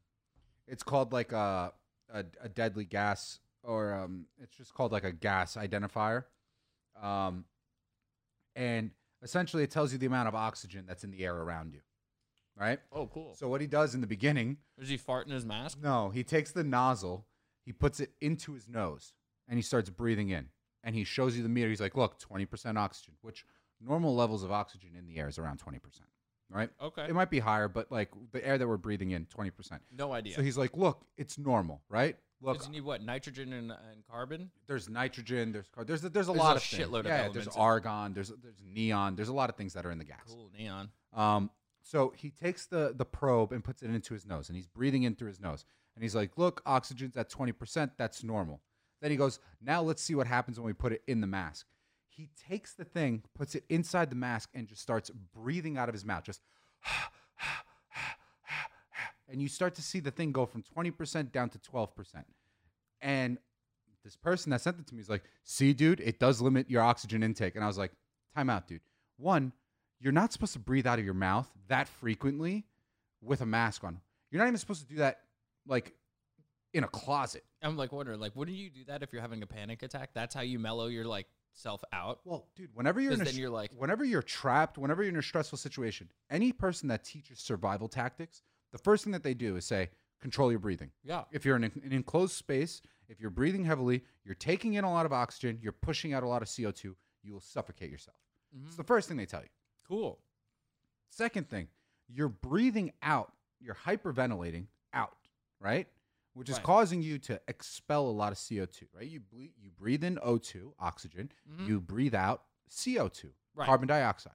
[SPEAKER 2] it's called like a a, a deadly gas or um, it's just called like a gas identifier, um, and essentially it tells you the amount of oxygen that's in the air around you, right?
[SPEAKER 1] Oh, cool.
[SPEAKER 2] So what he does in the beginning
[SPEAKER 1] Was he farting his mask?
[SPEAKER 2] no, he takes the nozzle, he puts it into his nose, and he starts breathing in. And he shows you the meter. He's like, look, 20% oxygen, which normal levels of oxygen in the air is around 20%, right?
[SPEAKER 1] Okay.
[SPEAKER 2] It might be higher, but like the air that we're breathing in, 20%.
[SPEAKER 1] No idea.
[SPEAKER 2] So he's like, look, it's normal, right? Look,
[SPEAKER 1] Does he need what? Nitrogen and, and carbon.
[SPEAKER 2] there's nitrogen, there's car- there's a, there's a
[SPEAKER 1] There's
[SPEAKER 2] lot
[SPEAKER 1] a
[SPEAKER 2] of things.
[SPEAKER 1] shitload of
[SPEAKER 2] yeah,
[SPEAKER 1] elements
[SPEAKER 2] there's
[SPEAKER 1] in there.
[SPEAKER 2] argon, there's there's neon, there's a lot of things that are in the gas.
[SPEAKER 1] Cool neon.
[SPEAKER 2] Um, so he takes the the probe and puts it into his nose, and he's breathing in through his nose. And he's like, "Look, oxygen's at twenty percent. That's normal." Then he goes, "Now let's see what happens when we put it in the mask." He takes the thing, puts it inside the mask, and just starts breathing out of his mouth, just. And you start to see the thing go from twenty percent down to twelve percent. And this person that sent it to me is like, "See, dude, it does limit your oxygen intake." And I was like, "Time out, dude. One, you're not supposed to breathe out of your mouth that frequently with a mask on. You're not even supposed to do that like in a closet.
[SPEAKER 1] I'm like wondering, like, wouldn't you do that if you're having a panic attack? That's how you mellow your like self out.
[SPEAKER 2] Well, dude, whenever you're in a
[SPEAKER 1] 'Cause then
[SPEAKER 2] str-
[SPEAKER 1] you're like-
[SPEAKER 2] whenever you're trapped, whenever you're in a stressful situation, any person that teaches survival tactics, the first thing that they do is say, "Control your breathing."
[SPEAKER 1] Yeah.
[SPEAKER 2] If you're in an an enclosed space, if you're breathing heavily, you're taking in a lot of oxygen, you're pushing out a lot of CO2, you will suffocate yourself.
[SPEAKER 1] Mm-hmm.
[SPEAKER 2] It's the first thing they tell you.
[SPEAKER 1] Mm. Cool.
[SPEAKER 2] Second thing, you're breathing out, you're hyperventilating out, right? which is
[SPEAKER 1] Right.
[SPEAKER 2] causing you to expel a lot of CO2, right? You ble- you breathe in O2, oxygen,
[SPEAKER 1] Mhm.
[SPEAKER 2] you breathe out CO2,
[SPEAKER 1] Right.
[SPEAKER 2] carbon dioxide.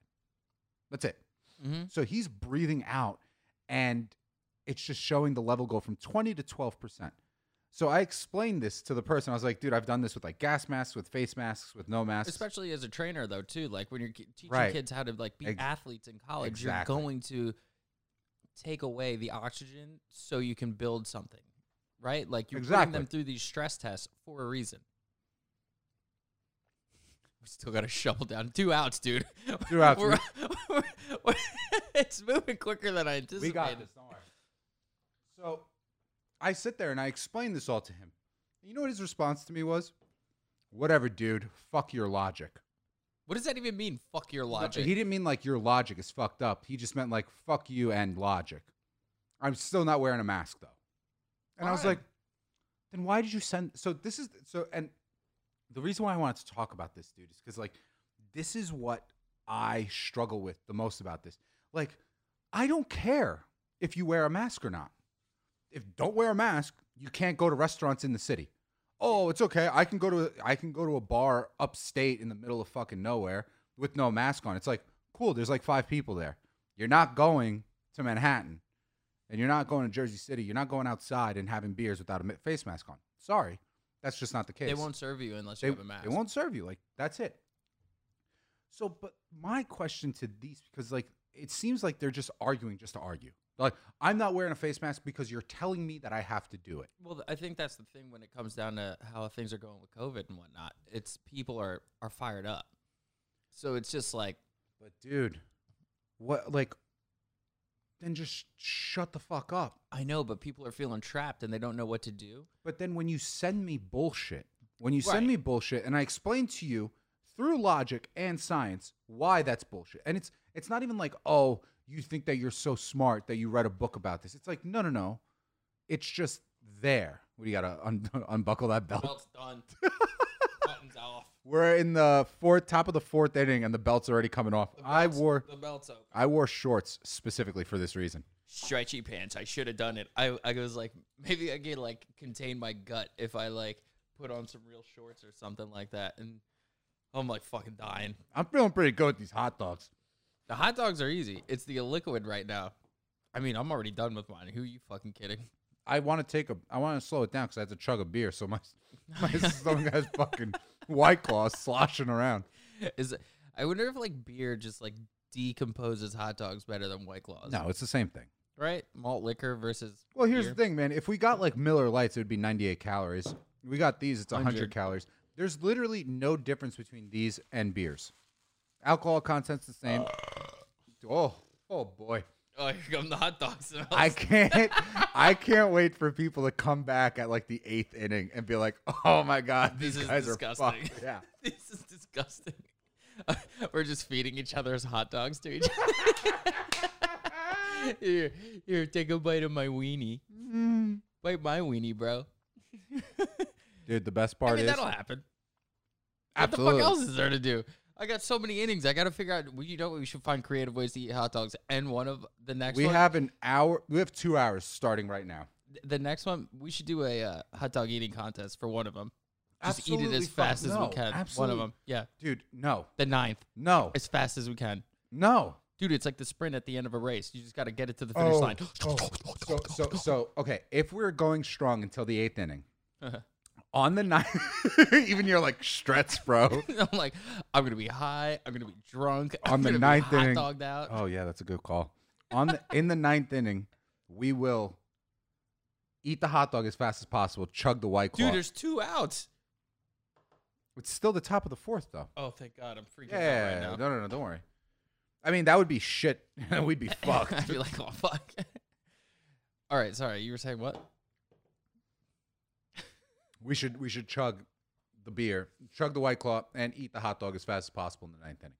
[SPEAKER 2] That's it.
[SPEAKER 1] Mm-hmm.
[SPEAKER 2] So he's breathing out, and it's just showing the level go from 20 to 12%. So I explained this to the person. I was like, dude, I've done this with like gas masks, with face masks, with no masks.
[SPEAKER 1] Especially as a trainer, though, too. Like when you're ki- teaching
[SPEAKER 2] Right.
[SPEAKER 1] kids how to like be
[SPEAKER 2] Ex-
[SPEAKER 1] athletes in college,
[SPEAKER 2] exactly.
[SPEAKER 1] you're going to take away the oxygen so you can build something, right? Like you're putting
[SPEAKER 2] Exactly.
[SPEAKER 1] them through these stress tests for a reason. We still got to shovel down two outs, dude.
[SPEAKER 2] Two outs,
[SPEAKER 1] We're- we're- it's moving quicker than I anticipated.
[SPEAKER 2] we got this. Don't worry. So I sit there and I explain this all to him. You know what his response to me was? Whatever, dude. Fuck your logic.
[SPEAKER 1] What does that even mean? Fuck your
[SPEAKER 2] No,
[SPEAKER 1] logic.
[SPEAKER 2] He didn't mean like your logic is fucked up. He just meant like fuck you and logic. I'm still not wearing a mask though. And I was
[SPEAKER 1] Fine.
[SPEAKER 2] like, then why did you send? So this is so and the reason why I wanted to talk about this, dude, is because like this is what I struggle with the most about this. Like, I don't care if you wear a mask or not. If don't wear a mask, you can't go to restaurants in the city. Oh, it's okay. I can go to I can go to a bar upstate in the middle of fucking nowhere with no mask on. It's like cool. There's like five people there. You're not going to Manhattan, and you're not going to Jersey City. You're not going outside and having beers without a ma- face mask on. Sorry, that's just not the case
[SPEAKER 1] they won't serve you unless you have a mask.
[SPEAKER 2] won't serve you. Like that's it. So, but my question to these because like it seems like they're just arguing just to argue. Like I'm not wearing a face mask because you're telling me that I have to do it.
[SPEAKER 1] Well, th- I think that's the thing when it comes down to how things are going with COVID and whatnot. It's people are are fired up, so it's just like
[SPEAKER 2] But dude, what like then just shut the fuck up.
[SPEAKER 1] I know, but people are feeling trapped and they don't know what to do.
[SPEAKER 2] But then when you send me bullshit, when you send
[SPEAKER 1] Right.
[SPEAKER 2] me bullshit and I explain to you through logic and science why that's bullshit. And it's it's not even like, "Oh, you think that you're so smart that you read a book about this." It's like, "No, no, no. It's just there." We got to un- unbuckle that belt.
[SPEAKER 1] Belt's done. Button's off.
[SPEAKER 2] We're in the fourth top of the fourth inning and the belt's already coming off. I wore
[SPEAKER 1] The belt's open.
[SPEAKER 2] I wore shorts specifically for this reason.
[SPEAKER 1] Stretchy pants. I should have done it. I I was like, maybe I could like contain my gut if I like put on some real shorts or something like that. And I'm like fucking dying.
[SPEAKER 2] I'm feeling pretty good with these hot dogs.
[SPEAKER 1] The hot dogs are easy. It's the liquid right now. I mean, I'm already done with mine. Who are you fucking kidding?
[SPEAKER 2] I want to take a. I want to slow it down because I had to chug a beer, so my my stomach has fucking white claws sloshing around.
[SPEAKER 1] Is it- I wonder if like beer just like decomposes hot dogs better than White Claws.
[SPEAKER 2] No, it's the same thing.
[SPEAKER 1] right? Malt liquor versus
[SPEAKER 2] Well, here's
[SPEAKER 1] beer.
[SPEAKER 2] the thing, man. If we got like Miller Lights, it would be 98 calories. We got these; it's 100,
[SPEAKER 1] 100.
[SPEAKER 2] calories. There's literally no difference between these and beers. Alcohol content's the same.
[SPEAKER 1] Uh.
[SPEAKER 2] Oh, oh boy.
[SPEAKER 1] Oh, here come the hot dog smells.
[SPEAKER 2] I can't I can't wait for people to come back at like the eighth inning and be like, oh my god,
[SPEAKER 1] This
[SPEAKER 2] these
[SPEAKER 1] is
[SPEAKER 2] guys are
[SPEAKER 1] disgusting."
[SPEAKER 2] fucked. Yeah.
[SPEAKER 1] this is disgusting. We're just feeding each other's hot dogs to each other. here, here, take a bite of my weenie.
[SPEAKER 2] Mm-hmm.
[SPEAKER 1] Bite my weenie, bro.
[SPEAKER 2] Dude, the best part
[SPEAKER 1] I mean,
[SPEAKER 2] is
[SPEAKER 1] that'll happen.
[SPEAKER 2] absolutely.
[SPEAKER 1] What the fuck else is there to do? I got so many innings. I got to figure out. Well, you know what? We should find creative ways to eat hot dogs. And one of the next
[SPEAKER 2] we
[SPEAKER 1] one,
[SPEAKER 2] have an hour. We have two hours starting right now.
[SPEAKER 1] th- the next one, we should do a uh, hot dog eating contest for one of them. Just eat it
[SPEAKER 2] Absolutely
[SPEAKER 1] as
[SPEAKER 2] fuck
[SPEAKER 1] fast as
[SPEAKER 2] no,
[SPEAKER 1] we can.
[SPEAKER 2] absolutely.
[SPEAKER 1] One of them. Yeah.
[SPEAKER 2] Dude, no,
[SPEAKER 1] The ninth.
[SPEAKER 2] no,
[SPEAKER 1] As fast as we can.
[SPEAKER 2] no.
[SPEAKER 1] Dude, it's like the sprint at the end of a race. You just got to get it to the finish
[SPEAKER 2] Oh,
[SPEAKER 1] line.
[SPEAKER 2] So, so, so, okay. If we're going strong until the eighth inning,
[SPEAKER 1] Uh-huh.
[SPEAKER 2] on the ninth, even you're like stretch, bro.
[SPEAKER 1] I'm like, I'm going to be high. I'm going to be drunk. I'm
[SPEAKER 2] On the
[SPEAKER 1] gonna be
[SPEAKER 2] ninth
[SPEAKER 1] hot
[SPEAKER 2] inning-
[SPEAKER 1] dogged out.
[SPEAKER 2] Oh yeah, that's a good call. On the in the ninth inning, we will eat the hot dog as fast as possible. Chug the white claw.
[SPEAKER 1] Dude, there's two outs.
[SPEAKER 2] it's still the top of the fourth though.
[SPEAKER 1] Oh, thank God. I'm freaking out right
[SPEAKER 2] Yeah,
[SPEAKER 1] now.
[SPEAKER 2] no, no, no, don't worry. I mean, that would be shit. We'd be fucked.
[SPEAKER 1] I'd be like, oh fuck. All right, sorry. You were saying what?
[SPEAKER 2] We should we should chug the beer, chug the white claw, and eat the hot dog as fast as possible in the ninth inning.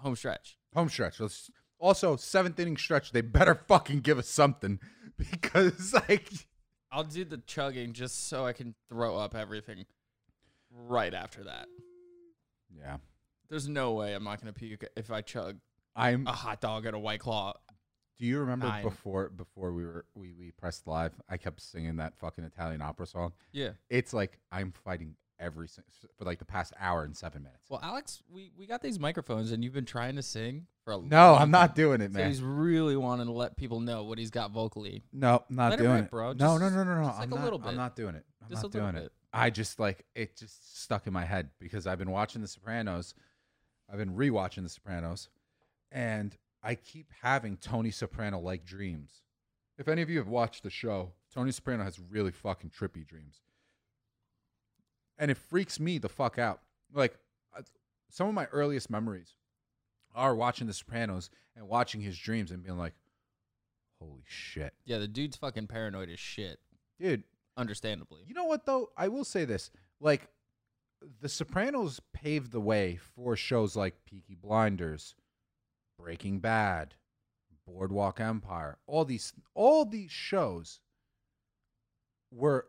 [SPEAKER 1] Home stretch.
[SPEAKER 2] Home stretch. Let's also seventh inning stretch. They better fucking give us something because like
[SPEAKER 1] I'll do the chugging just so I can throw up everything right after that.
[SPEAKER 2] yeah,
[SPEAKER 1] There's no way I'm not gonna puke if I chug
[SPEAKER 2] I'm
[SPEAKER 1] a hot dog and a white claw
[SPEAKER 2] Do you remember
[SPEAKER 1] Nine.
[SPEAKER 2] before before we were we, we pressed live? I kept singing that fucking Italian opera song.
[SPEAKER 1] Yeah.
[SPEAKER 2] It's like I'm fighting every sing- for like the past hour and seven minutes.
[SPEAKER 1] Well, Alex, we, we got these microphones, and you've been trying to sing for a
[SPEAKER 2] No,
[SPEAKER 1] long
[SPEAKER 2] I'm not
[SPEAKER 1] time.
[SPEAKER 2] doing it,
[SPEAKER 1] So he's
[SPEAKER 2] man.
[SPEAKER 1] really wanting to let people know what he's got vocally.
[SPEAKER 2] No, not
[SPEAKER 1] Let it
[SPEAKER 2] doing
[SPEAKER 1] rip,
[SPEAKER 2] it,
[SPEAKER 1] bro.
[SPEAKER 2] No, no,
[SPEAKER 1] Just-
[SPEAKER 2] no, no, no.
[SPEAKER 1] just like
[SPEAKER 2] I'm
[SPEAKER 1] a
[SPEAKER 2] not.
[SPEAKER 1] little bit.
[SPEAKER 2] I'm not doing it. I'm
[SPEAKER 1] Just a
[SPEAKER 2] not
[SPEAKER 1] little
[SPEAKER 2] doing it.
[SPEAKER 1] bit.
[SPEAKER 2] I just like it. Just stuck in my head because I've been watching The Sopranos. I've been rewatching The Sopranos, and I keep having Tony Soprano like dreams. If any of you have watched the show, Tony Soprano has really fucking trippy dreams, and it freaks me the fuck out. Like uh, some of my earliest memories are watching The Sopranos and watching his dreams and being like, "Holy shit."
[SPEAKER 1] Yeah, the dude's fucking paranoid as shit.
[SPEAKER 2] Dude,
[SPEAKER 1] Understandably.
[SPEAKER 2] you know what though? I will say this. Like The Sopranos paved the way for shows like Peaky Blinders, Breaking Bad, Boardwalk Empire. All these all these shows were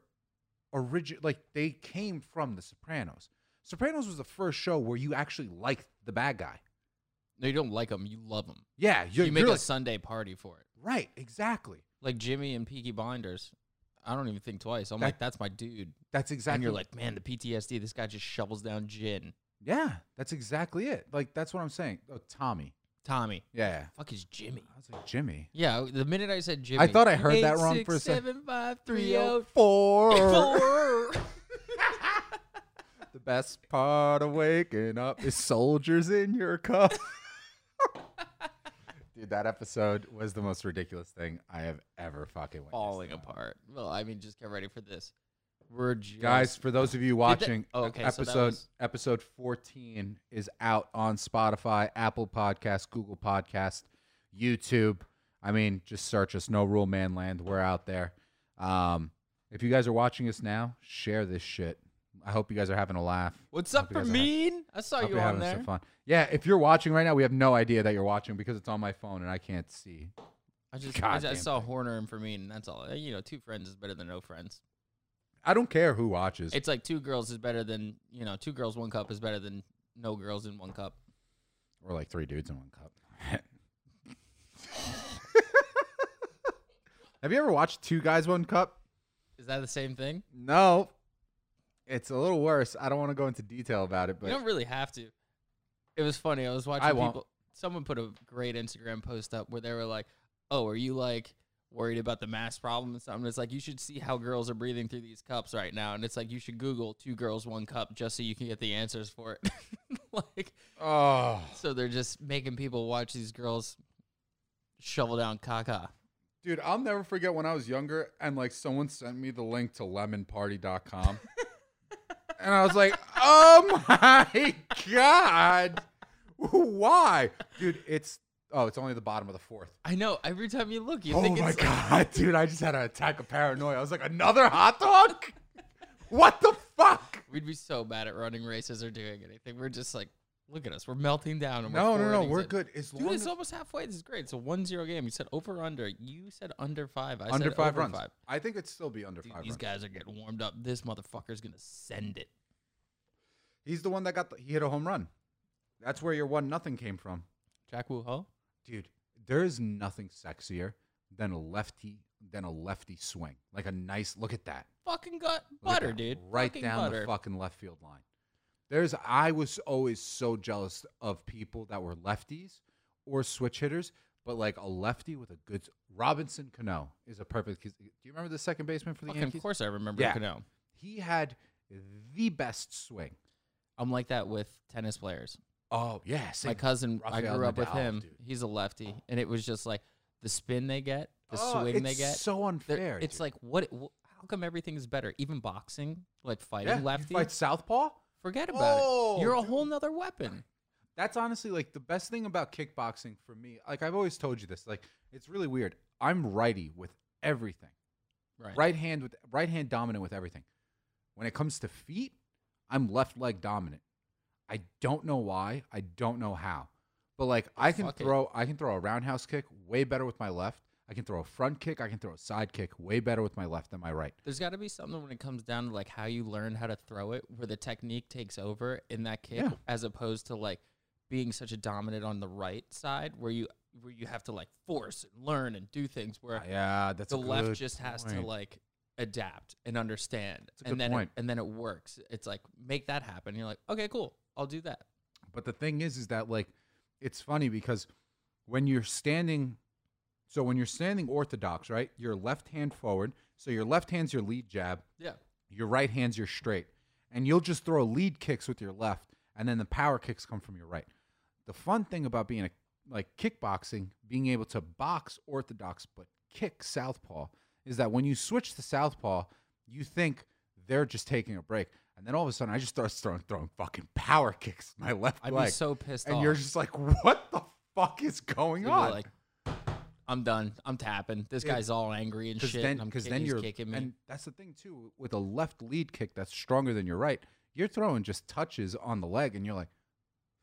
[SPEAKER 2] origin like they came from The Sopranos. Sopranos was the first show where you actually liked the bad guy.
[SPEAKER 1] No, you don't like him. You love him.
[SPEAKER 2] Yeah, you're,
[SPEAKER 1] you make
[SPEAKER 2] you're
[SPEAKER 1] a
[SPEAKER 2] like-
[SPEAKER 1] Sunday party for it.
[SPEAKER 2] right, exactly.
[SPEAKER 1] Like Jimmy and Peaky Blinders. I don't even think twice. I'm
[SPEAKER 2] That-
[SPEAKER 1] like, that's my dude.
[SPEAKER 2] That's exactly.
[SPEAKER 1] And you're like, man, the PTSD. This guy just shovels down gin.
[SPEAKER 2] yeah, that's exactly it. Like that's what I'm saying. Oh, Tommy.
[SPEAKER 1] Tommy.
[SPEAKER 2] Yeah.
[SPEAKER 1] Fuck is Jimmy.
[SPEAKER 2] I was like, Jimmy.
[SPEAKER 1] Yeah, uh, the minute I said Jimmy,
[SPEAKER 2] I thought I heard that wrong for a second.
[SPEAKER 1] Seven five three zero
[SPEAKER 2] four.
[SPEAKER 1] four.
[SPEAKER 2] the best part of waking up is soldiers in your cup. Dude, that episode was the most ridiculous thing I have ever fucking witnessed.
[SPEAKER 1] Falling apart. Well, I mean, just get ready for this. We're just
[SPEAKER 2] Guys, for those of you watching,
[SPEAKER 1] oh, okay, so that
[SPEAKER 2] episode
[SPEAKER 1] was-
[SPEAKER 2] episode 14 is out on Spotify, Apple Podcast, Google Podcast, YouTube. I mean, just search us. No Rule Man Land. We're out there. Um, if you guys are watching us now, share this shit. I hope you guys are having a laugh.
[SPEAKER 1] What's
[SPEAKER 2] I hope
[SPEAKER 1] up
[SPEAKER 2] you
[SPEAKER 1] for
[SPEAKER 2] guys are
[SPEAKER 1] mean? I saw
[SPEAKER 2] Hope
[SPEAKER 1] you
[SPEAKER 2] you're
[SPEAKER 1] on
[SPEAKER 2] having
[SPEAKER 1] there.
[SPEAKER 2] some fun. Yeah, if you're watching right now, we have no idea that you're watching because it's on my phone and I can't see.
[SPEAKER 1] I just I, just- I
[SPEAKER 2] Goddamn
[SPEAKER 1] saw Horner and Fermin, and that's all. Uh, You know, two friends is better than no friends.
[SPEAKER 2] I don't care who watches.
[SPEAKER 1] It's like two girls is better than you know, two girls one cup is better than no girls in one cup.
[SPEAKER 2] Or like three dudes in one cup. Have you ever watched Two Guys One Cup?
[SPEAKER 1] Is that the same thing?
[SPEAKER 2] No. It's a little worse. I don't want to go into detail about it, but
[SPEAKER 1] you don't really have to. It was funny. I was watching
[SPEAKER 2] I
[SPEAKER 1] people.
[SPEAKER 2] won't.
[SPEAKER 1] Someone put a great Instagram post up where they were like, "Oh, are you like worried about the mask problem and something?" It's like you should see how girls are breathing through these cups right now, and it's like you should Google two girls one cup just so you can get the answers for it. like,
[SPEAKER 2] oh,
[SPEAKER 1] so they're just making people watch these girls shovel down caca.
[SPEAKER 2] dude, I'll never forget when I was younger and like someone sent me the link to lemonparty.com. and I was like, "Oh my god. Why?" Dude, it's oh, it's only the bottom of the fourth.
[SPEAKER 1] I know. Every time you look, you
[SPEAKER 2] oh
[SPEAKER 1] think
[SPEAKER 2] my
[SPEAKER 1] it's
[SPEAKER 2] god, dude! I just had an attack of paranoia. I was like, another hot dog? what the fuck?
[SPEAKER 1] we'd be so bad at running races or doing anything. We're just like, look at us. We're melting down. And
[SPEAKER 2] No,
[SPEAKER 1] we're
[SPEAKER 2] no,
[SPEAKER 1] four
[SPEAKER 2] no.
[SPEAKER 1] innings
[SPEAKER 2] We're
[SPEAKER 1] in.
[SPEAKER 2] good. As
[SPEAKER 1] Dude,
[SPEAKER 2] long
[SPEAKER 1] it's
[SPEAKER 2] as
[SPEAKER 1] almost halfway. This is great. It's a 1-0 game. You said over under. You said under five. I
[SPEAKER 2] under
[SPEAKER 1] said
[SPEAKER 2] five
[SPEAKER 1] over
[SPEAKER 2] runs,
[SPEAKER 1] Five.
[SPEAKER 2] I think it'd still be under
[SPEAKER 1] Dude,
[SPEAKER 2] five
[SPEAKER 1] these
[SPEAKER 2] runs.
[SPEAKER 1] guys are getting warmed up. This motherfucker's gonna send it.
[SPEAKER 2] He's the one that got the, he hit a home run. That's where your one nothing came from,
[SPEAKER 1] Jack Wu Ho.
[SPEAKER 2] dude. There is nothing sexier than a lefty than a lefty swing, like a nice look at that.
[SPEAKER 1] Fucking gut
[SPEAKER 2] Look at
[SPEAKER 1] butter,
[SPEAKER 2] that,
[SPEAKER 1] dude.
[SPEAKER 2] Right
[SPEAKER 1] Fucking
[SPEAKER 2] down
[SPEAKER 1] butter.
[SPEAKER 2] the fucking left field line. There's I was always so jealous of people that were lefties or switch hitters, but like a lefty with a good Robinson Cano is a perfect. 'cause- Do you remember the second baseman for the
[SPEAKER 1] Fucking,
[SPEAKER 2] Yankees?
[SPEAKER 1] of course, I remember
[SPEAKER 2] Yeah.
[SPEAKER 1] Cano.
[SPEAKER 2] He had the best swing.
[SPEAKER 1] I'm like that with tennis players.
[SPEAKER 2] Oh yeah, same.
[SPEAKER 1] My cousin, I
[SPEAKER 2] Rafael
[SPEAKER 1] grew up with
[SPEAKER 2] Nadal,
[SPEAKER 1] him.
[SPEAKER 2] dude.
[SPEAKER 1] He's a lefty, and it was just like the spin they get, the
[SPEAKER 2] Oh,
[SPEAKER 1] swing they
[SPEAKER 2] it's
[SPEAKER 1] get.
[SPEAKER 2] so
[SPEAKER 1] They're-
[SPEAKER 2] unfair.
[SPEAKER 1] It's
[SPEAKER 2] dude.
[SPEAKER 1] like what? wh- how come everything is better? Even boxing, like fighting
[SPEAKER 2] yeah, you
[SPEAKER 1] lefty.
[SPEAKER 2] fight southpaw.
[SPEAKER 1] Forget about
[SPEAKER 2] Oh,
[SPEAKER 1] it. You're a
[SPEAKER 2] dude.
[SPEAKER 1] whole nother weapon.
[SPEAKER 2] That's honestly like the best thing about kickboxing for me. Like I've always told you this. Like it's really weird. I'm righty with everything. right hand with right hand dominant with everything. When it comes to feet, I'm left leg dominant. I don't know why. I don't know how. But like I can
[SPEAKER 1] Fuck it.
[SPEAKER 2] throw I can throw a roundhouse kick way better with my left. I can throw a front kick, I can throw a side kick way better with my left than my right.
[SPEAKER 1] There's got to be something when it comes down to like how you learn how to throw it, where the technique takes over in that kick,
[SPEAKER 2] Yeah.
[SPEAKER 1] as opposed to like being such a dominant on the right side, where you where you have to like force and learn and do things where
[SPEAKER 2] Yeah, that's
[SPEAKER 1] the
[SPEAKER 2] a
[SPEAKER 1] left
[SPEAKER 2] good
[SPEAKER 1] just has to
[SPEAKER 2] point.
[SPEAKER 1] like adapt and understand,
[SPEAKER 2] That's a
[SPEAKER 1] and
[SPEAKER 2] good
[SPEAKER 1] then
[SPEAKER 2] point.
[SPEAKER 1] It, and then it works. It's like make that happen. You're like, okay, cool, I'll do that.
[SPEAKER 2] But the thing is, is that like, it's funny because when you're standing, so when you're standing orthodox, right, your left hand forward. So your left hand's your lead jab,
[SPEAKER 1] Yeah,
[SPEAKER 2] your right hand's your straight, and you'll just throw lead kicks with your left, and then the power kicks come from your right. The fun thing about being a like kickboxing, being able to box orthodox but kick southpaw, is that when you switch to southpaw, you think they're just taking a break, and then all of a sudden I just start throwing, throwing fucking power kicks with my left
[SPEAKER 1] I'd
[SPEAKER 2] leg,
[SPEAKER 1] be so pissed
[SPEAKER 2] and
[SPEAKER 1] off.
[SPEAKER 2] you're just like, what the fuck is going
[SPEAKER 1] You'd be
[SPEAKER 2] on?
[SPEAKER 1] like, I'm done. I'm tapping. This
[SPEAKER 2] Yeah.
[SPEAKER 1] guy's all angry and
[SPEAKER 2] because
[SPEAKER 1] shit.
[SPEAKER 2] then
[SPEAKER 1] and I'm
[SPEAKER 2] because
[SPEAKER 1] kick-
[SPEAKER 2] then
[SPEAKER 1] he's
[SPEAKER 2] you're
[SPEAKER 1] kicking me.
[SPEAKER 2] and that's the thing too with a left lead kick that's stronger than your right you're throwing just touches on the leg and you're like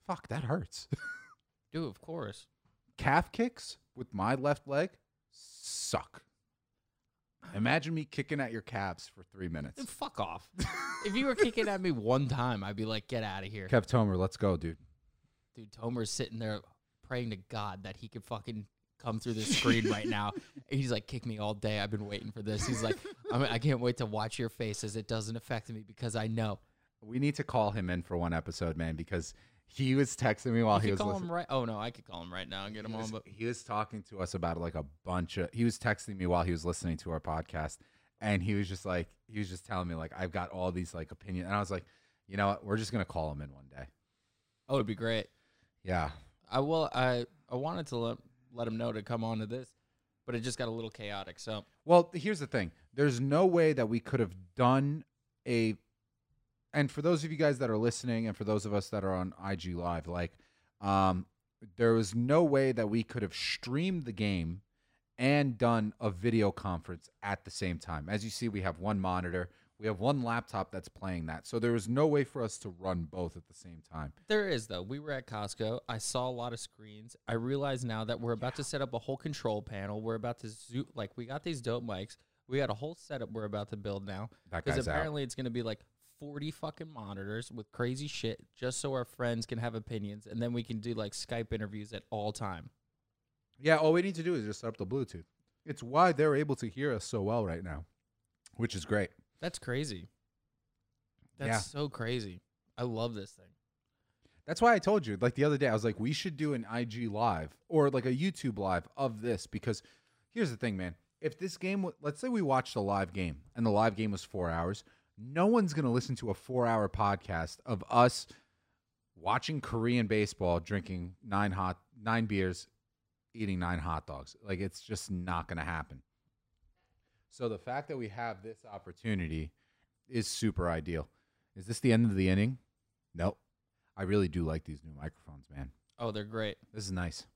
[SPEAKER 2] fuck that hurts
[SPEAKER 1] Dude, of course.
[SPEAKER 2] calf kicks with my left leg suck imagine me kicking at your calves for three minutes
[SPEAKER 1] Then fuck off. if you were kicking at me one time, I'd be like, get out of here.
[SPEAKER 2] kev tomer let's go dude
[SPEAKER 1] Dude, Tomer's sitting there praying to God that he could fucking come through the screen right now. And he's like, kick me all day. I've been waiting for this. He's like, I, mean, I can't wait to watch your faces. It doesn't affect me because I know.
[SPEAKER 2] we need to call him in for one episode man because he was texting me while
[SPEAKER 1] you
[SPEAKER 2] he
[SPEAKER 1] could
[SPEAKER 2] was
[SPEAKER 1] call
[SPEAKER 2] listening.
[SPEAKER 1] him right. Oh, no, I could call him right now and get him
[SPEAKER 2] he
[SPEAKER 1] on.
[SPEAKER 2] was,
[SPEAKER 1] But
[SPEAKER 2] he was talking to us about like a bunch of he was texting me while he was listening to our podcast and he was just like he was just telling me like i've got all these like opinions and i was like you know what we're just gonna call him in one day
[SPEAKER 1] oh, it'd be great.
[SPEAKER 2] yeah
[SPEAKER 1] I will. I I wanted to let, let him know to come on to this, but it just got a little chaotic. So
[SPEAKER 2] well here's the thing there's no way that we could have done a and for those of you guys that are listening and for those of us that are on ig live like um there was no way that we could have streamed the game and done a video conference at the same time. As you see, we have one monitor, we have one laptop that's playing that. So there was no way for us to run both at the same time.
[SPEAKER 1] there is though. We were at Costco. I saw a lot of screens. I realize now that we're about to set up a whole control panel. We're about to zoom. Like we got these dope mics. We got a whole setup we're about to build now.
[SPEAKER 2] That
[SPEAKER 1] Because
[SPEAKER 2] guy's out.
[SPEAKER 1] apparently it's going to be like 40 fucking monitors with crazy shit just so our friends can have opinions. And then we can do like Skype interviews at all time.
[SPEAKER 2] Yeah, all we need to do is just set up the Bluetooth. It's why they're able to hear us so well right now, which is great.
[SPEAKER 1] That's crazy. That's
[SPEAKER 2] Yeah.
[SPEAKER 1] so crazy. I love this thing.
[SPEAKER 2] That's why I told you, like the other day, I was like, we should do an IG live or like a YouTube live of this because here's the thing, man. If this game, wa- let's say we watched a live game and the live game was four hours, no one's going to listen to a four hour podcast of us watching Korean baseball, drinking nine hot, nine beers, eating nine hot dogs. Like it's just not going to happen. So the fact that we have this opportunity is super ideal. Is this the end of the inning? Nope. I really do like these new microphones, man.
[SPEAKER 1] Oh, they're great.
[SPEAKER 2] This is nice.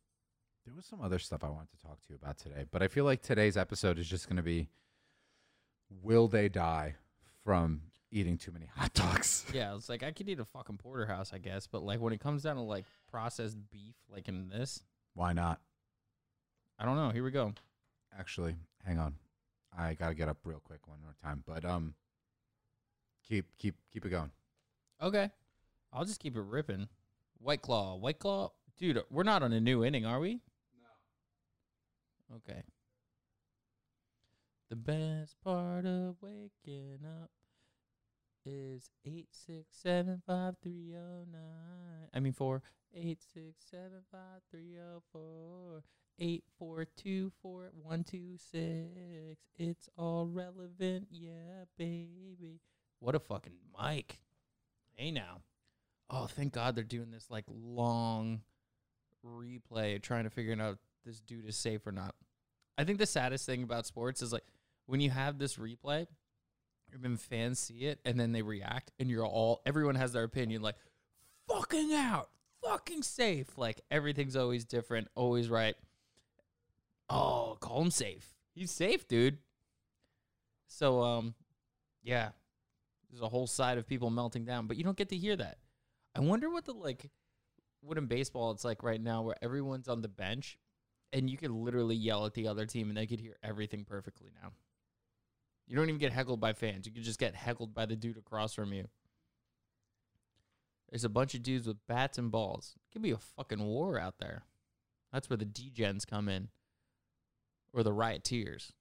[SPEAKER 2] There was some other stuff I wanted to talk to you about today, but I feel like today's episode is just going to be will they die from eating too many hot dogs?
[SPEAKER 1] Yeah, it's like I could eat a fucking porterhouse, I guess, but like when it comes down to like processed beef, like in this,
[SPEAKER 2] Why not?
[SPEAKER 1] I don't know. Here we go.
[SPEAKER 2] Actually, hang on. I got to get up real quick one more time, but um keep keep keep it going.
[SPEAKER 1] Okay, I'll just keep it ripping. White claw, white claw, dude. We're not on a new inning, are we? No. Okay. The best part of waking up is eight six seven five three oh nine. I mean four eight six seven five three oh four eight four two four one two six. It's all relevant, yeah, baby. What a fucking mic. Hey now. Oh, thank God they're doing this like long replay trying to figure out if this dude is safe or not. I think the saddest thing about sports is like when you have this replay and then fans see it and then they react and you're all everyone has their opinion like fucking out, fucking safe. Like everything's always different, always right. Oh, call him safe. He's safe, dude. So um yeah, there's a whole side of people melting down, but you don't get to hear that. I wonder what the like what in baseball it's like right now where everyone's on the bench and you could literally yell at the other team and they could hear everything perfectly now. You don't even get heckled by fans. You could just get heckled by the dude across from you. There's a bunch of dudes with bats and balls. It could be a fucking war out there. That's where the degens come in, or the rioteers.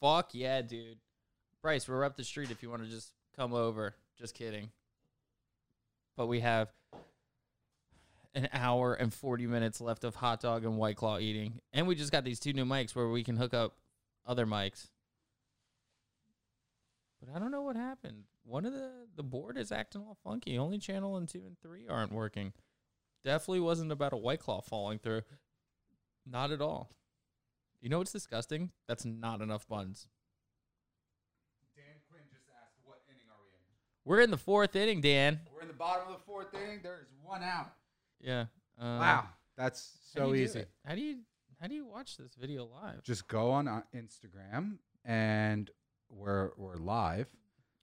[SPEAKER 1] Fuck yeah, dude. Bryce, we're up the street if you want to just come over. Just kidding. But we have an hour and 40 minutes left of hot dog and white claw eating. And we just got these two new mics where we can hook up other mics. But I don't know what happened. One of the the board is acting all funky. Only channel and two and three aren't working. Definitely wasn't about a white claw falling through. Not at all. You know what's disgusting? That's not enough buns.
[SPEAKER 2] Dan Quinn just asked, "What inning are we in?"
[SPEAKER 1] We're in the fourth inning, Dan.
[SPEAKER 2] We're in the bottom of the fourth inning. There is one out.
[SPEAKER 1] Yeah. Uh,
[SPEAKER 2] Wow, that's
[SPEAKER 1] how do
[SPEAKER 2] so
[SPEAKER 1] you do
[SPEAKER 2] easy.
[SPEAKER 1] it? How do you how do you watch this video live?
[SPEAKER 2] Just go on uh, Instagram, and we're we're live.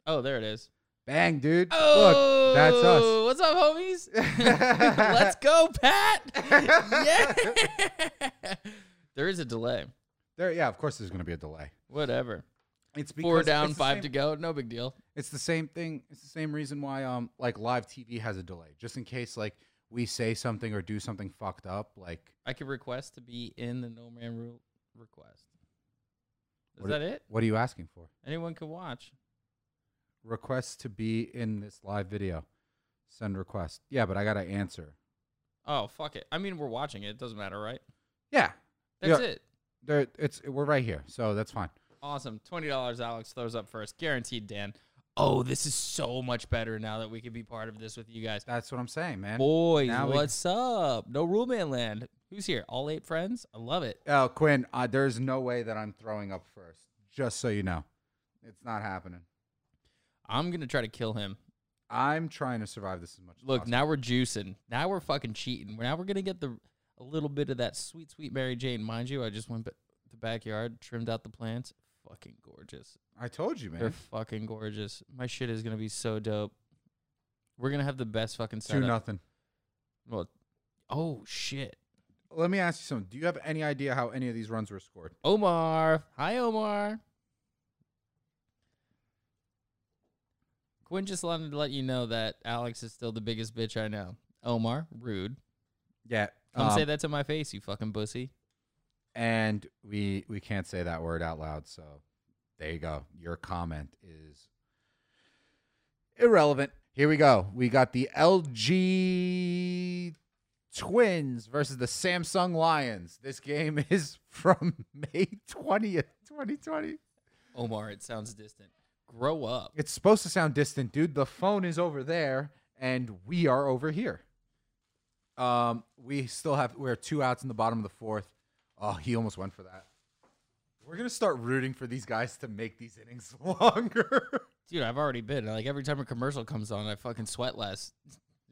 [SPEAKER 1] Oh, there it is.
[SPEAKER 2] Bang, dude!
[SPEAKER 1] Oh,
[SPEAKER 2] Look, that's us.
[SPEAKER 1] What's up, homies? Let's go, Pat. yeah. there is a delay.
[SPEAKER 2] There, yeah. Of course, there's gonna be a delay.
[SPEAKER 1] Whatever.
[SPEAKER 2] It's
[SPEAKER 1] Four
[SPEAKER 2] because
[SPEAKER 1] down,
[SPEAKER 2] it's the
[SPEAKER 1] five
[SPEAKER 2] same-
[SPEAKER 1] to go. No big deal.
[SPEAKER 2] It's the same thing. It's the same reason why um like live TV has a delay, just in case like we say something or do something fucked up. Like
[SPEAKER 1] I could request to be in the No Man Rule request. Is
[SPEAKER 2] What
[SPEAKER 1] that
[SPEAKER 2] i-
[SPEAKER 1] it?
[SPEAKER 2] what are you asking for?
[SPEAKER 1] Anyone can watch.
[SPEAKER 2] Request to be in this live video. Send request. Yeah, but I gotta answer.
[SPEAKER 1] Oh fuck it. I mean, we're watching it. It doesn't matter, right?
[SPEAKER 2] Yeah,
[SPEAKER 1] That's
[SPEAKER 2] Yeah.
[SPEAKER 1] it.
[SPEAKER 2] there. It's we're right here, so that's fine.
[SPEAKER 1] Awesome. Twenty dollars. Alex throws up first, guaranteed. Dan. Oh, this is so much better now that we can be part of this with you guys.
[SPEAKER 2] That's what I'm saying, man.
[SPEAKER 1] Boys,
[SPEAKER 2] now we-
[SPEAKER 1] what's up? No Rule Man Land. Who's here? All eight friends? I love it.
[SPEAKER 2] Oh, Quinn, uh, there's no way that I'm throwing up first. Just so you know, it's not happening.
[SPEAKER 1] I'm going to try to kill him.
[SPEAKER 2] I'm trying to survive this as much. as
[SPEAKER 1] Look,
[SPEAKER 2] possible.
[SPEAKER 1] now we're juicing. Now we're fucking cheating. Now we're going to get the a little bit of that sweet, sweet Mary Jane. Mind you, I just went ba- the backyard, trimmed out the plants. Fucking gorgeous.
[SPEAKER 2] I told you, man.
[SPEAKER 1] They're fucking gorgeous. My shit is going to be so dope. We're going to have the best fucking
[SPEAKER 2] Two
[SPEAKER 1] setup.
[SPEAKER 2] nothing.
[SPEAKER 1] Well, oh, shit.
[SPEAKER 2] Let me ask you something. Do you have any idea how any of these runs were scored?
[SPEAKER 1] Omar. Hi, Omar. Quinn just wanted to let you know that Alex is still the biggest bitch I know. Omar, rude.
[SPEAKER 2] Yeah.
[SPEAKER 1] Come say
[SPEAKER 2] um,
[SPEAKER 1] that to my face, you fucking pussy.
[SPEAKER 2] And we we can't say that word out loud, so there you go. Your comment is irrelevant. Here we go. We got the LG Twins versus the Samsung Lions. This game is from May 20th, 2020.
[SPEAKER 1] Omar, it sounds distant. Grow up.
[SPEAKER 2] It's supposed to sound distant, dude. The phone is over there, and we are over here. Um, we still have we're two outs in the bottom of the fourth. Oh, he almost went for that. We're gonna start rooting for these guys to make these innings longer.
[SPEAKER 1] Dude, I've already been. Like every time a commercial comes on, I fucking sweat less.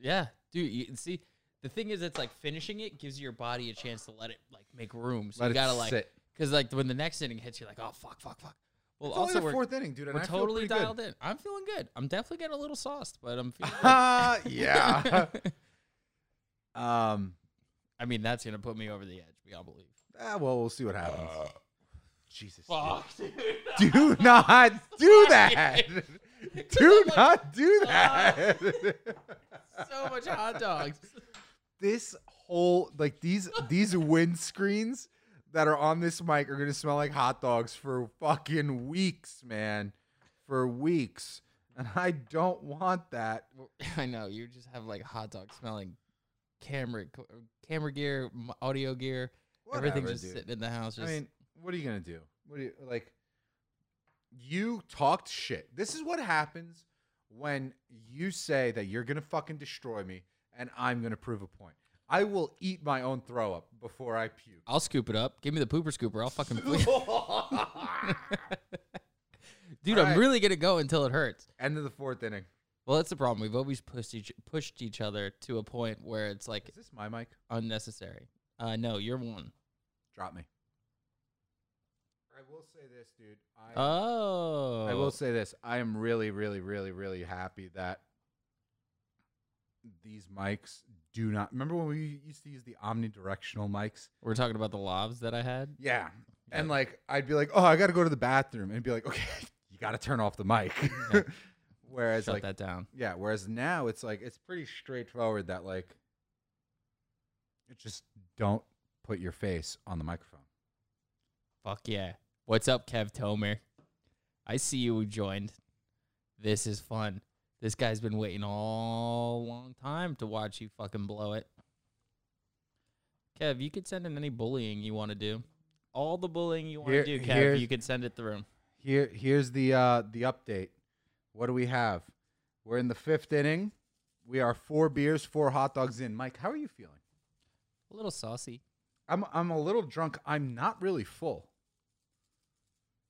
[SPEAKER 1] Yeah. Dude, you see, the thing is it's like finishing it gives your body a chance to let it like make room. So
[SPEAKER 2] Let
[SPEAKER 1] you
[SPEAKER 2] it
[SPEAKER 1] gotta like
[SPEAKER 2] sit.
[SPEAKER 1] cause like when the next inning hits, you're like, oh fuck, fuck, fuck. Well
[SPEAKER 2] It's
[SPEAKER 1] also
[SPEAKER 2] only the
[SPEAKER 1] we're-
[SPEAKER 2] fourth inning, dude. And
[SPEAKER 1] We're
[SPEAKER 2] I
[SPEAKER 1] totally
[SPEAKER 2] feel pretty
[SPEAKER 1] dialed in. I'm feeling good. I'm definitely getting a little sauced, but I'm feeling
[SPEAKER 2] good.
[SPEAKER 1] good.
[SPEAKER 2] Uh, yeah. um.
[SPEAKER 1] I mean, that's gonna put me over the edge beyond belief.
[SPEAKER 2] ah, well, we'll see what happens. Jesus.
[SPEAKER 1] Fuck, dude.
[SPEAKER 2] Do not do that. Do not do that.
[SPEAKER 1] so much hot dogs.
[SPEAKER 2] this whole like these these windscreens that are on this mic are gonna smell like hot dogs for fucking weeks, man. For weeks. And I don't want that.
[SPEAKER 1] I know you just have like hot dog smelling camera, uh, camera gear, m- audio gear.
[SPEAKER 2] Whatever,
[SPEAKER 1] Everything's just
[SPEAKER 2] dude.
[SPEAKER 1] sitting in the house.
[SPEAKER 2] I
[SPEAKER 1] Just,
[SPEAKER 2] mean, what are you gonna do? What do you like? You talked shit. This is what happens when you say that you're gonna fucking destroy me, and I'm gonna prove a point. I will eat my own throw up before I puke.
[SPEAKER 1] I'll scoop it up. Give me the pooper scooper. I'll fucking. dude,
[SPEAKER 2] All
[SPEAKER 1] I'm
[SPEAKER 2] right.
[SPEAKER 1] really gonna go until it hurts.
[SPEAKER 2] End of the fourth inning.
[SPEAKER 1] Well, that's the problem. We've always pushed each pushed each other to a point where it's like
[SPEAKER 2] Is this my mic?
[SPEAKER 1] unnecessary. Uh, no, you're one.
[SPEAKER 2] Drop me. I will say this, dude. I,
[SPEAKER 1] Oh,
[SPEAKER 2] I will say this. I am really, really, really, really happy that these mics do not. Remember when we used to use the omnidirectional mics?
[SPEAKER 1] We're talking about the lobs that I had.
[SPEAKER 2] Yeah. And like, I'd be like, oh, I got to go to the bathroom. And be like, okay, you got to turn off the mic. whereas,
[SPEAKER 1] Shut
[SPEAKER 2] like,
[SPEAKER 1] that down.
[SPEAKER 2] yeah, whereas now it's like, it's pretty straightforward that, like, it just Don't put your face on the microphone.
[SPEAKER 1] Fuck yeah. What's up, Kev Tomer? I see you joined. This is fun. This guy's been waiting all long time to watch you fucking blow it. Kev, you could send in any bullying you want to do. All the bullying you want
[SPEAKER 2] Here-
[SPEAKER 1] to do, Kev,
[SPEAKER 2] here's-
[SPEAKER 1] you could send it through.
[SPEAKER 2] Here, here's the uh, the update. What do we have? We're in the fifth inning. We are four beers, four hot dogs in. Mike, how are you feeling?
[SPEAKER 1] A little saucy.
[SPEAKER 2] I'm I'm a little drunk. I'm not really full.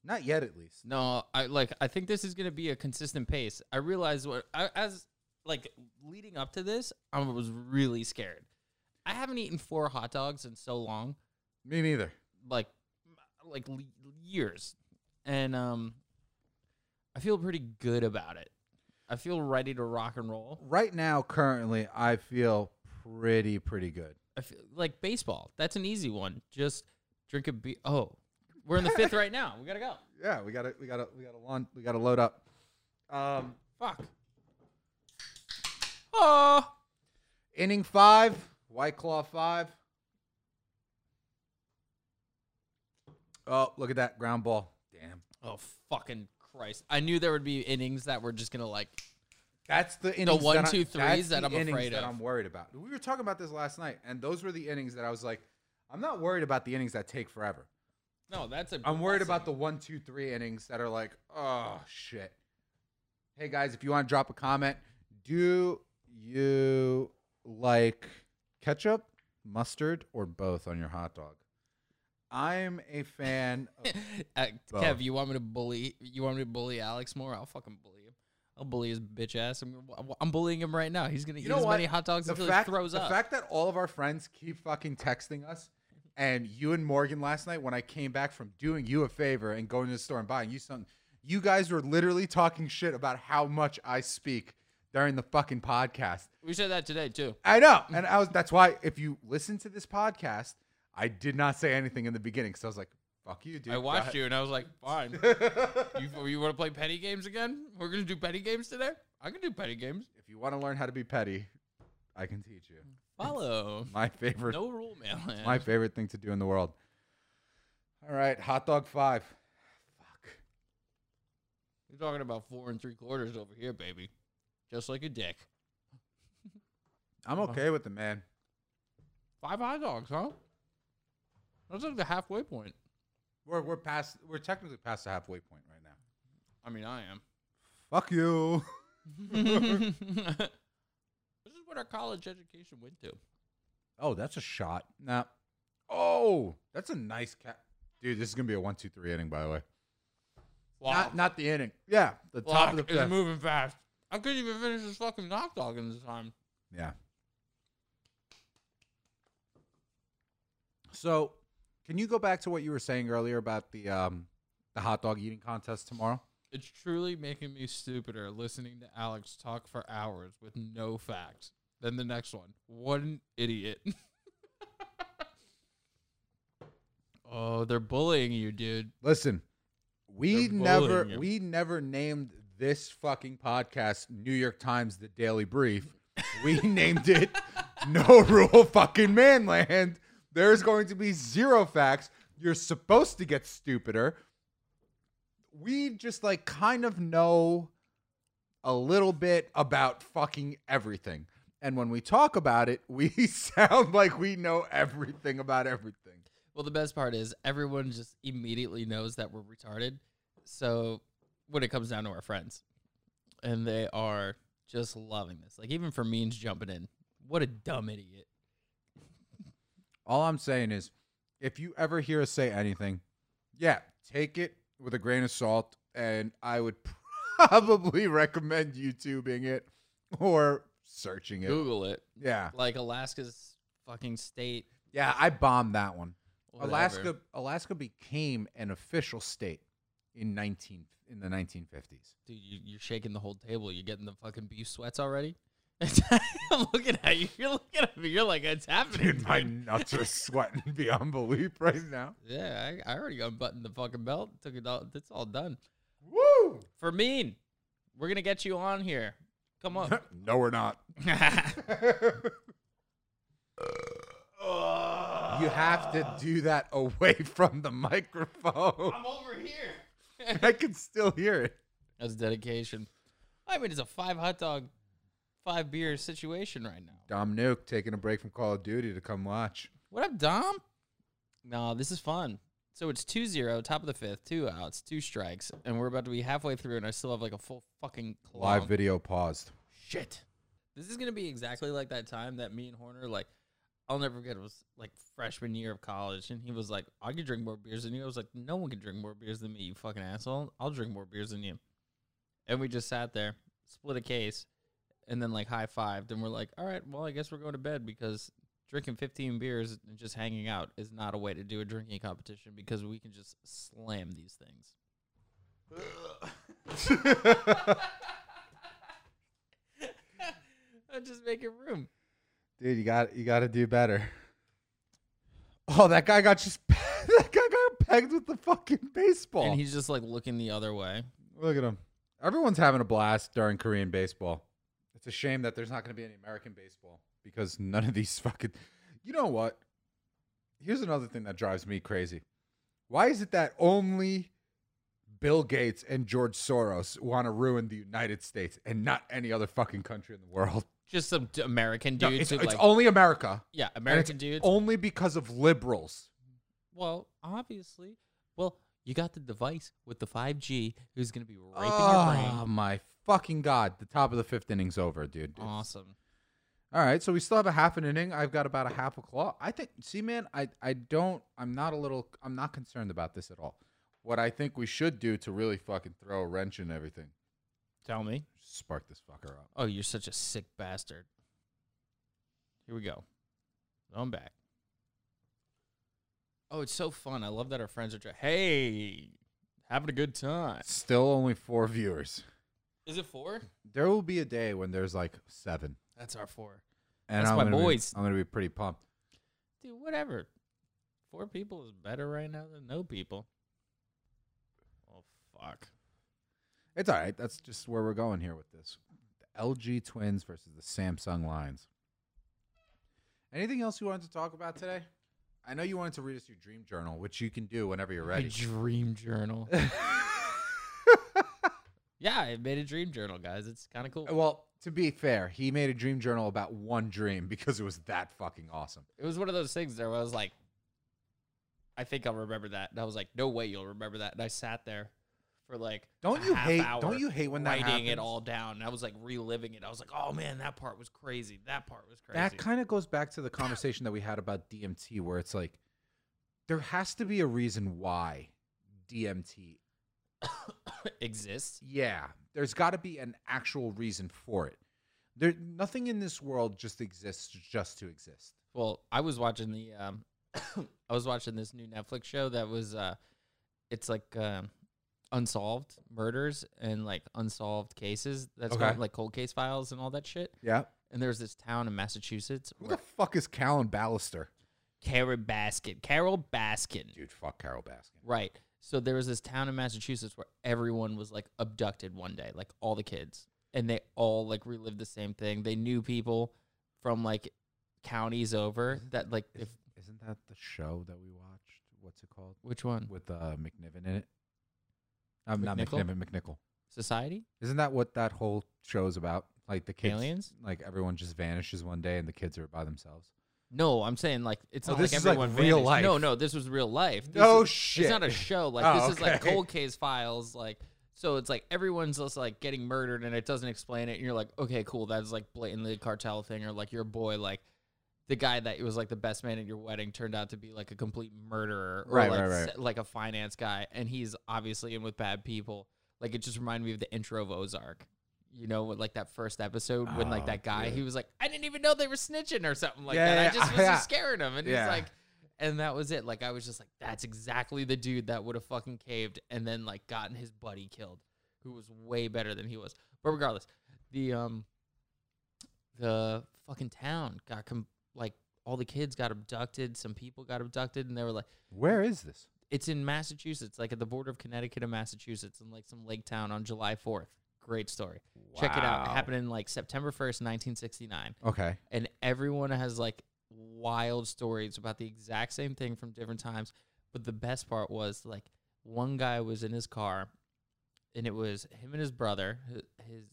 [SPEAKER 2] Not yet, at least.
[SPEAKER 1] No, I like. I think this is going to be a consistent pace. I realize what I, as like leading up to this, I was really scared. I haven't eaten four hot dogs in so long,
[SPEAKER 2] Me neither.
[SPEAKER 1] like like le- years, and um, I feel pretty good about it. I feel ready to rock and roll.
[SPEAKER 2] Right now, currently, I feel pretty pretty good.
[SPEAKER 1] I feel like baseball. That's an easy one. Just drink a beer. Oh, we're in the fifth right now. We gotta go.
[SPEAKER 2] Yeah, we got to we got to we got to launch. We got to load up. Um,
[SPEAKER 1] Fuck. Oh.
[SPEAKER 2] inning five, White Claw five. Oh, look at that ground ball! Damn,
[SPEAKER 1] Oh fucking Christ! I knew there would be innings that were just gonna like.
[SPEAKER 2] that's the innings
[SPEAKER 1] one,
[SPEAKER 2] that I-
[SPEAKER 1] two,
[SPEAKER 2] that's
[SPEAKER 1] threes that
[SPEAKER 2] the
[SPEAKER 1] I'm
[SPEAKER 2] innings
[SPEAKER 1] afraid
[SPEAKER 2] that
[SPEAKER 1] of.
[SPEAKER 2] I'm worried about. We were talking about this last night, and those were the innings that I was like, I'm not worried about the innings that take forever.
[SPEAKER 1] No, that's a.
[SPEAKER 2] I'm worried about the one, two, three innings that are like, oh shit. Hey guys, if you want to drop a comment, do you like ketchup, mustard, or both on your hot dog? I'm a fan. Of,
[SPEAKER 1] Uh,
[SPEAKER 2] Oh.
[SPEAKER 1] Kev, you want me to bully? You want me to bully Alex more? I'll fucking bully him. I'll bully his bitch ass. I'm, I'm bullying him right now. He's gonna eat as many hot dogs
[SPEAKER 2] the
[SPEAKER 1] until
[SPEAKER 2] fact,
[SPEAKER 1] he throws
[SPEAKER 2] the
[SPEAKER 1] up.
[SPEAKER 2] fact that all of our friends keep fucking texting us, and you and Morgan last night when I came back from doing you a favor and going to the store and buying you something, you guys were literally talking shit about how much I speak during the fucking podcast.
[SPEAKER 1] we said that today too.
[SPEAKER 2] I know, and I was. That's why if you listen to this podcast, I did not say anything in the beginning because I was like, "Fuck you, dude."
[SPEAKER 1] I
[SPEAKER 2] Go
[SPEAKER 1] watched
[SPEAKER 2] ahead.
[SPEAKER 1] you and I was like, fine. you you want to play petty games again? We're gonna do petty games today. I can do petty games.
[SPEAKER 2] If you want to learn how to be petty, I can teach you.
[SPEAKER 1] Follow.
[SPEAKER 2] My favorite,
[SPEAKER 1] No rule, man.
[SPEAKER 2] my favorite thing to do in the world. All right, hot dog five. Fuck.
[SPEAKER 1] You're talking about four and three quarters over here, baby. Just like a dick. Uh-huh.
[SPEAKER 2] I'm okay with the man.
[SPEAKER 1] Five hot dogs, huh? That's like the halfway point.
[SPEAKER 2] We're we're past. We're technically past the halfway point right now.
[SPEAKER 1] I mean, I am.
[SPEAKER 2] Fuck you.
[SPEAKER 1] this is what our college education went to.
[SPEAKER 2] Oh, that's a shot. Nah. Oh, that's a nice cat. Dude, this is gonna be a one, two, three inning, by the way. Not, not the inning. Yeah, the top of the
[SPEAKER 1] Clock is
[SPEAKER 2] fifth.
[SPEAKER 1] moving fast. I couldn't even finish this fucking knock dog in this time.
[SPEAKER 2] Yeah. So, can you go back to what you were saying earlier about the um, the hot dog eating contest tomorrow?
[SPEAKER 1] It's truly making me stupider listening to Alex talk for hours with no facts. Then the next one. What an idiot. oh, they're bullying you, dude.
[SPEAKER 2] Listen, we
[SPEAKER 1] They're
[SPEAKER 2] never
[SPEAKER 1] bullying you.
[SPEAKER 2] we never named this fucking podcast New York Times the Daily Brief. We named it No Rule Fucking Manland. There's going to be zero facts. You're supposed to get stupider. We just like kind of know a little bit about fucking everything. And when we talk about it, we sound like we know everything about everything.
[SPEAKER 1] Well, the best part is everyone just immediately knows that we're retarded. So when it comes down to our friends, and they are just loving this. Like even for means jumping in, what a dumb idiot.
[SPEAKER 2] All I'm saying is, if you ever hear us say anything, yeah, take it with a grain of salt, and I would probably recommend YouTubing it or searching it.
[SPEAKER 1] Google it.
[SPEAKER 2] Yeah,
[SPEAKER 1] Like Alaska's fucking state.
[SPEAKER 2] yeah, I bombed that one.
[SPEAKER 1] whatever.
[SPEAKER 2] Alaska, Alaska became an official state in 19 in the 1950s.
[SPEAKER 1] Dude, you, you're shaking the whole table. You're getting the fucking beef sweats already. I'm looking at you. You're looking at me. You're like, it's happening.
[SPEAKER 2] Dude, my
[SPEAKER 1] dude."
[SPEAKER 2] nuts are sweating beyond belief right now.
[SPEAKER 1] Yeah, I, I already unbuttoned the fucking belt. Took it all. It's all done.
[SPEAKER 2] Woo!
[SPEAKER 1] For mean, we're gonna get you on here. Come on.
[SPEAKER 2] no, we're not. You have to do that away from the microphone.
[SPEAKER 1] I'm over here.
[SPEAKER 2] I can still hear it.
[SPEAKER 1] That's dedication. I mean, it's a five hot dog, five beer situation right now.
[SPEAKER 2] Dom Nuke taking a break from Call of Duty to come watch.
[SPEAKER 1] What up, Dom? No, this is fun. So it's 2 0, top of the fifth, two outs, two strikes, and we're about to be halfway through, and I still have like a full fucking
[SPEAKER 2] Live
[SPEAKER 1] clog.
[SPEAKER 2] video paused.
[SPEAKER 1] Shit. This is going to be exactly like that time that me and Horner, like, I'll never forget. It was like freshman year of college, and he was like, I can drink more beers than you. I was like, No one can drink more beers than me, you fucking asshole. I'll drink more beers than you. And we just sat there, split a case, and then like high fived, and we're like, All right, well, I guess we're going to bed because drinking 15 beers and just hanging out is not a way to do a drinking competition because we can just slam these things. I'm just making room.
[SPEAKER 2] Dude, you got you got to do better. Oh, that guy got just that guy got pegged with the fucking baseball.
[SPEAKER 1] And he's just like looking the other way.
[SPEAKER 2] Look at him. Everyone's having a blast during Korean baseball. It's a shame that there's not going to be any American baseball because none of these fucking. You know what? Here's another thing that drives me crazy. Why is it that only Bill Gates and George Soros want to ruin the United States and not any other fucking country in the world?
[SPEAKER 1] Just some d- American
[SPEAKER 2] No,
[SPEAKER 1] dudes.
[SPEAKER 2] it's,
[SPEAKER 1] who,
[SPEAKER 2] it's
[SPEAKER 1] like,
[SPEAKER 2] only America.
[SPEAKER 1] yeah,
[SPEAKER 2] and it's
[SPEAKER 1] American dudes. Oh.
[SPEAKER 2] Only because of liberals.
[SPEAKER 1] well, obviously. Well, you got the device with the 5G who's going to be raping your
[SPEAKER 2] Oh
[SPEAKER 1] brain.
[SPEAKER 2] my fucking god! The top of the fifth inning's over, dude. It's-
[SPEAKER 1] Awesome.
[SPEAKER 2] All right, so we still have a half an inning. I've got about a half a claw. I think. See, man, I I don't. I'm not a little. I'm not concerned about this at all. What I think we should do to really fucking throw a wrench in everything,
[SPEAKER 1] Tell me.
[SPEAKER 2] spark this fucker up.
[SPEAKER 1] Oh, you're such a sick bastard. Here we go. I'm back. Oh, it's so fun. I love that our friends are just, hey, having a good time.
[SPEAKER 2] Still only four viewers.
[SPEAKER 1] Is it four?
[SPEAKER 2] There will be a day when there's like seven,
[SPEAKER 1] That's our four.
[SPEAKER 2] and
[SPEAKER 1] That's
[SPEAKER 2] I'm
[SPEAKER 1] my
[SPEAKER 2] gonna be-
[SPEAKER 1] boys.
[SPEAKER 2] I'm gonna be pretty pumped.
[SPEAKER 1] Dude, whatever. Four people is better right now than no people. Oh fuck.
[SPEAKER 2] It's all right. That's just where we're going here with this. The LG Twins versus the Samsung Lions. Anything else you wanted to talk about today? I know you wanted to read us your dream journal, which you can do whenever you're
[SPEAKER 1] A
[SPEAKER 2] ready.
[SPEAKER 1] dream journal. yeah, I made a dream journal, guys. It's kind of cool.
[SPEAKER 2] well, to be fair, he made a dream journal about one dream because it was that fucking awesome.
[SPEAKER 1] It was one of those things there where I was like, I think I'll remember that. And I was like, no way you'll remember that. And I sat there for like
[SPEAKER 2] Don't
[SPEAKER 1] a
[SPEAKER 2] you
[SPEAKER 1] half
[SPEAKER 2] hate-
[SPEAKER 1] hour
[SPEAKER 2] don't you hate when that
[SPEAKER 1] writing it
[SPEAKER 2] happens?
[SPEAKER 1] all down. And I was like reliving it. I was like, oh man, that part was crazy. That part was crazy.
[SPEAKER 2] That kind of goes back to the conversation that we had about DMT, where it's like there has to be a reason why DMT
[SPEAKER 1] exists.
[SPEAKER 2] Yeah, there's got to be an actual reason for it. There, nothing in this world just exists just to exist.
[SPEAKER 1] Well, I was watching the um, I was watching this new Netflix show that was uh, it's like um, unsolved murders and like unsolved cases. That's
[SPEAKER 2] Okay.
[SPEAKER 1] called, like cold case files and all that shit.
[SPEAKER 2] Yeah.
[SPEAKER 1] And there's this town in Massachusetts
[SPEAKER 2] Who
[SPEAKER 1] where
[SPEAKER 2] the fuck is Callan Ballister?
[SPEAKER 1] Carol Baskin, Carol Baskin,
[SPEAKER 2] Dude, fuck Carol Baskin.
[SPEAKER 1] right? So there was this town in Massachusetts where everyone was like abducted one day, like all the kids, and they all like relived the same thing. They knew people from like counties over that like if
[SPEAKER 2] Isn't that the show that we watched? What's it called?
[SPEAKER 1] which one
[SPEAKER 2] With uh, McNiven in it. Um, not
[SPEAKER 1] McNichol?
[SPEAKER 2] McNiven, McNichol.
[SPEAKER 1] society
[SPEAKER 2] Isn't that what that whole show is about? Like the kids,
[SPEAKER 1] Aliens?
[SPEAKER 2] like everyone just vanishes one day and the kids are by themselves.
[SPEAKER 1] No, I'm saying like it's
[SPEAKER 2] Oh,
[SPEAKER 1] not
[SPEAKER 2] this
[SPEAKER 1] like
[SPEAKER 2] is, like,
[SPEAKER 1] everyone
[SPEAKER 2] real
[SPEAKER 1] vanished.
[SPEAKER 2] life.
[SPEAKER 1] No, no, this was real life. This
[SPEAKER 2] No
[SPEAKER 1] is,
[SPEAKER 2] shit.
[SPEAKER 1] It's not a show. Like
[SPEAKER 2] Oh,
[SPEAKER 1] this is like
[SPEAKER 2] okay.
[SPEAKER 1] cold case files. Like so, it's like everyone's just like getting murdered, and it doesn't explain it. And you're like, okay, cool. That's like blatantly a cartel thing, or like your boy, like the guy that was like the best man at your wedding turned out to be like a complete murderer, or
[SPEAKER 2] Right,
[SPEAKER 1] like,
[SPEAKER 2] right, right.
[SPEAKER 1] se- like a finance guy, and he's obviously in with bad people. Like it just reminded me of the intro of Ozark. You know, with like that first episode when
[SPEAKER 2] Oh,
[SPEAKER 1] like that guy,
[SPEAKER 2] dude.
[SPEAKER 1] he was like, I didn't even know they were snitching or something like
[SPEAKER 2] Yeah,
[SPEAKER 1] that.
[SPEAKER 2] yeah,
[SPEAKER 1] I just was
[SPEAKER 2] yeah.
[SPEAKER 1] just scaring him, and
[SPEAKER 2] Yeah.
[SPEAKER 1] he's like, and that was it. Like I was just like, that's exactly the dude that would have fucking caved and then like gotten his buddy killed, who was way better than he was. But regardless, the um, the fucking town got com- like all the kids got abducted. Some people got abducted, and they were like,
[SPEAKER 2] Where is this?
[SPEAKER 1] it's in Massachusetts, like at the border of Connecticut and Massachusetts, in like some lake town on July fourth. Great story. Check it out.
[SPEAKER 2] Wow.
[SPEAKER 1] It happened in like September 1st, 1969
[SPEAKER 2] Okay.
[SPEAKER 1] and everyone has like wild stories about the exact same thing from different times. But the best part was like one guy was in his car, and it was him and his brother, hi- his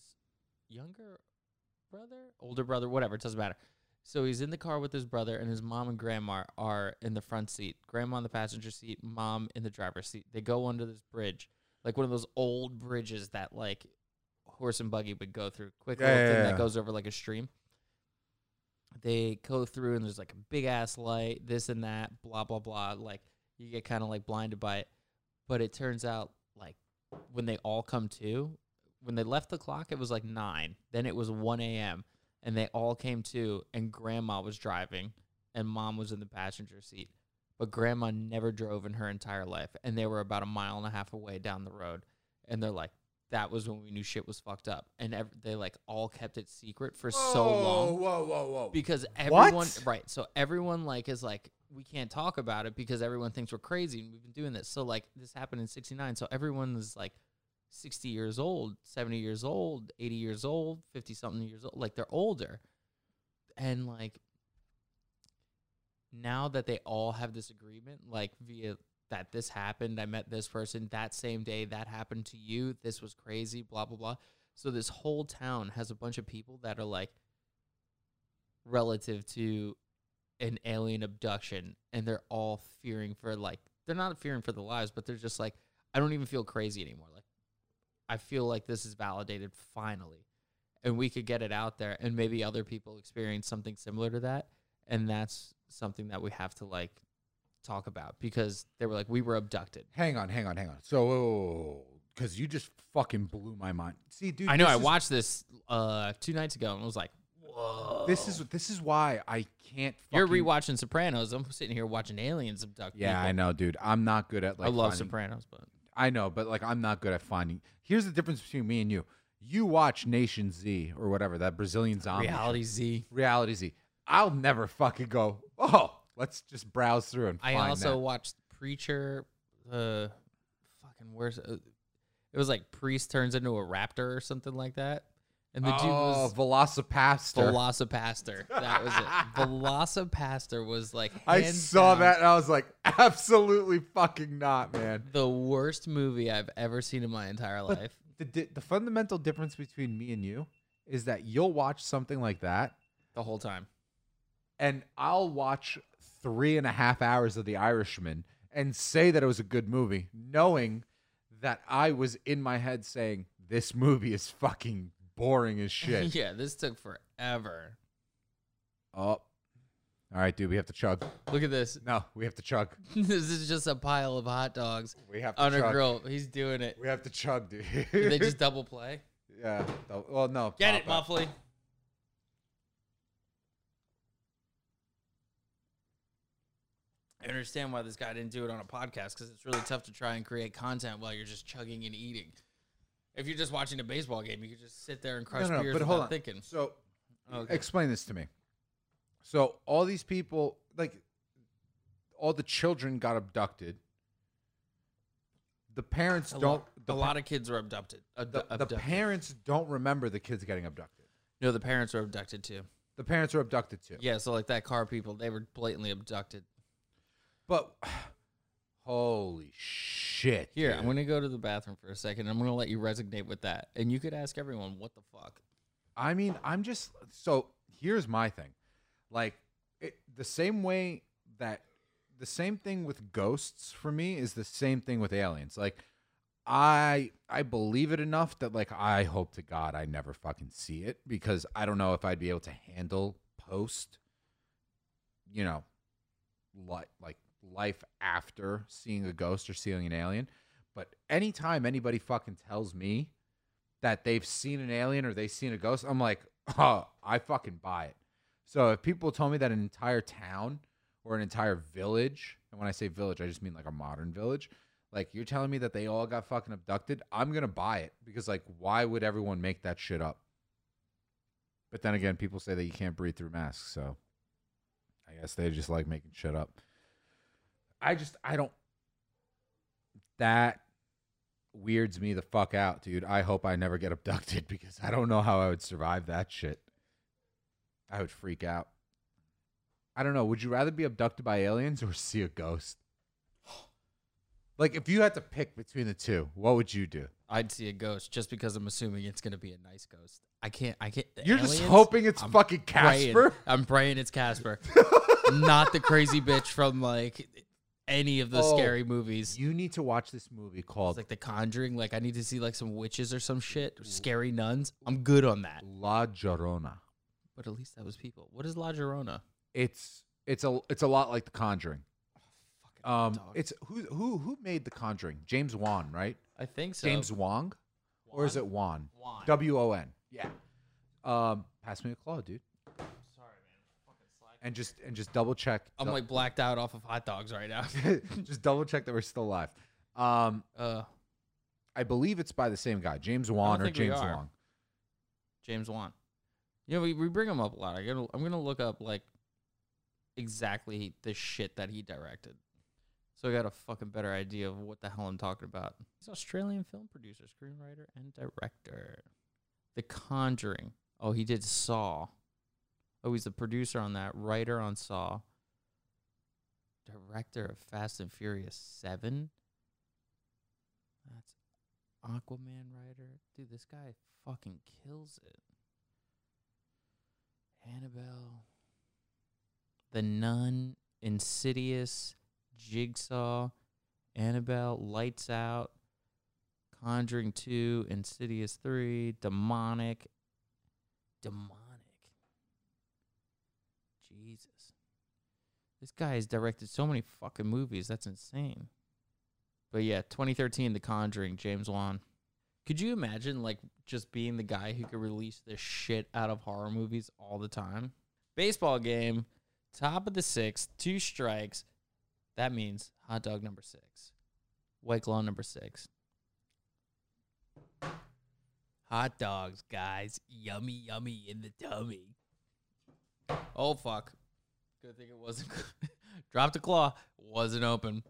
[SPEAKER 1] younger brother, older brother, whatever. It doesn't matter. So he's in the car with his brother, and his mom and grandma are in the front seat. Grandma in the passenger seat, mom in the driver's seat. They go under this bridge, like one of those old bridges that like horse and buggy would go through. Quick
[SPEAKER 2] Yeah,
[SPEAKER 1] little
[SPEAKER 2] yeah,
[SPEAKER 1] thing
[SPEAKER 2] yeah.
[SPEAKER 1] that goes over like a stream. They go through, and there's like a big ass light, this and that, blah blah blah. Like you get kind of like blinded by it, but it turns out like when they all come to, when they left the clock, it was like nine. Then it was one a.m. and they all came to, and Grandma was driving, and Mom was in the passenger seat, but Grandma never drove in her entire life, and they were about a mile and a half away down the road, and they're like, "That was when we knew shit was fucked up," and ev- they like all kept it secret for so long
[SPEAKER 2] Whoa, whoa, whoa.
[SPEAKER 1] because everyone
[SPEAKER 2] Oh. What?
[SPEAKER 1] right so everyone like is like we can't talk about it because everyone thinks we're crazy and we've been doing this so like this happened in 69 so everyone is like 60 years old 70 years old 80 years old 50 something years old like they're older and like now that they all have this agreement like via that this happened i met this person that same day that happened to you this was crazy blah blah blah so this whole town has a bunch of people that are like relative to an alien abduction and they're all fearing for like they're not fearing for their lives but they're just like i don't even feel crazy anymore like i feel like this is validated finally and we could get it out there and maybe other people experience something similar to that and that's something that we have to like talk about because they were like we were abducted
[SPEAKER 2] Hang on, hang on, hang on. So, because you just fucking blew my mind. See, dude,
[SPEAKER 1] i know
[SPEAKER 2] this
[SPEAKER 1] i
[SPEAKER 2] is-
[SPEAKER 1] watched this uh two nights ago and was like whoa
[SPEAKER 2] This is this is why I can't. Fucking,
[SPEAKER 1] you're rewatching sopranos i'm sitting here watching aliens abduct
[SPEAKER 2] Yeah, I
[SPEAKER 1] people.
[SPEAKER 2] know, dude. I'm not good at like.
[SPEAKER 1] i love
[SPEAKER 2] finding-
[SPEAKER 1] sopranos but
[SPEAKER 2] I know, but like, I'm not good at finding. Here's the difference between me and you. You watch Nation Z or whatever that Brazilian zombie
[SPEAKER 1] Reality Z.
[SPEAKER 2] reality Z. I'll never fucking go. Oh, let's just browse through and
[SPEAKER 1] I
[SPEAKER 2] find
[SPEAKER 1] also
[SPEAKER 2] that."
[SPEAKER 1] watched Preacher. Uh, fucking where's uh, it was like priest turns into a raptor or something like that, and the dude
[SPEAKER 2] oh,
[SPEAKER 1] was
[SPEAKER 2] Velocipaster.
[SPEAKER 1] Velocipaster. That was it. Velocipaster was like
[SPEAKER 2] I
[SPEAKER 1] hands
[SPEAKER 2] saw
[SPEAKER 1] down
[SPEAKER 2] that and I was like, absolutely fucking not, man.
[SPEAKER 1] the worst movie I've ever seen in my entire
[SPEAKER 2] But-
[SPEAKER 1] life.
[SPEAKER 2] the di- the fundamental difference between me and you is that you'll watch something like that,
[SPEAKER 1] The whole time.
[SPEAKER 2] and I'll watch three and a half hours of The Irishman and say that it was a good movie, knowing that I was in my head saying this movie is fucking boring as shit.
[SPEAKER 1] yeah, this took forever.
[SPEAKER 2] Oh, all right, dude, we have to chug.
[SPEAKER 1] Look at this.
[SPEAKER 2] No, we have to chug.
[SPEAKER 1] this is just a pile of hot dogs
[SPEAKER 2] We have to
[SPEAKER 1] on a
[SPEAKER 2] chug.
[SPEAKER 1] grill. He's doing it.
[SPEAKER 2] We have to chug, dude.
[SPEAKER 1] Did they just double play?
[SPEAKER 2] yeah. Oh, Well, no.
[SPEAKER 1] Get it,
[SPEAKER 2] pop
[SPEAKER 1] Muffly. I understand why this guy didn't do it on a podcast because it's really tough to try and create content while you're just chugging and eating. If you're just watching a baseball game, you could just sit there and
[SPEAKER 2] up.
[SPEAKER 1] crush
[SPEAKER 2] No, no, no,
[SPEAKER 1] beers
[SPEAKER 2] but
[SPEAKER 1] without
[SPEAKER 2] hold on.
[SPEAKER 1] thinking. Oh,
[SPEAKER 2] So
[SPEAKER 1] Okay.
[SPEAKER 2] Explain this to me. So all these people, like all the children, got abducted. The parents
[SPEAKER 1] A,
[SPEAKER 2] don't.
[SPEAKER 1] lot,
[SPEAKER 2] the,
[SPEAKER 1] a lot of kids were abducted.
[SPEAKER 2] the,
[SPEAKER 1] abdu-
[SPEAKER 2] the
[SPEAKER 1] abducted.
[SPEAKER 2] parents don't remember the kids getting abducted.
[SPEAKER 1] No, the parents were abducted too.
[SPEAKER 2] The parents are abducted too.
[SPEAKER 1] Yeah, so like that car people, they were blatantly abducted.
[SPEAKER 2] But holy shit!
[SPEAKER 1] Here,
[SPEAKER 2] dude.
[SPEAKER 1] I'm going to go to the bathroom for a second. I'm going to let you resonate with that. And you could ask everyone, what the fuck?
[SPEAKER 2] I mean, I'm just so here's my thing. Like it, the same way that the same thing with ghosts for me is the same thing with aliens. Like I I believe it enough that like I hope to God I never fucking see it because I don't know if I'd be able to handle post you know li- like life after seeing a ghost or seeing an alien. But anytime anybody fucking tells me that they've seen an alien or they've seen a ghost, I'm like, oh, I fucking buy it. So if people told me that an entire town or an entire village, and when I say village, I just mean like a modern village, like you're telling me that they all got fucking abducted, I'm gonna buy it because like why would everyone make that shit up? But then again, people say that you can't breathe through masks, so I guess they just like making shit up. I just I don't that weirds me the fuck out, dude. I hope I never get abducted because I don't know how I would survive that shit. I would freak out. I don't know. Would you rather be abducted by aliens or see a ghost? Like, if you had to pick between the two, what would you do?
[SPEAKER 1] I'd see a ghost just because I'm assuming it's gonna be a nice ghost. I can't. I can't. the
[SPEAKER 2] You're just
[SPEAKER 1] aliens?
[SPEAKER 2] hoping it's
[SPEAKER 1] I'm
[SPEAKER 2] fucking
[SPEAKER 1] praying-
[SPEAKER 2] Casper.
[SPEAKER 1] I'm praying it's Casper, not the crazy bitch from like any of the
[SPEAKER 2] Oh,
[SPEAKER 1] scary movies.
[SPEAKER 2] You need to watch this movie
[SPEAKER 1] It's
[SPEAKER 2] called
[SPEAKER 1] like The Conjuring. Like I need to see like some witches or some shit, scary nuns. I'm good on that.
[SPEAKER 2] La Llorona.
[SPEAKER 1] But at least that was people. What is La Llorona?
[SPEAKER 2] It's it's a it's a lot like The Conjuring.
[SPEAKER 1] Oh, Fucking
[SPEAKER 2] Um,
[SPEAKER 1] dog.
[SPEAKER 2] it's who who who made The Conjuring? James Wan, right?
[SPEAKER 1] I think so.
[SPEAKER 2] James Wong, or is
[SPEAKER 1] Wan?
[SPEAKER 2] it Wan?
[SPEAKER 1] Wan.
[SPEAKER 2] W O N. Yeah. Um, pass me a claw, dude. And just and just double check.
[SPEAKER 1] I'm
[SPEAKER 2] dou-
[SPEAKER 1] like blacked out off of hot dogs right now.
[SPEAKER 2] just double check that we're still alive. Um,
[SPEAKER 1] Uh,
[SPEAKER 2] I believe it's by the same guy, James Wan or
[SPEAKER 1] think we
[SPEAKER 2] James
[SPEAKER 1] are.
[SPEAKER 2] Wong.
[SPEAKER 1] James Wan. You know, we, we bring him up a lot. I gotta, I'm gonna look up like exactly the shit that he directed, so I got a fucking better idea of what the hell I'm talking about. He's an Australian film producer, screenwriter, and director. The Conjuring. Oh, he did Saw. Oh, he's the producer on that, writer on Saw, director of Fast and Furious Seven. That's Aquaman writer. Dude, this guy fucking kills it. Annabelle. The Nun, Insidious, Jigsaw, Annabelle, Lights Out, Conjuring 2, Insidious 3, Demonic. Demonic. Jesus. This guy has directed so many fucking movies. That's insane. But yeah, 2013, The Conjuring, James Wan. Could you imagine like just being the guy who could release the shit out of horror movies all the time? Baseball game, top of the sixth, two strikes. That means hot dog number six, white claw number six. Hot dogs, guys, yummy, yummy in the tummy. Oh fuck! Good thing it wasn't. Dropped a claw, wasn't open.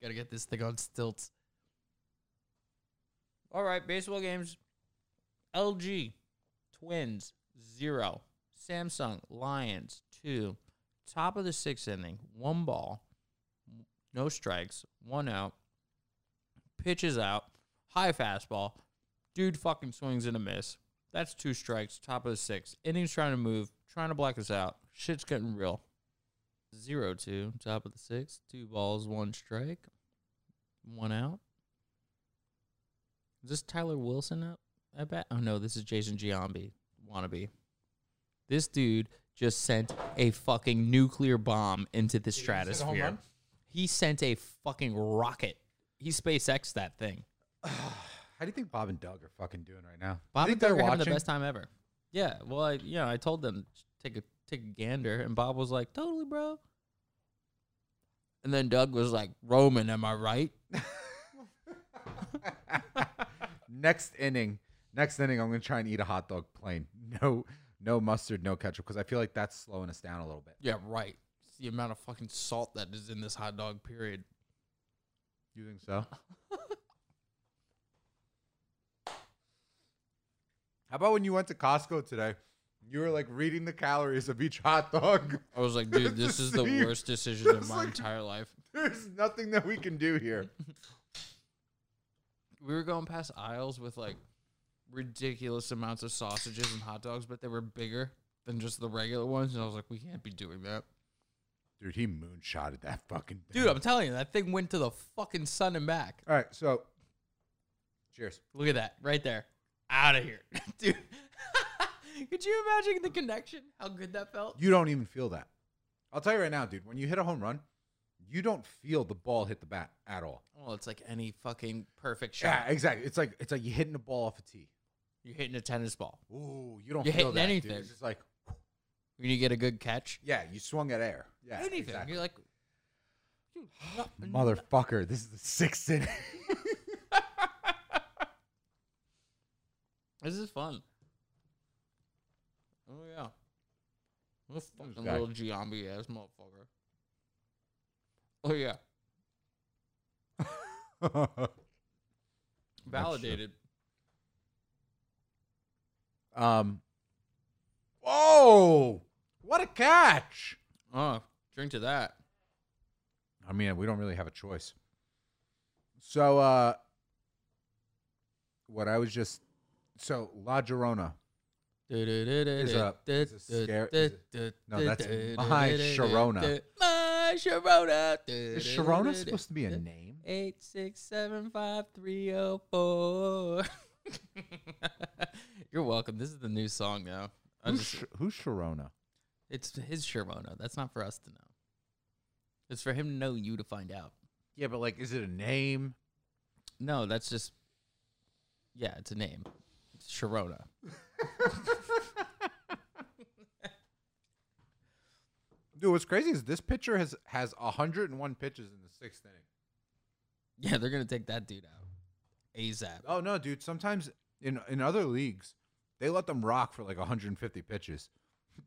[SPEAKER 1] Gotta get this thing on stilts. All right, baseball games. LG, Twins, zero. Samsung, Lions, two. Top of the sixth inning, one ball, no strikes, one out. Pitches out, high fastball. Dude fucking swings and a miss. That's two strikes, top of the sixth. Innings trying to move, trying to block us out. Shit's getting real. Zero two, top of the sixth. Two balls, one strike, one out. Is this Tyler Wilson up? I bet. Oh no, this is Jason Giambi, wannabe. This dude just sent a fucking nuclear bomb into the stratosphere. He sent a fucking rocket. He SpaceX that thing.
[SPEAKER 2] How do you think Bob and Doug are fucking doing right now?
[SPEAKER 1] Bob
[SPEAKER 2] you
[SPEAKER 1] and
[SPEAKER 2] think
[SPEAKER 1] Doug are having the best time ever. Yeah. Well, I, you know, I told them take a take a gander, and Bob was like, "Totally, bro." And then Doug was like, "Roman, am I right?"
[SPEAKER 2] next inning, next inning, I'm gonna try and eat a hot dog plain. No, no mustard, no ketchup, because I feel like that's slowing us down a little bit.
[SPEAKER 1] Yeah, right. It's the amount of fucking salt that is in this hot dog. Period.
[SPEAKER 2] You think so? How about when you went to Costco today? You were like reading the calories of each hot dog.
[SPEAKER 1] I was like, dude, this is the
[SPEAKER 2] See,
[SPEAKER 1] worst decision of
[SPEAKER 2] it's
[SPEAKER 1] my
[SPEAKER 2] like-
[SPEAKER 1] entire life.
[SPEAKER 2] There's nothing that we can do here.
[SPEAKER 1] We were going past aisles with like ridiculous amounts of sausages and hot dogs, but they were bigger than just the regular ones, and I was like, we can't be doing that.
[SPEAKER 2] Dude, he moonshotted that fucking
[SPEAKER 1] Dude,
[SPEAKER 2] thing.
[SPEAKER 1] I'm telling you, that thing went to the fucking sun and back.
[SPEAKER 2] All right, so cheers.
[SPEAKER 1] Look at that right there. Out of here, dude. Could you imagine the connection? How good that felt?
[SPEAKER 2] You don't even feel that. I'll tell you right now, dude, when you hit a home run, you don't feel the ball hit the bat at all.
[SPEAKER 1] Well, Oh, it's like any fucking perfect
[SPEAKER 2] Yeah,
[SPEAKER 1] shot.
[SPEAKER 2] exactly. It's like it's like you hitting the ball off a tee.
[SPEAKER 1] You're hitting a tennis ball.
[SPEAKER 2] Ooh, you don't
[SPEAKER 1] You're
[SPEAKER 2] feel
[SPEAKER 1] hitting
[SPEAKER 2] that, dude.
[SPEAKER 1] anything.
[SPEAKER 2] It's just like
[SPEAKER 1] When you get a good catch,
[SPEAKER 2] yeah, you swung at air. Yeah,
[SPEAKER 1] anything.
[SPEAKER 2] exactly.
[SPEAKER 1] You're like,
[SPEAKER 2] motherfucker, this is the sixth inning.
[SPEAKER 1] this is fun. Oh yeah. What a fucking
[SPEAKER 2] guy.
[SPEAKER 1] little Giambi ass motherfucker. Oh yeah. Validated.
[SPEAKER 2] um, Oh, what a catch!
[SPEAKER 1] Oh, drink to that.
[SPEAKER 2] I mean, we don't really have a choice. So, uh, what I was just so La Llorona. a- is a scare- is no, that's my Sharona.
[SPEAKER 1] My Sharona.
[SPEAKER 2] Is Sharona supposed to be a name?
[SPEAKER 1] Eight six seven five three oh four. You're welcome. This is the new song now. I
[SPEAKER 2] Who's,
[SPEAKER 1] just-
[SPEAKER 2] Sh- who's Sharona?
[SPEAKER 1] it's his Sharona. That's not for us to know. It's for him to know you to find out.
[SPEAKER 2] Yeah, but like, is it a name?
[SPEAKER 1] No, that's just yeah, it's a name. It's Sharona.
[SPEAKER 2] Dude, what's crazy is this pitcher has has 101 pitches in the sixth inning.
[SPEAKER 1] Yeah, they're gonna take that dude out ASAP.
[SPEAKER 2] Oh no, dude. Sometimes in in other leagues, they let them rock for like 150 pitches.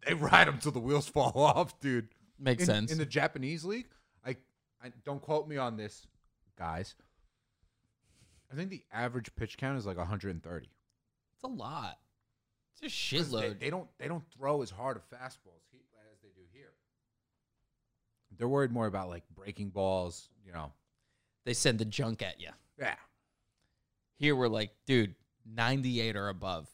[SPEAKER 2] They ride them till the wheels fall off, dude.
[SPEAKER 1] Makes
[SPEAKER 2] in,
[SPEAKER 1] sense.
[SPEAKER 2] In the Japanese league, I, I don't quote me on this, guys. I think the average pitch count is like 130.
[SPEAKER 1] it's a lot. It's a
[SPEAKER 2] 'Cause They,
[SPEAKER 1] shitload.
[SPEAKER 2] they don't they don't throw as hard of fastballs he- as they do here. They're worried more about like breaking balls, you know.
[SPEAKER 1] they send the junk at you.
[SPEAKER 2] Yeah,
[SPEAKER 1] Here we're like, dude, 98 or above,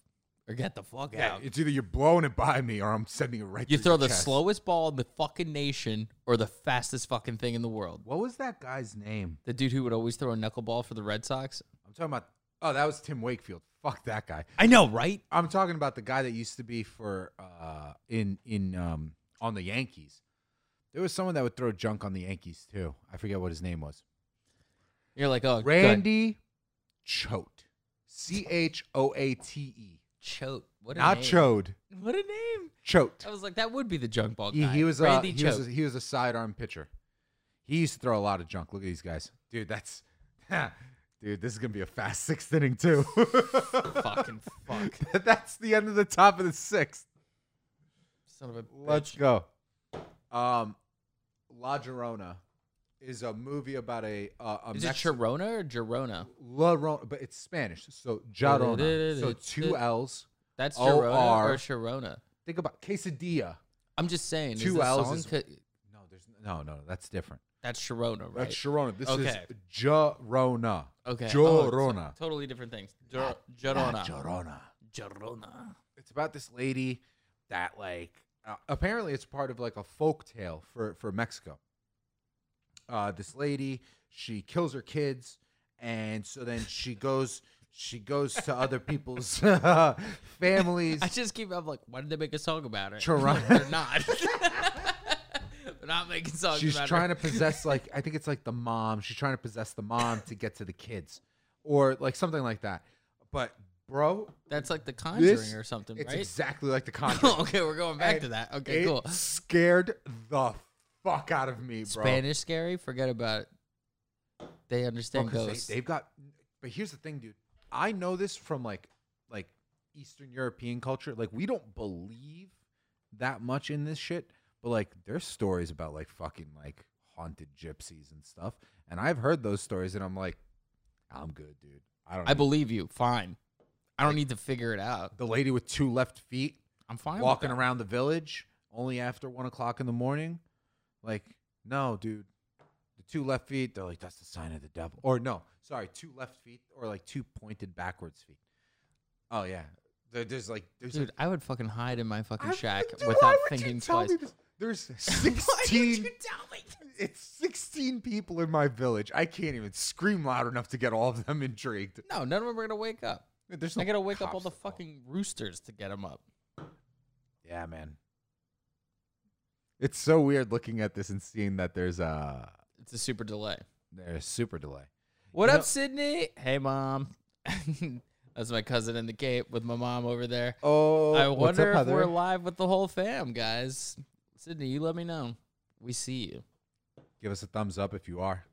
[SPEAKER 1] or get the fuck
[SPEAKER 2] yeah.
[SPEAKER 1] out.
[SPEAKER 2] It's either you're blowing it by me or I'm sending it right.
[SPEAKER 1] You
[SPEAKER 2] through
[SPEAKER 1] throw
[SPEAKER 2] your
[SPEAKER 1] the
[SPEAKER 2] chest.
[SPEAKER 1] slowest ball in the fucking nation or the fastest fucking thing in the world.
[SPEAKER 2] What was that guy's name?
[SPEAKER 1] The dude who would always throw a knuckleball for the Red Sox.
[SPEAKER 2] I'm talking about. Oh, that was Tim Wakefield. Fuck that guy.
[SPEAKER 1] I know, right?
[SPEAKER 2] I'm talking about the guy that used to be for uh in in um on the Yankees. There was someone that would throw junk on the Yankees too. I forget what his name was.
[SPEAKER 1] You're like, oh, good.
[SPEAKER 2] Randy Choate. C H O A T E.
[SPEAKER 1] Choate. What a
[SPEAKER 2] Not
[SPEAKER 1] name.
[SPEAKER 2] Chode.
[SPEAKER 1] What a name.
[SPEAKER 2] Choate.
[SPEAKER 1] I was like, that would be the junk ball
[SPEAKER 2] He,
[SPEAKER 1] guy.
[SPEAKER 2] he was a
[SPEAKER 1] Randy
[SPEAKER 2] he was
[SPEAKER 1] Choate.
[SPEAKER 2] a, he was a sidearm pitcher. He used to throw a lot of junk. Look at these guys, dude. That's dude. This is gonna be a fast sixth inning too.
[SPEAKER 1] fucking fuck.
[SPEAKER 2] That's the end of the top of the sixth.
[SPEAKER 1] Son of a bitch.
[SPEAKER 2] Let's go. Um, La Llorona is a movie about a uh, a
[SPEAKER 1] Is it
[SPEAKER 2] Mexican
[SPEAKER 1] Chirona or Girona?
[SPEAKER 2] La Llorona, but it's Spanish. So Jarona. So two L's.
[SPEAKER 1] That's
[SPEAKER 2] O
[SPEAKER 1] Girona
[SPEAKER 2] R.
[SPEAKER 1] or Chirona.
[SPEAKER 2] Think about quesadilla.
[SPEAKER 1] I'm just saying. is
[SPEAKER 2] Two
[SPEAKER 1] the
[SPEAKER 2] L's
[SPEAKER 1] song
[SPEAKER 2] is-
[SPEAKER 1] co-
[SPEAKER 2] No, there's no, no, no. That's different.
[SPEAKER 1] that's Chirona, right?
[SPEAKER 2] That's Sharona. This
[SPEAKER 1] Okay.
[SPEAKER 2] is Jarona.
[SPEAKER 1] Okay. Oh, it's
[SPEAKER 2] Jorona.
[SPEAKER 1] totally different things. Jor- Jorona.
[SPEAKER 2] Jarona.
[SPEAKER 1] Jorona.
[SPEAKER 2] It's about this lady that like uh, apparently it's part of like a folk tale for for Mexico. Uh, this lady she kills her kids, and so then she goes she goes to other people's families.
[SPEAKER 1] I just keep. I'm like, why did they make a song about her?
[SPEAKER 2] Jorona.
[SPEAKER 1] They're not. They're not making songs.
[SPEAKER 2] She's
[SPEAKER 1] about
[SPEAKER 2] trying
[SPEAKER 1] her.
[SPEAKER 2] to possess like I think it's like the mom. She's trying to possess the mom to get to the kids, or like something like that. But bro,
[SPEAKER 1] That's like the Conjuring
[SPEAKER 2] This-
[SPEAKER 1] or something,
[SPEAKER 2] it's
[SPEAKER 1] right?
[SPEAKER 2] exactly like the Conjuring.
[SPEAKER 1] okay, we're going back to
[SPEAKER 2] And
[SPEAKER 1] that. Okay,
[SPEAKER 2] it
[SPEAKER 1] cool.
[SPEAKER 2] Scared the fuck out of me, bro.
[SPEAKER 1] Spanish scary. Forget about it. They
[SPEAKER 2] Bro,
[SPEAKER 1] understand
[SPEAKER 2] 'cause
[SPEAKER 1] ghosts.
[SPEAKER 2] They, have got. But here's the thing, dude. I know this from like like Eastern European culture. Like we don't believe that much in this shit, but like there's stories about like fucking like haunted gypsies and stuff. And I've heard those stories, and I'm like, I'm good, dude. I don't.
[SPEAKER 1] I
[SPEAKER 2] need-
[SPEAKER 1] believe you. Fine. I don't need to figure it out.
[SPEAKER 2] the lady with two left feet
[SPEAKER 1] I'm fine. with
[SPEAKER 2] walking
[SPEAKER 1] that.
[SPEAKER 2] around the village only after one o'clock in the morning. Like, no, dude. The two left feet, they're like, that's the sign of the devil. Or no, sorry, two left feet or like two pointed backwards feet. Oh yeah. There- there's like there's
[SPEAKER 1] Dude,
[SPEAKER 2] like,
[SPEAKER 1] I would fucking hide in my fucking
[SPEAKER 2] I-
[SPEAKER 1] shack
[SPEAKER 2] dude, why
[SPEAKER 1] without
[SPEAKER 2] would you
[SPEAKER 1] thinking
[SPEAKER 2] tell me
[SPEAKER 1] twice.
[SPEAKER 2] this? There's
[SPEAKER 1] Why did you
[SPEAKER 2] sixteen
[SPEAKER 1] tell me?
[SPEAKER 2] it's sixteen people in my village. I can't even scream loud enough to get all of them intrigued.
[SPEAKER 1] No, none of them are gonna wake up.
[SPEAKER 2] There's
[SPEAKER 1] I gotta wake up all
[SPEAKER 2] cops
[SPEAKER 1] the
[SPEAKER 2] to call.
[SPEAKER 1] fucking roosters to get them up.
[SPEAKER 2] Yeah, man. It's so weird looking at this and seeing that there's a
[SPEAKER 1] It's a super delay.
[SPEAKER 2] there's super delay.
[SPEAKER 1] What
[SPEAKER 2] You
[SPEAKER 1] up,
[SPEAKER 2] know-
[SPEAKER 1] Sydney? Hey, mom. That's my cousin in the Cape with my mom over there.
[SPEAKER 2] Oh,
[SPEAKER 1] I wonder if we're live with the whole fam, guys. Sydney, you let me know. We see you.
[SPEAKER 2] Give us a thumbs up if you are.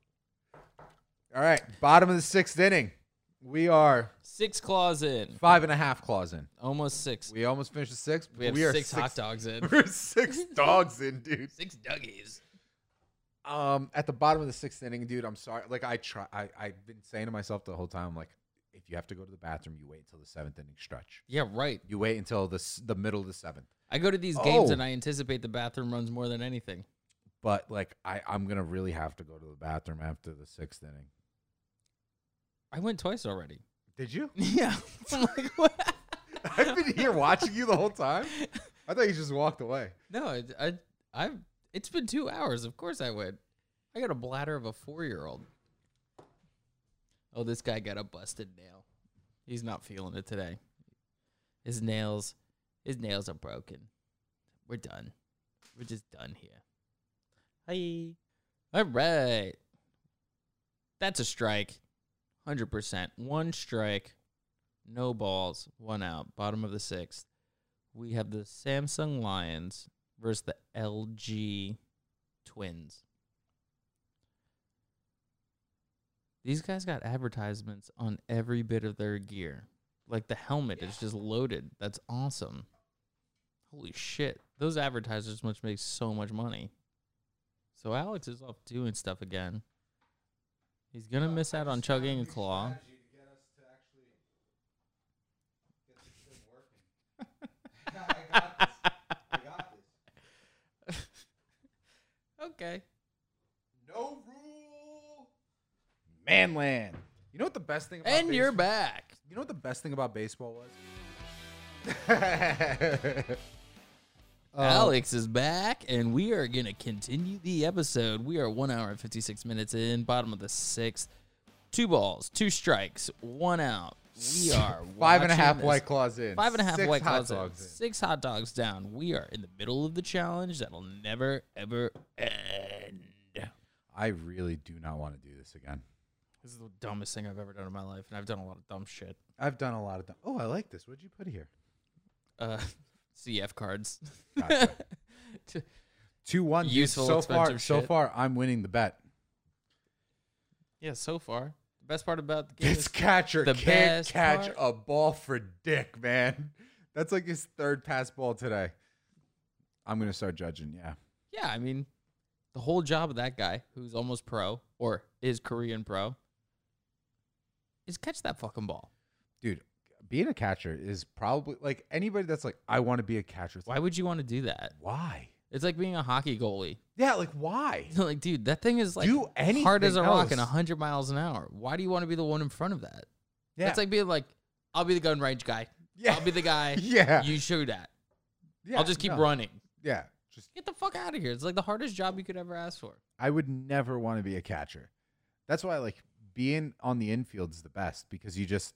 [SPEAKER 2] All right, bottom of the sixth inning. We are
[SPEAKER 1] Six claws in,
[SPEAKER 2] five and a half claws in.
[SPEAKER 1] almost six.
[SPEAKER 2] We almost finished the sixth.
[SPEAKER 1] We have
[SPEAKER 2] are
[SPEAKER 1] six, hot dogs in,
[SPEAKER 2] We're six dogs in, dude.
[SPEAKER 1] six duggies.
[SPEAKER 2] Um, at the bottom of the sixth inning, dude. I'm sorry. Like I try, I I've been saying to myself the whole time, like, if you have to go to the bathroom, you wait until the seventh inning stretch.
[SPEAKER 1] Yeah, right.
[SPEAKER 2] You wait until the s- the middle of the seventh.
[SPEAKER 1] I go to these games
[SPEAKER 2] Oh.
[SPEAKER 1] and I anticipate the bathroom runs more than anything.
[SPEAKER 2] But like, I I'm gonna really have to go to the bathroom after the sixth inning.
[SPEAKER 1] I went twice already.
[SPEAKER 2] Did you?
[SPEAKER 1] Yeah. I'm like, what?
[SPEAKER 2] I've been here watching you the whole time. I thought you just walked away.
[SPEAKER 1] No, I, I, I've. It's been two hours. Of course I would. I got a bladder of a four-year-old. Oh, this guy got a busted nail. He's not feeling it today. His nails, his nails are broken. We're done. We're just done here. Hi. All right. That's a strike. 100%. One strike. No balls. One out. Bottom of the sixth we have the Samsung Lions versus the LG Twins. These guys got advertisements on every bit of their gear. Like the helmet is just loaded. That's awesome. Holy shit. Those advertisers must make so much money. So Alex is off doing stuff again. He's going to miss out on chugging a claw. Okay.
[SPEAKER 2] No rule. Manland. You know what the best thing about
[SPEAKER 1] And you're
[SPEAKER 2] baseball-
[SPEAKER 1] back.
[SPEAKER 2] You know what the best thing about baseball was? Oh.
[SPEAKER 1] Alex is back, and we are going to continue the episode. We are one hour and 56 minutes in, bottom of the sixth. Two balls, two strikes, one out. We are
[SPEAKER 2] Five and a
[SPEAKER 1] watching
[SPEAKER 2] half
[SPEAKER 1] this.
[SPEAKER 2] white claws in.
[SPEAKER 1] Five and a half
[SPEAKER 2] Six
[SPEAKER 1] white
[SPEAKER 2] hot
[SPEAKER 1] claws in,
[SPEAKER 2] dogs in.
[SPEAKER 1] Six hot dogs down. We are in the middle of the challenge that'll never, ever end.
[SPEAKER 2] I really do not want to do this again.
[SPEAKER 1] This is the dumbest thing I've ever done in my life, and I've done a lot of dumb shit.
[SPEAKER 2] I've done a lot of. Th- oh, I like this. What'd you put here?
[SPEAKER 1] Uh, CF cards.
[SPEAKER 2] Gotcha. Two one. dude.
[SPEAKER 1] Useful,
[SPEAKER 2] So far,
[SPEAKER 1] expensive
[SPEAKER 2] so
[SPEAKER 1] shit.
[SPEAKER 2] far, I'm winning the bet.
[SPEAKER 1] yeah, so far. The best part about the game
[SPEAKER 2] This
[SPEAKER 1] is
[SPEAKER 2] catcher
[SPEAKER 1] the
[SPEAKER 2] can't
[SPEAKER 1] best
[SPEAKER 2] catch
[SPEAKER 1] part-
[SPEAKER 2] a ball for dick, man. That's like his third pass ball today. I'm gonna start judging. Yeah.
[SPEAKER 1] Yeah, I mean, the whole job of that guy who's almost pro or is Korean pro is catch that fucking ball.
[SPEAKER 2] dude, being a catcher is probably like anybody that's like, I want to be a catcher. It's
[SPEAKER 1] Why would you want to do that?
[SPEAKER 2] like, why?
[SPEAKER 1] It's like being a hockey goalie.
[SPEAKER 2] Yeah, like why?
[SPEAKER 1] like, dude, that thing is like
[SPEAKER 2] Do
[SPEAKER 1] hard as a
[SPEAKER 2] anything
[SPEAKER 1] rock and
[SPEAKER 2] else.
[SPEAKER 1] 100 miles an hour. Why do you want to be the one in front of that?
[SPEAKER 2] Yeah,
[SPEAKER 1] That's like being like, I'll be the gun range guy.
[SPEAKER 2] yeah,
[SPEAKER 1] I'll be the guy
[SPEAKER 2] yeah.
[SPEAKER 1] you shoot at.
[SPEAKER 2] yeah,
[SPEAKER 1] I'll just keep
[SPEAKER 2] no.
[SPEAKER 1] running.
[SPEAKER 2] Yeah, just
[SPEAKER 1] Get the fuck out of here. It's like the hardest job you could ever ask for.
[SPEAKER 2] I would never want to be a catcher. That's why like being on the infield is the best because you just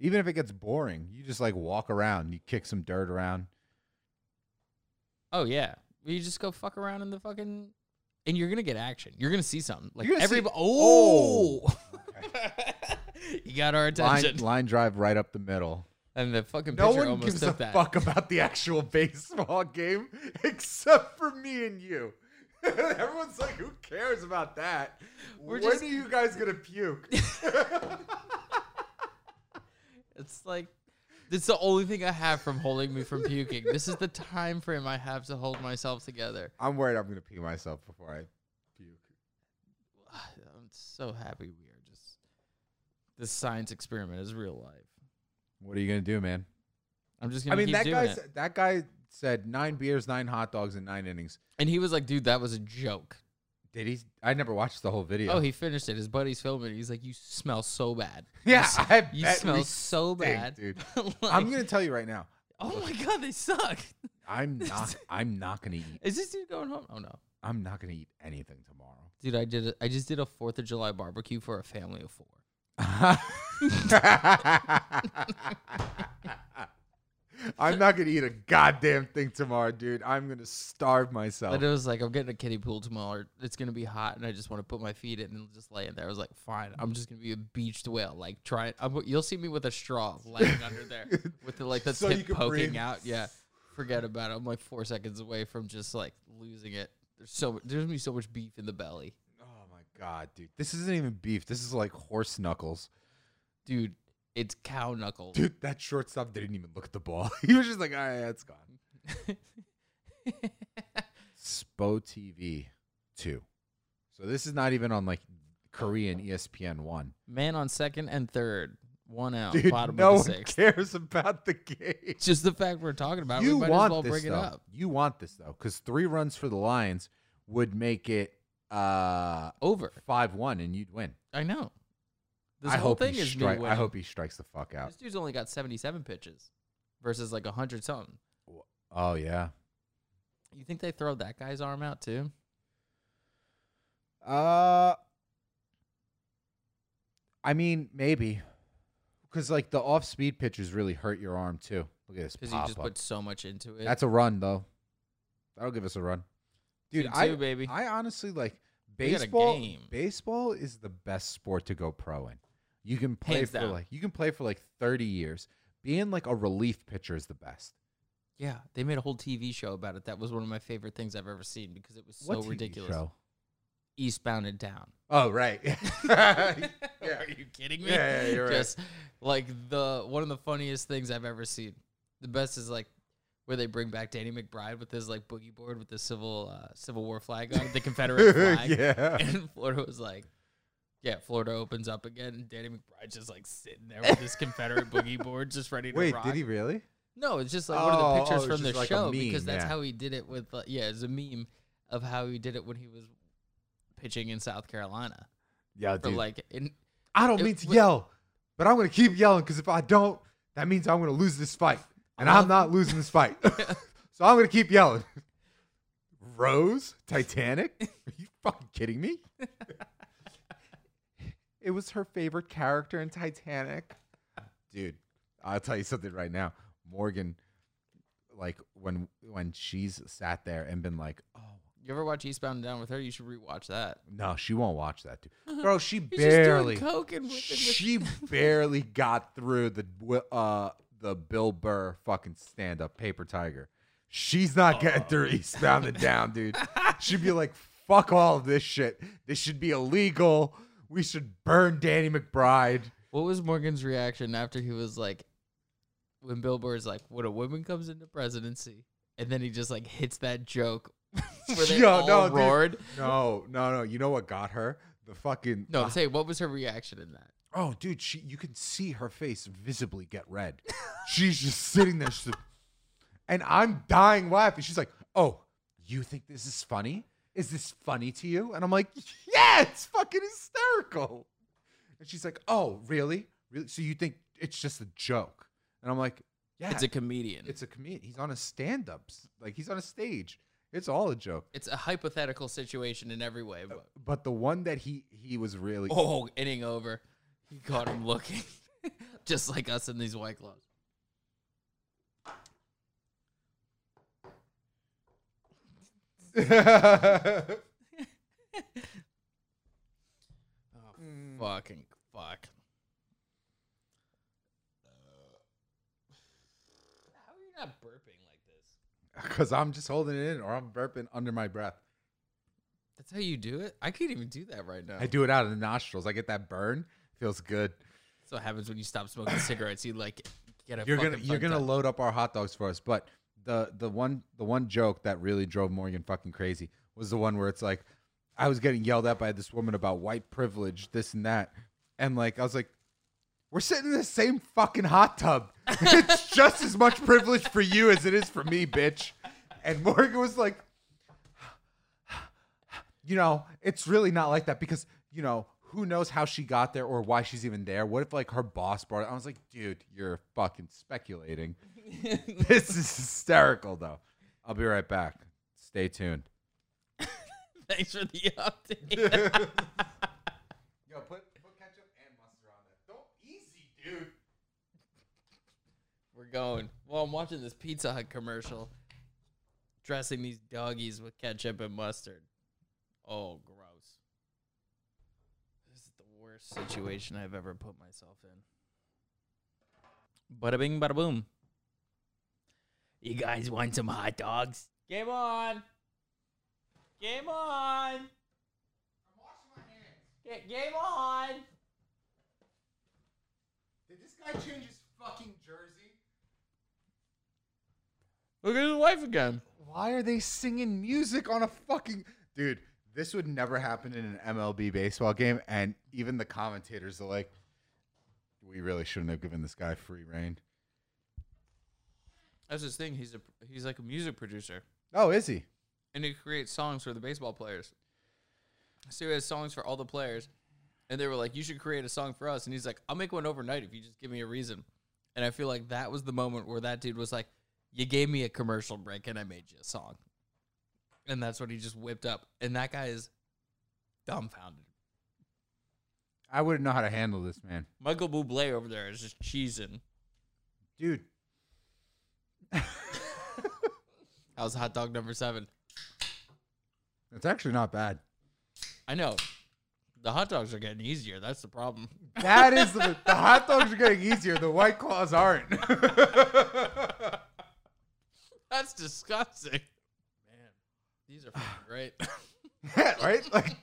[SPEAKER 2] even if it gets boring, you just like walk around, you kick some dirt around.
[SPEAKER 1] Oh yeah, you just go fuck around in the fucking, and you're gonna get action. You're gonna see something. Like
[SPEAKER 2] You're gonna
[SPEAKER 1] every
[SPEAKER 2] see-
[SPEAKER 1] oh, you got our
[SPEAKER 2] Line,
[SPEAKER 1] attention.
[SPEAKER 2] line drive right up the middle.
[SPEAKER 1] And the fucking
[SPEAKER 2] No
[SPEAKER 1] pitcher
[SPEAKER 2] one
[SPEAKER 1] almost
[SPEAKER 2] gives
[SPEAKER 1] took
[SPEAKER 2] a
[SPEAKER 1] that.
[SPEAKER 2] fuck about the actual baseball game except for me and you. Everyone's like, who cares about that?
[SPEAKER 1] We're
[SPEAKER 2] when
[SPEAKER 1] just-
[SPEAKER 2] are you guys gonna puke?
[SPEAKER 1] It's like it's the only thing I have from holding me from puking. this is the time frame I have to hold myself together.
[SPEAKER 2] I'm worried I'm gonna pee myself before I puke.
[SPEAKER 1] I'm so happy we are just. This science experiment is real life.
[SPEAKER 2] What are you gonna do, man?
[SPEAKER 1] I'm just
[SPEAKER 2] I
[SPEAKER 1] gonna.
[SPEAKER 2] mean,
[SPEAKER 1] keep
[SPEAKER 2] that
[SPEAKER 1] doing
[SPEAKER 2] guy.
[SPEAKER 1] it.
[SPEAKER 2] s- That guy said nine beers, nine hot dogs, and nine innings.
[SPEAKER 1] and he was like, "Dude, that was a joke."
[SPEAKER 2] Did he? I never watched the whole video.
[SPEAKER 1] Oh, he finished it. His buddy's filming. it. He's like, "You smell so bad." You
[SPEAKER 2] yeah,
[SPEAKER 1] s-
[SPEAKER 2] I
[SPEAKER 1] you
[SPEAKER 2] bet
[SPEAKER 1] smell
[SPEAKER 2] we
[SPEAKER 1] so
[SPEAKER 2] stink,
[SPEAKER 1] bad,
[SPEAKER 2] dude.
[SPEAKER 1] Like,
[SPEAKER 2] I'm gonna tell you right now.
[SPEAKER 1] Oh my god, they suck.
[SPEAKER 2] I'm not. I'm not gonna eat.
[SPEAKER 1] Is this dude going home? Oh no,
[SPEAKER 2] I'm not gonna eat anything tomorrow.
[SPEAKER 1] dude. I did. A, I just did a Fourth of July barbecue for a family of four.
[SPEAKER 2] I'm not gonna eat a goddamn thing tomorrow, dude. I'm gonna starve myself.
[SPEAKER 1] But it was like, I'm getting a kiddie pool tomorrow. It's gonna be hot, and I just want to put my feet in and just lay in there. I was like, fine. I'm just gonna be a beached whale. Like, try. I'm, you'll see me with a straw laying under there with the like the
[SPEAKER 2] So you
[SPEAKER 1] tip
[SPEAKER 2] can
[SPEAKER 1] poking
[SPEAKER 2] breathe.
[SPEAKER 1] out. Yeah, forget about it. I'm like four seconds away from just like losing it. There's so there's gonna be so much beef in the belly,
[SPEAKER 2] Oh my god, dude. This isn't even beef. This is like horse knuckles.
[SPEAKER 1] dude. It's cow knuckles.
[SPEAKER 2] Dude, that shortstop didn't even look at the ball. he was just like, all right, that's gone. Spo TV two. So this is not even on like Korean E ESPN one.
[SPEAKER 1] Man on second and third One out,
[SPEAKER 2] Dude,
[SPEAKER 1] Oh, bottom
[SPEAKER 2] no
[SPEAKER 1] of the
[SPEAKER 2] one
[SPEAKER 1] sixth.
[SPEAKER 2] cares about the game.
[SPEAKER 1] Just the fact we're talking about it,
[SPEAKER 2] you
[SPEAKER 1] we might
[SPEAKER 2] want
[SPEAKER 1] as well
[SPEAKER 2] this
[SPEAKER 1] bring
[SPEAKER 2] though.
[SPEAKER 1] it up.
[SPEAKER 2] You want this though, because three runs for the Lions would make it uh
[SPEAKER 1] Over.
[SPEAKER 2] five one, and you'd win.
[SPEAKER 1] I know. This
[SPEAKER 2] I
[SPEAKER 1] whole
[SPEAKER 2] hope
[SPEAKER 1] thing
[SPEAKER 2] he
[SPEAKER 1] is me
[SPEAKER 2] strike. I
[SPEAKER 1] winning.
[SPEAKER 2] hope he strikes the fuck out.
[SPEAKER 1] This dude's only got 77 pitches versus like 100 something.
[SPEAKER 2] Oh yeah.
[SPEAKER 1] You think they throw that guy's arm out too?
[SPEAKER 2] Uh, I mean maybe, because like the off speed pitches really hurt your arm too. Look at this
[SPEAKER 1] Because you
[SPEAKER 2] pop
[SPEAKER 1] just
[SPEAKER 2] up.
[SPEAKER 1] put so much into it.
[SPEAKER 2] That's a run though. That'll give us a run, dude.
[SPEAKER 1] Two,
[SPEAKER 2] I
[SPEAKER 1] two, baby.
[SPEAKER 2] I honestly like
[SPEAKER 1] We got a
[SPEAKER 2] baseball.
[SPEAKER 1] game.
[SPEAKER 2] Baseball is the best sport to go pro in. You can play
[SPEAKER 1] Hands
[SPEAKER 2] for
[SPEAKER 1] down.
[SPEAKER 2] like you can play for like thirty years. Being like a relief pitcher is the best.
[SPEAKER 1] yeah, they made a whole TV show about it. That was one of my favorite things I've ever seen because it was so
[SPEAKER 2] What TV
[SPEAKER 1] ridiculous.
[SPEAKER 2] show?
[SPEAKER 1] Eastbound and Down.
[SPEAKER 2] Oh right. yeah.
[SPEAKER 1] Are you kidding me?
[SPEAKER 2] Yeah, yeah, you're right.
[SPEAKER 1] Just like the one of the funniest things I've ever seen. The best is like where they bring back Danny McBride with his like boogie board with the civil uh, Civil War flag on it, the Confederate flag.
[SPEAKER 2] yeah.
[SPEAKER 1] And Florida was like, yeah, Florida opens up again. And Danny McBride's just like sitting there with his Confederate boogie board, just ready to
[SPEAKER 2] Wait,
[SPEAKER 1] rock.
[SPEAKER 2] did he really?
[SPEAKER 1] No, it's just like one of
[SPEAKER 2] Oh,
[SPEAKER 1] the
[SPEAKER 2] oh,
[SPEAKER 1] pictures
[SPEAKER 2] it's
[SPEAKER 1] from the
[SPEAKER 2] just like a
[SPEAKER 1] show
[SPEAKER 2] meme,
[SPEAKER 1] because that's
[SPEAKER 2] yeah.
[SPEAKER 1] how he did it with, uh, yeah, it's a meme of how he did it when he was pitching in South Carolina.
[SPEAKER 2] Yeah,
[SPEAKER 1] For like, in,
[SPEAKER 2] I don't
[SPEAKER 1] it
[SPEAKER 2] mean to
[SPEAKER 1] was-
[SPEAKER 2] yell, but I'm gonna keep yelling because if I don't, that means I'm gonna lose this fight, and I'm not losing this fight. so I'm gonna keep yelling. Rose, Titanic? Are you fucking kidding me? it was her favorite character in Titanic. Dude, I'll tell you something right now. Morgan, like when when she's sat there and been like, oh
[SPEAKER 1] you ever watch Eastbound and Down with her? You should rewatch that.
[SPEAKER 2] no, she won't watch that, dude. Bro, she
[SPEAKER 1] He's just doing
[SPEAKER 2] barely
[SPEAKER 1] coke and whipping with-
[SPEAKER 2] she barely got through the uh the Bill Burr fucking stand up paper tiger. She's
[SPEAKER 1] Oh,
[SPEAKER 2] not getting through Eastbound and Down, dude. She'd be like, "Fuck all of this shit. This should be illegal. We should burn Danny McBride."
[SPEAKER 1] What was Morgan's reaction after he was like, when Bill Burr's like, when a woman comes into presidency, and then he just like hits that joke where they
[SPEAKER 2] Yo,
[SPEAKER 1] all
[SPEAKER 2] no, dude.
[SPEAKER 1] roared?
[SPEAKER 2] No, no, no. You know what got her? The fucking
[SPEAKER 1] No, I'm saying, what was her reaction in that?
[SPEAKER 2] Oh, dude, she you can see her face visibly get red. She's just sitting there, she's like- and I'm dying laughing. She's like, "Oh, you think this is funny? Is this funny to you?" And I'm like, "Yeah, it's fucking hysterical." And she's like, "Oh, really? Really? So you think it's just a joke?" And I'm like, "Yeah,
[SPEAKER 1] It's a comedian. It's,
[SPEAKER 2] it's a comedian. He's on a stand-ups, like he's on a stage. It's all a joke."
[SPEAKER 1] a hypothetical situation in every way. But,
[SPEAKER 2] But the one that he he was really
[SPEAKER 1] oh, inning over. He caught him looking, just like us in these white gloves. Oh.
[SPEAKER 2] Hmm.
[SPEAKER 1] Fucking fuck. How are you not burping like this?
[SPEAKER 2] Because I'm just holding it in or I'm burping under my breath.
[SPEAKER 1] That's how you do it. I can't even do that right now.
[SPEAKER 2] I do it out of the nostrils. I get that burn. Feels good.
[SPEAKER 1] That's what happens when you stop smoking cigarettes. You like get a
[SPEAKER 2] You're gonna
[SPEAKER 1] fucking
[SPEAKER 2] you're
[SPEAKER 1] bug
[SPEAKER 2] gonna
[SPEAKER 1] time.
[SPEAKER 2] load up our hot dogs for us. But the the one the one joke that really drove Morgan fucking crazy was the one where it's like I was getting yelled at by this woman about white privilege, this and that. And like I was like, We're sitting in the same fucking hot tub. it's just as much privilege for you as it is for me, bitch. And Morgan was like, you know, it's really not like that because, you know, who knows how she got there or why she's even there? What if like her boss brought it? I was like, dude, you're fucking speculating. this is hysterical though. I'll be right back. Stay tuned.
[SPEAKER 1] Thanks for the update.
[SPEAKER 2] Yo, put, put ketchup and mustard on that. Don't easy, dude.
[SPEAKER 1] We're going. Well, I'm watching this Pizza Hut commercial, dressing these doggies with ketchup and mustard. Oh, gross! This is the worst situation I've ever put myself in. Bada bing, bada boom.
[SPEAKER 7] You guys want some hot dogs?
[SPEAKER 1] Game on. Game on. I'm washing my hands. game on.
[SPEAKER 2] Did this guy change his fucking jersey?
[SPEAKER 1] Look at his wife again.
[SPEAKER 2] Why are they singing music on a fucking dude? This would never happen in an MLB baseball game, and even the commentators are like, we really shouldn't have given this guy free reign.
[SPEAKER 1] That's his thing. He's a he's like a music producer,
[SPEAKER 2] Oh, is he?
[SPEAKER 1] and he creates songs for the baseball players. So he has songs for all the players, and they were like, "You should create a song for us." And he's like, "I'll make one overnight if you just give me a reason." And I feel like that was the moment where that dude was like, "You gave me a commercial break, and I made you a song," and that's what he just whipped up. And that guy is dumbfounded.
[SPEAKER 2] I wouldn't know how to handle this man,
[SPEAKER 1] Michael Bublé over there is just cheesing.
[SPEAKER 2] dude.
[SPEAKER 1] How's hot dog number seven?
[SPEAKER 2] It's actually not bad.
[SPEAKER 1] I know. The hot dogs are getting easier. That's the problem.
[SPEAKER 2] That is the, the hot dogs are getting easier. The white claws aren't.
[SPEAKER 1] That's disgusting. Man, these are fucking great.
[SPEAKER 2] right? Like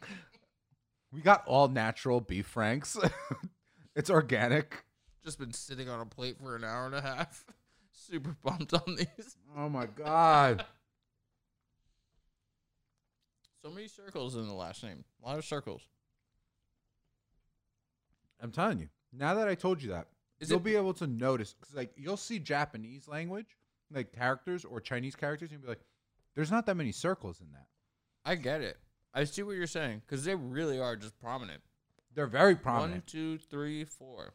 [SPEAKER 2] we got all natural beef franks. it's organic.
[SPEAKER 1] Just been sitting on a plate for an hour and a half. Super pumped on these.
[SPEAKER 2] Oh my god.
[SPEAKER 1] So many circles in the last name. A lot of circles.
[SPEAKER 2] I'm telling you. Now that I told you that,
[SPEAKER 1] Is
[SPEAKER 2] you'll
[SPEAKER 1] it-
[SPEAKER 2] be able to notice cuz like you'll see Japanese language, like characters or Chinese characters and you'll be like there's not that many circles in that.
[SPEAKER 1] I get it. I see what you're saying because they really are just prominent.
[SPEAKER 2] They're very
[SPEAKER 1] One,
[SPEAKER 2] prominent.
[SPEAKER 1] two, three, four.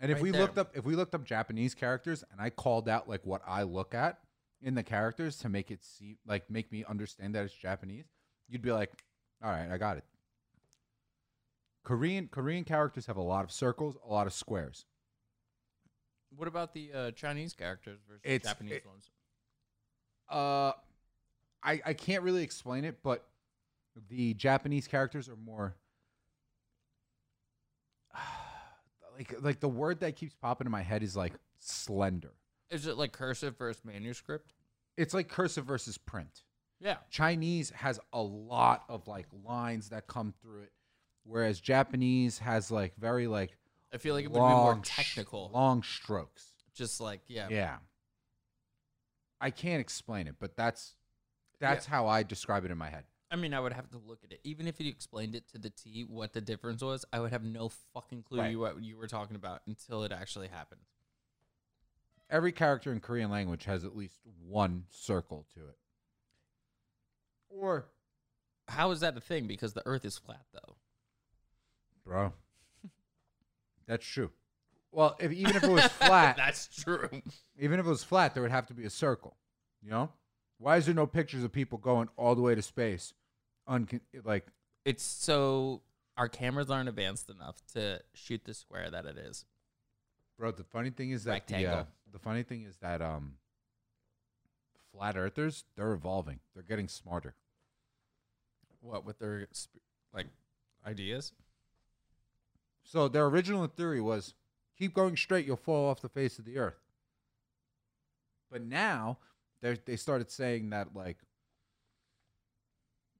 [SPEAKER 2] and if
[SPEAKER 1] right
[SPEAKER 2] we
[SPEAKER 1] there.
[SPEAKER 2] looked up if we looked up Japanese characters and I called out like what I look at in the characters to make it see like make me understand that it's Japanese, you'd be like, "All right, I got it." Korean Korean characters have a lot of circles, a lot of squares.
[SPEAKER 1] What about the uh, Chinese characters versus
[SPEAKER 2] It's-
[SPEAKER 1] Japanese
[SPEAKER 2] it-
[SPEAKER 1] ones?
[SPEAKER 2] Uh, I I can't really explain it, but the Japanese characters are more like like the word that keeps popping in my head is like slender.
[SPEAKER 1] Is it like cursive versus manuscript?
[SPEAKER 2] It's like cursive versus print.
[SPEAKER 1] Yeah.
[SPEAKER 2] Chinese has a lot of like lines that come through it, whereas Japanese has like very like
[SPEAKER 1] I feel like it would be more
[SPEAKER 2] long sh-
[SPEAKER 1] technical.
[SPEAKER 2] long strokes.
[SPEAKER 1] Just like, yeah.
[SPEAKER 2] Yeah. I can't explain it, but that's that's how I describe it in my head.
[SPEAKER 1] I mean, I would have to look at it. Even if you explained it to the T what the difference was, I would have no fucking clue
[SPEAKER 2] Right.
[SPEAKER 1] you, what you were talking about until it actually happened.
[SPEAKER 2] Every character in Korean language has at least one circle to it. Or
[SPEAKER 1] How is that a thing? Because the Earth is flat, though.
[SPEAKER 2] bro. That's true. Well, if even if it was flat,
[SPEAKER 1] That's true.
[SPEAKER 2] even if it was flat, there would have to be a circle. You know? Why is there no pictures of people going all the way to space? Uncon- like
[SPEAKER 1] It's so our cameras aren't advanced enough to shoot the square that it is.
[SPEAKER 2] Bro, the funny thing is that the, uh,
[SPEAKER 1] Rectangle.
[SPEAKER 2] the funny thing is that um, flat earthers they're evolving. They're getting smarter.
[SPEAKER 1] What with their sp- like ideas?
[SPEAKER 2] So their original theory was keep going straight, you'll fall off the face of the earth. But now they they started saying that like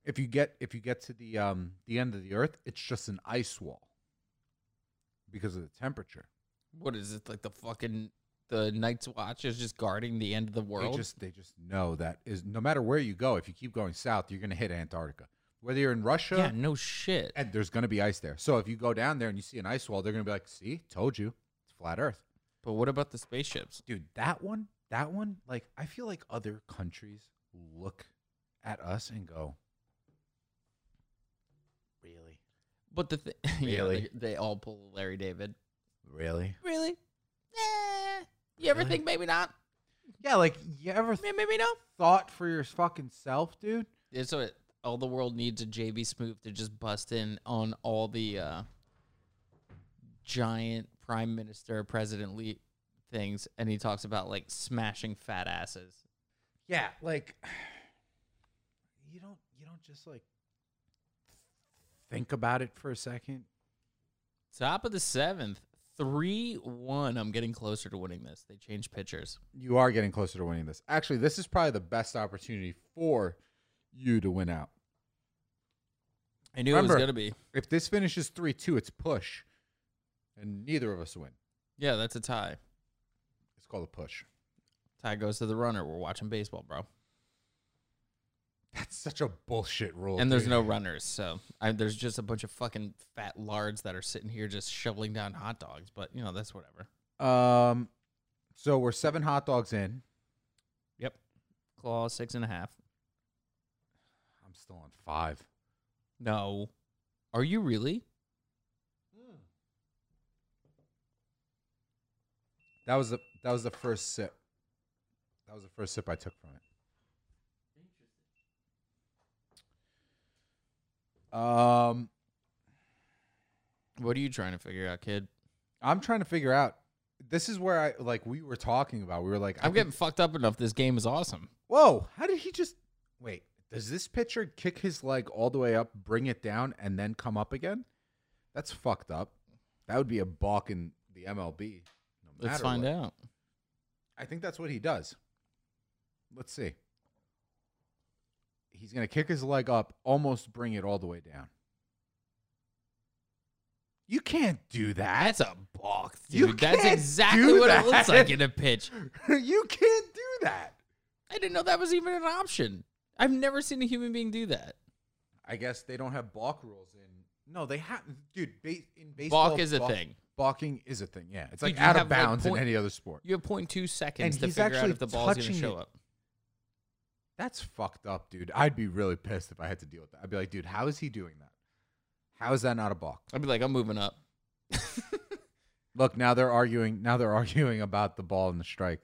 [SPEAKER 2] if you get if you get to the um the end of the earth, it's just an ice wall because of the temperature.
[SPEAKER 1] What is it like? The fucking the Night's Watch is just guarding the end of the world.
[SPEAKER 2] They just they just know that is no matter where you go, if you keep going south, you're gonna hit Antarctica. Whether you're in Russia,
[SPEAKER 1] yeah, no shit.
[SPEAKER 2] and there's gonna be ice there. So if you go down there and you see an ice wall, they're gonna be like, "See, told you, it's flat Earth,
[SPEAKER 1] But what about the spaceships?
[SPEAKER 2] dude." That one, that one, like I feel like other countries look at us and go, "Really,
[SPEAKER 1] But the thing,
[SPEAKER 2] Really?
[SPEAKER 1] they all pull Larry David.
[SPEAKER 2] really?"
[SPEAKER 1] Really? you ever think maybe not?
[SPEAKER 2] Yeah, like you ever th-
[SPEAKER 1] Maybe no.
[SPEAKER 2] thought for your fucking self, dude?
[SPEAKER 1] It's what all the world needs a JB Smoove to just bust in on all the uh, giant prime minister president le- things, and he talks about like smashing fat asses.
[SPEAKER 2] Yeah, like you don't you don't just like think about it for a second.
[SPEAKER 1] Top of the seventh, three one. I'm getting closer to winning this. They changed pitchers.
[SPEAKER 2] You are getting closer to winning this. Actually, this is probably the best opportunity for you to win out.
[SPEAKER 1] I knew it
[SPEAKER 2] Remember-
[SPEAKER 1] was gonna be.
[SPEAKER 2] If this finishes 3 2, it's push. And neither of us win.
[SPEAKER 1] Yeah, that's a tie.
[SPEAKER 2] It's called a push.
[SPEAKER 1] Tie goes to the runner. We're watching baseball, bro.
[SPEAKER 2] That's such a bullshit rule.
[SPEAKER 1] And there's
[SPEAKER 2] dude.
[SPEAKER 1] no runners, so I, there's just a bunch of fucking fat lards that are sitting here just shoveling down hot dogs. But you know that's whatever.
[SPEAKER 2] Um, so we're seven hot dogs in.
[SPEAKER 1] Yep. Claw six and a half.
[SPEAKER 2] I'm still on five.
[SPEAKER 1] No. Are you really?
[SPEAKER 2] That was the that was the first sip. That was the first sip I took from it. Um,
[SPEAKER 1] What are you trying to figure out, kid?
[SPEAKER 2] I'm trying to figure out. This is where I like we were talking about. We were like, I
[SPEAKER 1] I'm
[SPEAKER 2] think-
[SPEAKER 1] getting fucked up enough. This game is awesome.
[SPEAKER 2] Whoa! How did he just wait? Does this pitcher kick his leg all the way up, bring it down, and then come up again? That's fucked up. That would be a balk in the MLB. No
[SPEAKER 1] Let's
[SPEAKER 2] matter
[SPEAKER 1] find
[SPEAKER 2] what.
[SPEAKER 1] out.
[SPEAKER 2] I think that's what he does. Let's see. He's going to kick his leg up, almost bring it all the way down. You can't do that.
[SPEAKER 1] That's a balk, dude.
[SPEAKER 2] You
[SPEAKER 1] That's
[SPEAKER 2] can't
[SPEAKER 1] exactly
[SPEAKER 2] do
[SPEAKER 1] what
[SPEAKER 2] that.
[SPEAKER 1] it looks like in a pitch.
[SPEAKER 2] you can't do that.
[SPEAKER 1] I didn't know that was even an option. I've never seen a human being do that.
[SPEAKER 2] I guess they don't have balk rules in. No, they have. Dude, ba- in baseball.
[SPEAKER 1] Balk is a thing.
[SPEAKER 2] Balking is a thing, yeah. It's
[SPEAKER 1] Dude,
[SPEAKER 2] like
[SPEAKER 1] you
[SPEAKER 2] out
[SPEAKER 1] have,
[SPEAKER 2] of
[SPEAKER 1] like,
[SPEAKER 2] bounds
[SPEAKER 1] point-
[SPEAKER 2] in any other sport.
[SPEAKER 1] You have 0.2 seconds
[SPEAKER 2] And
[SPEAKER 1] to
[SPEAKER 2] he's
[SPEAKER 1] figure out
[SPEAKER 2] actually
[SPEAKER 1] if the ball's going to
[SPEAKER 2] touching
[SPEAKER 1] show
[SPEAKER 2] it.
[SPEAKER 1] up.
[SPEAKER 2] That's fucked up, dude. I'd be really pissed if I had to deal with that. I'd be like, dude, how is he doing that? How is that not a balk?
[SPEAKER 1] I'd be like, I'm moving up.
[SPEAKER 2] Look, now they're arguing. Now they're arguing about the ball and the strike.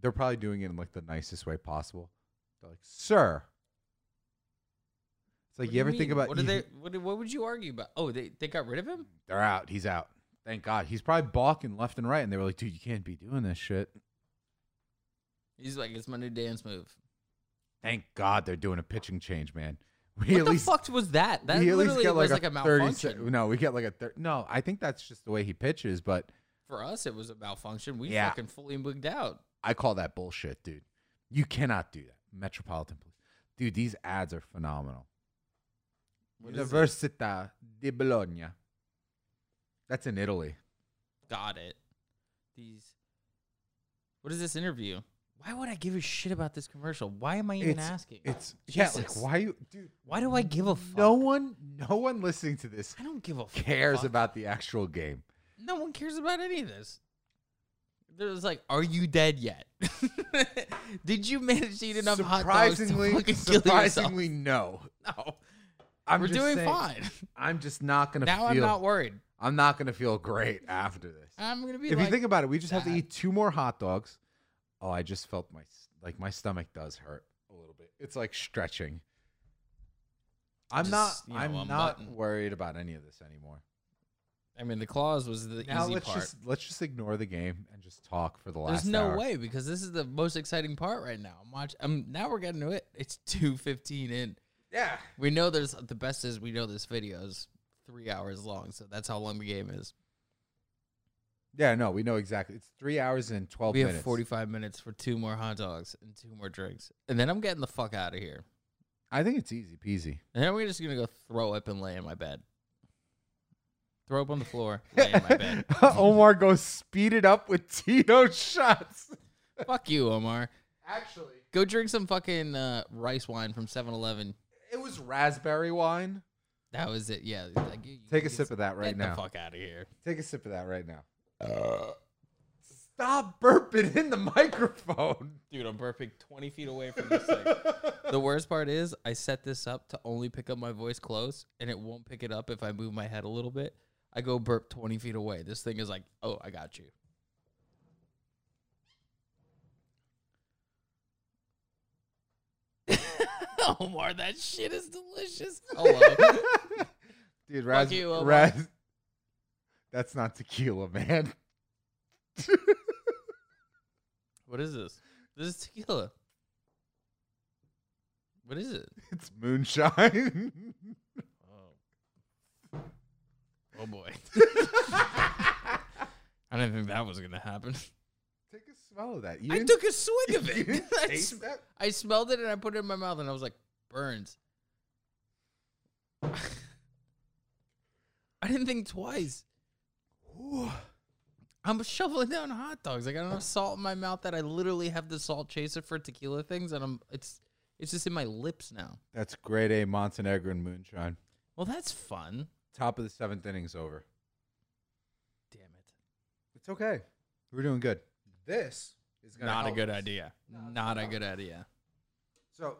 [SPEAKER 2] They're probably doing it in like the nicest way possible. They're like, "Sir." It's like
[SPEAKER 1] What do
[SPEAKER 2] you ever think
[SPEAKER 1] mean?
[SPEAKER 2] about
[SPEAKER 1] what? Are
[SPEAKER 2] you-
[SPEAKER 1] they, what, what would you argue about? Oh, they, they got rid of him.
[SPEAKER 2] They're out. He's out. Thank God. He's probably balking left and right, and they were like, "Dude, you can't be doing this shit."
[SPEAKER 1] He's like, it's my new dance move.
[SPEAKER 2] Thank God they're doing a pitching change, man. We
[SPEAKER 1] What
[SPEAKER 2] at
[SPEAKER 1] the
[SPEAKER 2] least
[SPEAKER 1] fuck was that? That
[SPEAKER 2] we at least
[SPEAKER 1] literally
[SPEAKER 2] get like
[SPEAKER 1] was
[SPEAKER 2] a,
[SPEAKER 1] like a
[SPEAKER 2] 30 se-
[SPEAKER 1] malfunction.
[SPEAKER 2] no, we get like a thir- no. I think that's just the way he pitches, but
[SPEAKER 1] For us, it was a malfunction. We
[SPEAKER 2] Yeah.
[SPEAKER 1] fucking fully wigged out.
[SPEAKER 2] I call that bullshit, dude. You cannot do that. Metropolitan Police. Dude, these ads are phenomenal.
[SPEAKER 1] What is it?
[SPEAKER 2] Università di Bologna. That's in Italy.
[SPEAKER 1] Got it. These. What is this interview? Why would I give a shit about this commercial? Why am I even
[SPEAKER 2] it's,
[SPEAKER 1] asking?
[SPEAKER 2] It's yeah, like
[SPEAKER 1] Jesus.
[SPEAKER 2] why you dude
[SPEAKER 1] Why do I give a fuck?
[SPEAKER 2] no one no one listening to this
[SPEAKER 1] I don't give a
[SPEAKER 2] cares
[SPEAKER 1] fuck.
[SPEAKER 2] about the actual game.
[SPEAKER 1] No one cares about any of this. There's like, are you dead yet? Did you manage to eat enough hot dogs to
[SPEAKER 2] surprisingly
[SPEAKER 1] fucking
[SPEAKER 2] surprisingly no.
[SPEAKER 1] kill yourself? No,
[SPEAKER 2] I'm
[SPEAKER 1] we're
[SPEAKER 2] just
[SPEAKER 1] doing
[SPEAKER 2] saying,
[SPEAKER 1] fine.
[SPEAKER 2] I'm just not gonna
[SPEAKER 1] Now
[SPEAKER 2] feel
[SPEAKER 1] I'm not worried.
[SPEAKER 2] I'm not gonna feel great after this.
[SPEAKER 1] I'm gonna be
[SPEAKER 2] if
[SPEAKER 1] like,
[SPEAKER 2] you think about it, we just have to
[SPEAKER 1] that.
[SPEAKER 2] eat two more hot dogs. Oh, I just felt my s- like my stomach does hurt a little bit. It's like stretching. I'm
[SPEAKER 1] Just, you
[SPEAKER 2] not.
[SPEAKER 1] know,
[SPEAKER 2] I'm
[SPEAKER 1] a
[SPEAKER 2] not
[SPEAKER 1] button.
[SPEAKER 2] worried about any of this anymore.
[SPEAKER 1] I mean, the claws was the
[SPEAKER 2] Now
[SPEAKER 1] easy
[SPEAKER 2] let's
[SPEAKER 1] part.
[SPEAKER 2] just let's just ignore the game and just talk for the last.
[SPEAKER 1] There's no
[SPEAKER 2] hour.
[SPEAKER 1] way because this is the most exciting part right now. I'm watching. I'm, now we're getting to it. It's two fifteen in.
[SPEAKER 2] Yeah.
[SPEAKER 1] We know there's the best is we know this video is three hours long, so that's how long the game is.
[SPEAKER 2] Yeah. No, we know exactly. It's three hours and twelve
[SPEAKER 1] we
[SPEAKER 2] minutes.
[SPEAKER 1] have 45 minutes for two more hot dogs and two more drinks, and then I'm getting the fuck out of here.
[SPEAKER 2] I think it's easy peasy.
[SPEAKER 1] And then we're just gonna go throw up and lay in my bed. Throw up on the floor, lay in my bed.
[SPEAKER 2] Omar goes speed it up with Tito shots.
[SPEAKER 1] Fuck you, Omar.
[SPEAKER 2] Actually,
[SPEAKER 1] Go drink some fucking uh, rice wine from 7-Eleven.
[SPEAKER 2] it was raspberry wine.
[SPEAKER 1] That was it. Yeah. Like, you- you
[SPEAKER 2] Take a
[SPEAKER 1] can
[SPEAKER 2] sip of that right
[SPEAKER 1] get
[SPEAKER 2] now.
[SPEAKER 1] The fuck Uh. out of here.
[SPEAKER 2] Take a sip of that right now. Stop burping in the microphone.
[SPEAKER 1] Dude, I'm burping 20 feet away from this thing. the worst part is I set this up to only pick up my voice close, and it won't pick it up if I move my head a little bit. I go burp 20 feet away. This thing is like, oh, I got you. Omar, that shit is delicious. Hello.
[SPEAKER 2] Dude, ras-
[SPEAKER 1] you, Omar.
[SPEAKER 2] ras- That's not tequila, man.
[SPEAKER 1] what is this? This is tequila. What is it?
[SPEAKER 2] It's moonshine.
[SPEAKER 1] Oh boy. I didn't think that was gonna happen.
[SPEAKER 2] Take a smell of that. You
[SPEAKER 1] I
[SPEAKER 2] didn't-
[SPEAKER 1] took a swig of
[SPEAKER 2] you
[SPEAKER 1] it.
[SPEAKER 2] didn't
[SPEAKER 1] I,
[SPEAKER 2] taste
[SPEAKER 1] s-
[SPEAKER 2] that?
[SPEAKER 1] I smelled it and I put it in my mouth and I was like, burns. I didn't think twice. I'm shoveling down hot dogs. I got enough salt in my mouth that I literally have the salt chaser for tequila things, and I'm it's It's just in my lips now.
[SPEAKER 2] That's grade A Montenegrin moonshine.
[SPEAKER 1] Well, that's fun.
[SPEAKER 2] Top of the seventh innings over.
[SPEAKER 1] Damn it.
[SPEAKER 2] It's okay. We're doing good. This is gonna
[SPEAKER 1] Not a
[SPEAKER 2] help
[SPEAKER 1] good
[SPEAKER 2] us.
[SPEAKER 1] idea. Not a good idea.
[SPEAKER 2] So,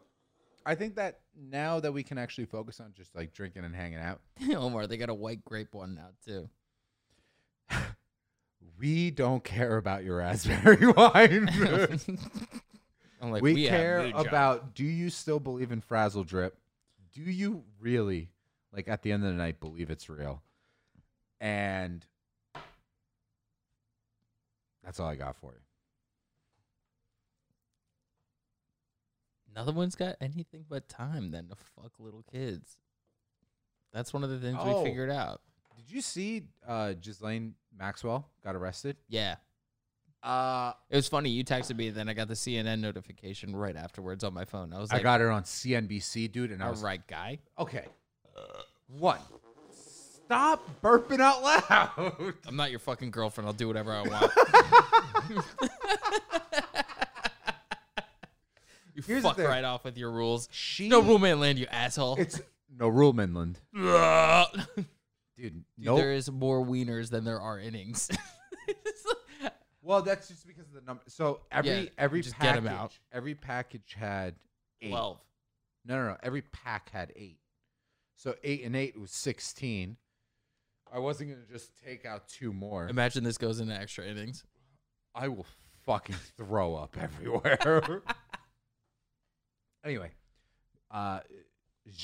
[SPEAKER 2] I think that now that we can actually focus on just like drinking and hanging out,
[SPEAKER 1] Omar, they got a white grape one now too.
[SPEAKER 2] we don't care about your raspberry wine. dude.
[SPEAKER 1] I'm like,
[SPEAKER 2] we,
[SPEAKER 1] we, have
[SPEAKER 2] care
[SPEAKER 1] new job."
[SPEAKER 2] about do you still believe in frazzle drip? Do you really, like at the end of the night, believe it's real? And that's all I got for you.
[SPEAKER 1] Another one's got anything but time than to fuck little kids. That's one of the things
[SPEAKER 2] Oh.
[SPEAKER 1] we figured out.
[SPEAKER 2] Did you see uh Ghislaine Maxwell got arrested?
[SPEAKER 1] Yeah.
[SPEAKER 2] Uh
[SPEAKER 1] It was funny. You texted me, then I got the CNN notification right afterwards on my phone. I was
[SPEAKER 2] I
[SPEAKER 1] like,
[SPEAKER 2] got her on CNBC, dude, and I
[SPEAKER 1] all
[SPEAKER 2] was
[SPEAKER 1] right, guy.
[SPEAKER 2] okay. One. Stop burping out loud.
[SPEAKER 1] I'm not your fucking girlfriend. I'll do whatever I want. you
[SPEAKER 2] Here's the
[SPEAKER 1] fuck
[SPEAKER 2] thing.
[SPEAKER 1] right off with your rules.
[SPEAKER 2] She
[SPEAKER 1] No rule man land, you asshole.
[SPEAKER 2] It's no rule Midland.
[SPEAKER 1] Dude,
[SPEAKER 2] Dude, no
[SPEAKER 1] There is more wieners than there are innings. It's like-
[SPEAKER 2] Well, that's just because of the number. So every
[SPEAKER 1] Yeah,
[SPEAKER 2] every
[SPEAKER 1] just get
[SPEAKER 2] package,
[SPEAKER 1] 'em out.
[SPEAKER 2] every package had eight.
[SPEAKER 1] Twelve.
[SPEAKER 2] No, no, no. Every pack had eight. So eight and eight was sixteen. I wasn't gonna just take out two more.
[SPEAKER 1] Imagine this goes into extra innings.
[SPEAKER 2] I will fucking throw up everywhere. anyway, uh,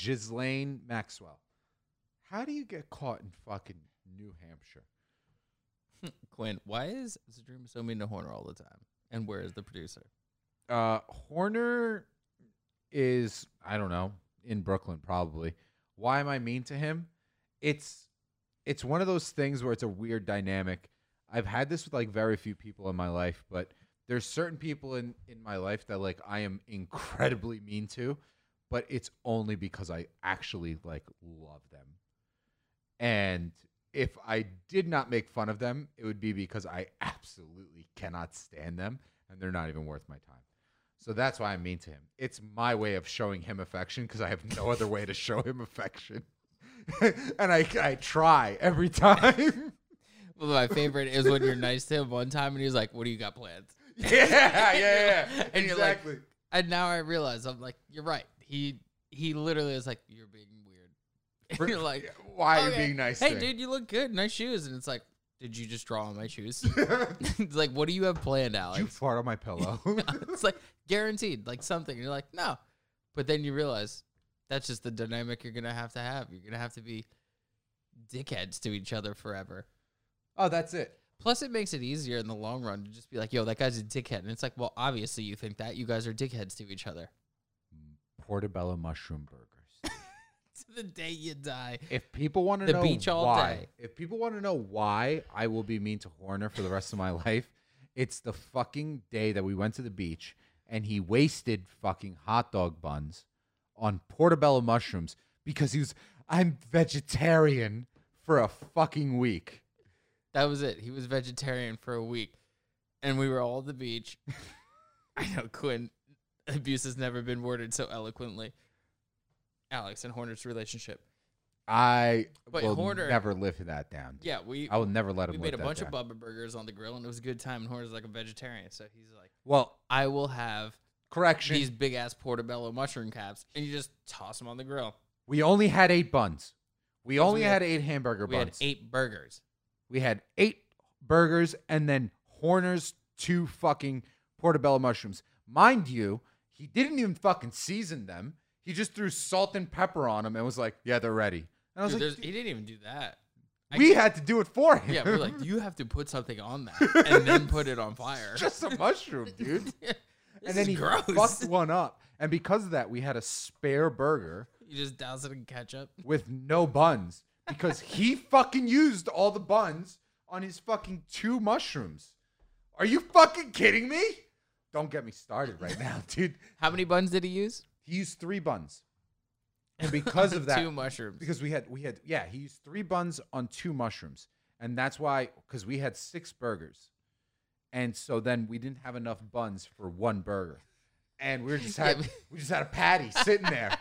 [SPEAKER 2] Ghislaine Maxwell. How do you get caught in fucking New Hampshire?
[SPEAKER 1] Quinn, why is Zadrum so mean to Horner all the time? And where is the producer?
[SPEAKER 2] uh Horner is I don't know in Brooklyn probably. Why am I mean to him? It's it's one of those things where it's a weird dynamic. I've had this with like very few people in my life, but there's certain people in in my life that like I am incredibly mean to, but it's only because I actually like love them. And if I did not make fun of them, it would be because I absolutely cannot stand them and they're not even worth my time. So that's why I'm mean to him. It's my way of showing him affection because I have no other way to show him affection. and I, I try every time.
[SPEAKER 1] Well, my favorite is when you're nice to him one time and he's like, What do you got planned?
[SPEAKER 2] yeah, yeah, yeah.
[SPEAKER 1] And you're like-
[SPEAKER 2] exactly.
[SPEAKER 1] And now I realize I'm like, You're right. He he literally is like, You're being weird. And you're like,
[SPEAKER 2] why are you
[SPEAKER 1] "Okay.
[SPEAKER 2] being nice
[SPEAKER 1] Hey
[SPEAKER 2] to him?
[SPEAKER 1] dude, you look good. Nice shoes. And it's like, Did you just draw on my shoes? it's like, what do you have planned, Alex?
[SPEAKER 2] Did you fart on my pillow?
[SPEAKER 1] it's like guaranteed, like something. You're like, no. But then you realize that's just the dynamic you're gonna have to have. You're gonna have to be dickheads to each other forever.
[SPEAKER 2] oh, that's it.
[SPEAKER 1] Plus, it makes it easier in the long run to just be like, yo, that guy's a dickhead. And it's like, well, obviously you think that. You guys are dickheads to each other.
[SPEAKER 2] Portobello mushroom burgers.
[SPEAKER 1] To the day you die.
[SPEAKER 2] If people want to
[SPEAKER 1] The
[SPEAKER 2] know
[SPEAKER 1] beach all
[SPEAKER 2] why,
[SPEAKER 1] day.
[SPEAKER 2] if people want to know why I will be mean to Horner for the rest of my life, it's the fucking day that we went to the beach and he wasted fucking hot dog buns on portobello mushrooms because he was I'm vegetarian for a fucking week.
[SPEAKER 1] That was it. He was vegetarian for a week. And we were all at the beach. I know Quinn abuse has never been worded so eloquently. Alex and Horner's relationship.
[SPEAKER 2] I
[SPEAKER 1] But
[SPEAKER 2] will
[SPEAKER 1] Horner-
[SPEAKER 2] never live that down. dude.
[SPEAKER 1] Yeah, we
[SPEAKER 2] I will never let him.
[SPEAKER 1] we made a
[SPEAKER 2] live that
[SPEAKER 1] bunch
[SPEAKER 2] down.
[SPEAKER 1] of Bubba burgers on the grill, and it was a good time. And Horner's like a vegetarian, so he's like,
[SPEAKER 2] Well,
[SPEAKER 1] "I will have
[SPEAKER 2] correction.
[SPEAKER 1] these big ass portobello mushroom caps," and you just toss them on the grill.
[SPEAKER 2] we only had eight buns. We only
[SPEAKER 1] we
[SPEAKER 2] had,
[SPEAKER 1] had-
[SPEAKER 2] eight hamburger
[SPEAKER 1] we
[SPEAKER 2] buns.
[SPEAKER 1] had eight burgers.
[SPEAKER 2] We had eight burgers and then Horner's two fucking portobello mushrooms. Mind you, he didn't even fucking season them. He just threw salt and pepper on them and was like, "Yeah, they're ready." And I was
[SPEAKER 1] Dude,
[SPEAKER 2] like,
[SPEAKER 1] there's- he didn't even do that. I
[SPEAKER 2] "We
[SPEAKER 1] get-
[SPEAKER 2] had to do it for him."
[SPEAKER 1] yeah, we're like, you have to put something on that and then put it on fire.
[SPEAKER 2] just a mushroom, dude.
[SPEAKER 1] This
[SPEAKER 2] and then
[SPEAKER 1] is
[SPEAKER 2] he
[SPEAKER 1] gross.
[SPEAKER 2] fucked one up, and because of that, we had a spare burger
[SPEAKER 1] You just douse it in ketchup.
[SPEAKER 2] with no buns because he fucking used all the buns on his fucking two mushrooms. Are you fucking kidding me? Don't get me started right now, dude.
[SPEAKER 1] How many buns did he use?
[SPEAKER 2] He used three buns. And because of that,
[SPEAKER 1] two mushrooms.
[SPEAKER 2] because we had we had yeah, he used three buns on two mushrooms. And that's why cuz we had six burgers. And so then we didn't have enough buns for one burger. and we were just had we just had a patty sitting there.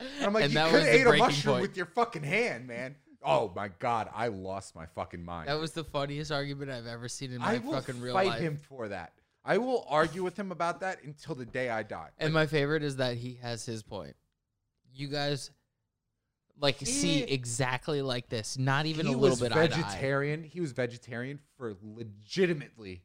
[SPEAKER 2] And I'm like,
[SPEAKER 1] And
[SPEAKER 2] you
[SPEAKER 1] that
[SPEAKER 2] could
[SPEAKER 1] was
[SPEAKER 2] have
[SPEAKER 1] the
[SPEAKER 2] ate a
[SPEAKER 1] breaking
[SPEAKER 2] mushroom
[SPEAKER 1] point.
[SPEAKER 2] with your fucking hand, man. Oh my god, I lost my fucking mind.
[SPEAKER 1] That was the funniest argument I've ever seen in my
[SPEAKER 2] I will
[SPEAKER 1] fucking real
[SPEAKER 2] fight
[SPEAKER 1] life.
[SPEAKER 2] him for that. I will argue with him about that until the day I die.
[SPEAKER 1] And my favorite is that he has his point. You guys like see
[SPEAKER 2] He-
[SPEAKER 1] exactly like this, not even
[SPEAKER 2] he
[SPEAKER 1] a little
[SPEAKER 2] was
[SPEAKER 1] bit eye to eye.
[SPEAKER 2] vegetarian. He was vegetarian for legitimately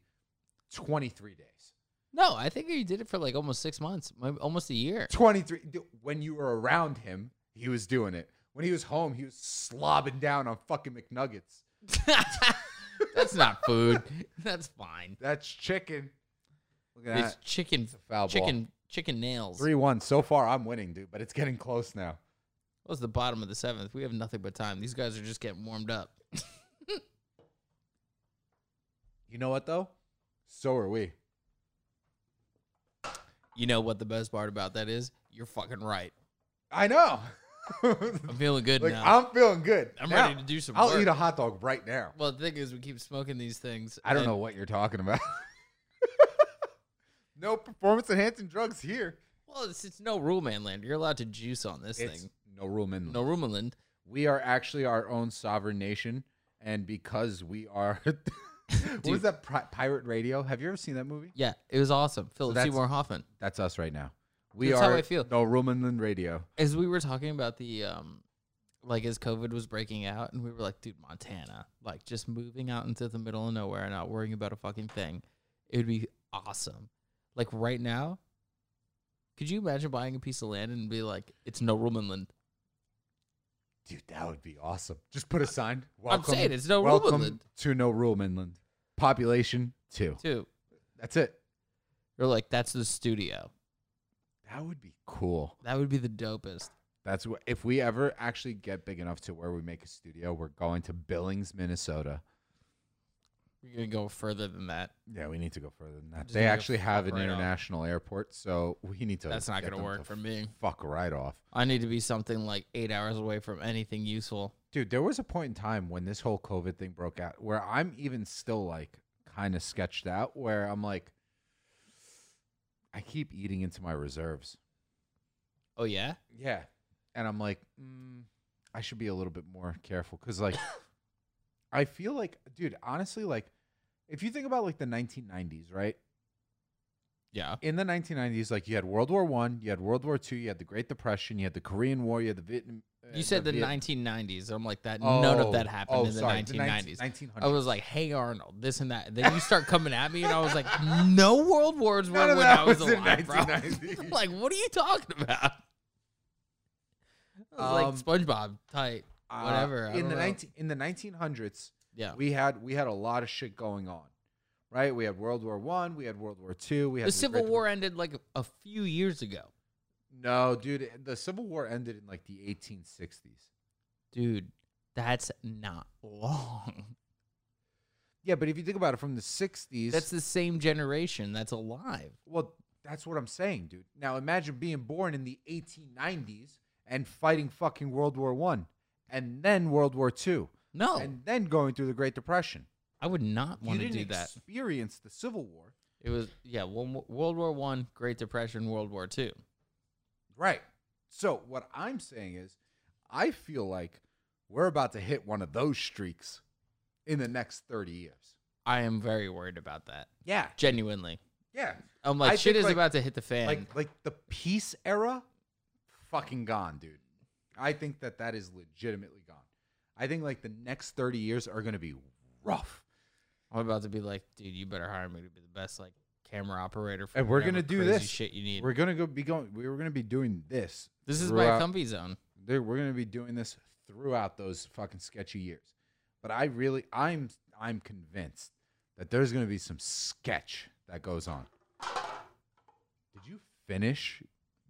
[SPEAKER 2] 23 days.
[SPEAKER 1] No, I think he did it for like almost six months, mo- almost a year.
[SPEAKER 2] 23 Dude, when you were around him, he was doing it. When he was home, he was slobbing down on fucking McNuggets.
[SPEAKER 1] That's not food. That's fine.
[SPEAKER 2] That's chicken. Look at
[SPEAKER 1] It's
[SPEAKER 2] that.
[SPEAKER 1] chicken,
[SPEAKER 2] a foul ball.
[SPEAKER 1] chicken, chicken nails.
[SPEAKER 2] 3 1. So far, I'm winning, dude, but it's getting close now.
[SPEAKER 1] That was the bottom of the seventh. We have nothing but time. These guys are just getting warmed up.
[SPEAKER 2] You know what, though? So are we.
[SPEAKER 1] You know what the best part about that is? You're fucking right.
[SPEAKER 2] I know.
[SPEAKER 1] I'm feeling good
[SPEAKER 2] like,
[SPEAKER 1] now.
[SPEAKER 2] I'm feeling good.
[SPEAKER 1] I'm
[SPEAKER 2] now.
[SPEAKER 1] ready to do some
[SPEAKER 2] I'll
[SPEAKER 1] work.
[SPEAKER 2] eat a hot dog right now.
[SPEAKER 1] well, the thing is, we keep smoking these things.
[SPEAKER 2] I don't
[SPEAKER 1] and-
[SPEAKER 2] know what you're talking about. no performance enhancing drugs here.
[SPEAKER 1] Well, it's, it's no rule, man. Land. You're allowed to juice on this
[SPEAKER 2] It's
[SPEAKER 1] thing.
[SPEAKER 2] no rule minimum.
[SPEAKER 1] No room, land.
[SPEAKER 2] We are actually our own sovereign nation, and because we are, what
[SPEAKER 1] Dude.
[SPEAKER 2] was that Pri- pirate radio? Have you ever seen that movie?
[SPEAKER 1] Yeah, it was awesome. Philip
[SPEAKER 2] that's-
[SPEAKER 1] Seymour Hoffman.
[SPEAKER 2] That's us right now. We
[SPEAKER 1] That's
[SPEAKER 2] are
[SPEAKER 1] how I feel.
[SPEAKER 2] no room in the radio.
[SPEAKER 1] As we were talking about the um, like as COVID was breaking out, and we were like, dude, Montana, like just moving out into the middle of nowhere and not worrying about a fucking thing, it would be awesome. Like right now, could you imagine buying a piece of land and be like, it's no room in land?
[SPEAKER 2] Dude, that would be awesome. Just put a sign.
[SPEAKER 1] I'm saying it's no room
[SPEAKER 2] welcome
[SPEAKER 1] inland.
[SPEAKER 2] to no room inland. Population two.
[SPEAKER 1] too?
[SPEAKER 2] That's it.
[SPEAKER 1] Or like that's the studio.
[SPEAKER 2] That would be cool.
[SPEAKER 1] That would be the dopest.
[SPEAKER 2] That's what if we ever actually get big enough to where we make a studio, we're going to Billings, Minnesota.
[SPEAKER 1] We're gonna go further than that.
[SPEAKER 2] Yeah, we need to go further than that.
[SPEAKER 1] Just
[SPEAKER 2] They
[SPEAKER 1] need to
[SPEAKER 2] actually have
[SPEAKER 1] fuck
[SPEAKER 2] an
[SPEAKER 1] right off.
[SPEAKER 2] international airport, so we need to.
[SPEAKER 1] That's not
[SPEAKER 2] get
[SPEAKER 1] gonna
[SPEAKER 2] them
[SPEAKER 1] work
[SPEAKER 2] to
[SPEAKER 1] for me.
[SPEAKER 2] Fuck right off,
[SPEAKER 1] I need to be something like eight hours away from anything useful.
[SPEAKER 2] dude. There was a point in time when this whole COVID thing broke out, where I'm even still like kind of sketched out, where I'm like, I keep eating into my reserves.
[SPEAKER 1] Oh yeah,
[SPEAKER 2] Yeah, and I'm like, mm, I should be a little bit more careful because, like, I feel like, dude, honestly, like, if you think about like the 1990s, right?
[SPEAKER 1] yeah.
[SPEAKER 2] in the 1990s, like you had World War One, you had World War Two, you had the Great Depression, you had the Korean War, you had the Vietnam. uh,
[SPEAKER 1] You said the
[SPEAKER 2] Viet-
[SPEAKER 1] 1990s. I'm like that. none of
[SPEAKER 2] Oh,
[SPEAKER 1] that happened
[SPEAKER 2] oh,
[SPEAKER 1] in the
[SPEAKER 2] sorry,
[SPEAKER 1] 1990s.
[SPEAKER 2] 19- 1900s.
[SPEAKER 1] I was like, "Hey Arnold, this and that." Then you start coming at me, and I was like, "No world wars were
[SPEAKER 2] None of
[SPEAKER 1] when
[SPEAKER 2] that
[SPEAKER 1] I was,
[SPEAKER 2] was in
[SPEAKER 1] alive, bro."
[SPEAKER 2] 1990.
[SPEAKER 1] like, what are you talking about? I was
[SPEAKER 2] Um,
[SPEAKER 1] like SpongeBob type,
[SPEAKER 2] Uh,
[SPEAKER 1] whatever. I
[SPEAKER 2] in
[SPEAKER 1] don't
[SPEAKER 2] the
[SPEAKER 1] know. Oh.
[SPEAKER 2] 19 in the 1900s,
[SPEAKER 1] yeah.
[SPEAKER 2] we had we had a lot of shit going on, right? We had World War One, we had World War Two, we had
[SPEAKER 1] The Civil
[SPEAKER 2] Great
[SPEAKER 1] War
[SPEAKER 2] Depre-
[SPEAKER 1] ended like a few years ago,
[SPEAKER 2] No, dude, eh, the Civil War ended in like the 1860s.
[SPEAKER 1] dude. That's not long.
[SPEAKER 2] Yeah, but if you think about it, from the 60s,
[SPEAKER 1] That's the same generation that's alive.
[SPEAKER 2] Well, that's what I'm saying, dude. Now imagine being born in the 1890s and fighting fucking World War One, and then World War Two,
[SPEAKER 1] No,
[SPEAKER 2] and then going through the Great Depression.
[SPEAKER 1] I would not
[SPEAKER 2] Oh. You
[SPEAKER 1] want to
[SPEAKER 2] didn't
[SPEAKER 1] do that.
[SPEAKER 2] experience the Civil War,
[SPEAKER 1] It was yeah, one, World War One, Great Depression, World War Two.
[SPEAKER 2] right? So what I'm saying is, I feel like we're about to hit one of those streaks in the next 30 years.
[SPEAKER 1] I am very worried about that.
[SPEAKER 2] Yeah,
[SPEAKER 1] Genuinely,
[SPEAKER 2] yeah.
[SPEAKER 1] I'm like
[SPEAKER 2] I
[SPEAKER 1] shit
[SPEAKER 2] think,
[SPEAKER 1] is
[SPEAKER 2] like-
[SPEAKER 1] about to hit the fan.
[SPEAKER 2] like like the peace era fucking gone dude i think that that is legitimately gone i think like the next 30 years are going to be rough
[SPEAKER 1] I'm about to be like, dude, you better hire me to be the best like camera operator. For
[SPEAKER 2] and we're
[SPEAKER 1] whatever
[SPEAKER 2] going to do
[SPEAKER 1] crazy
[SPEAKER 2] this
[SPEAKER 1] shit you need.
[SPEAKER 2] we're going to go be going we were going to be doing this
[SPEAKER 1] this is my
[SPEAKER 2] throughout-
[SPEAKER 1] comfy zone.
[SPEAKER 2] dude, we're going to be doing this throughout those fucking sketchy years but i really i'm i'm convinced that there's going to be some sketch that goes on did you finish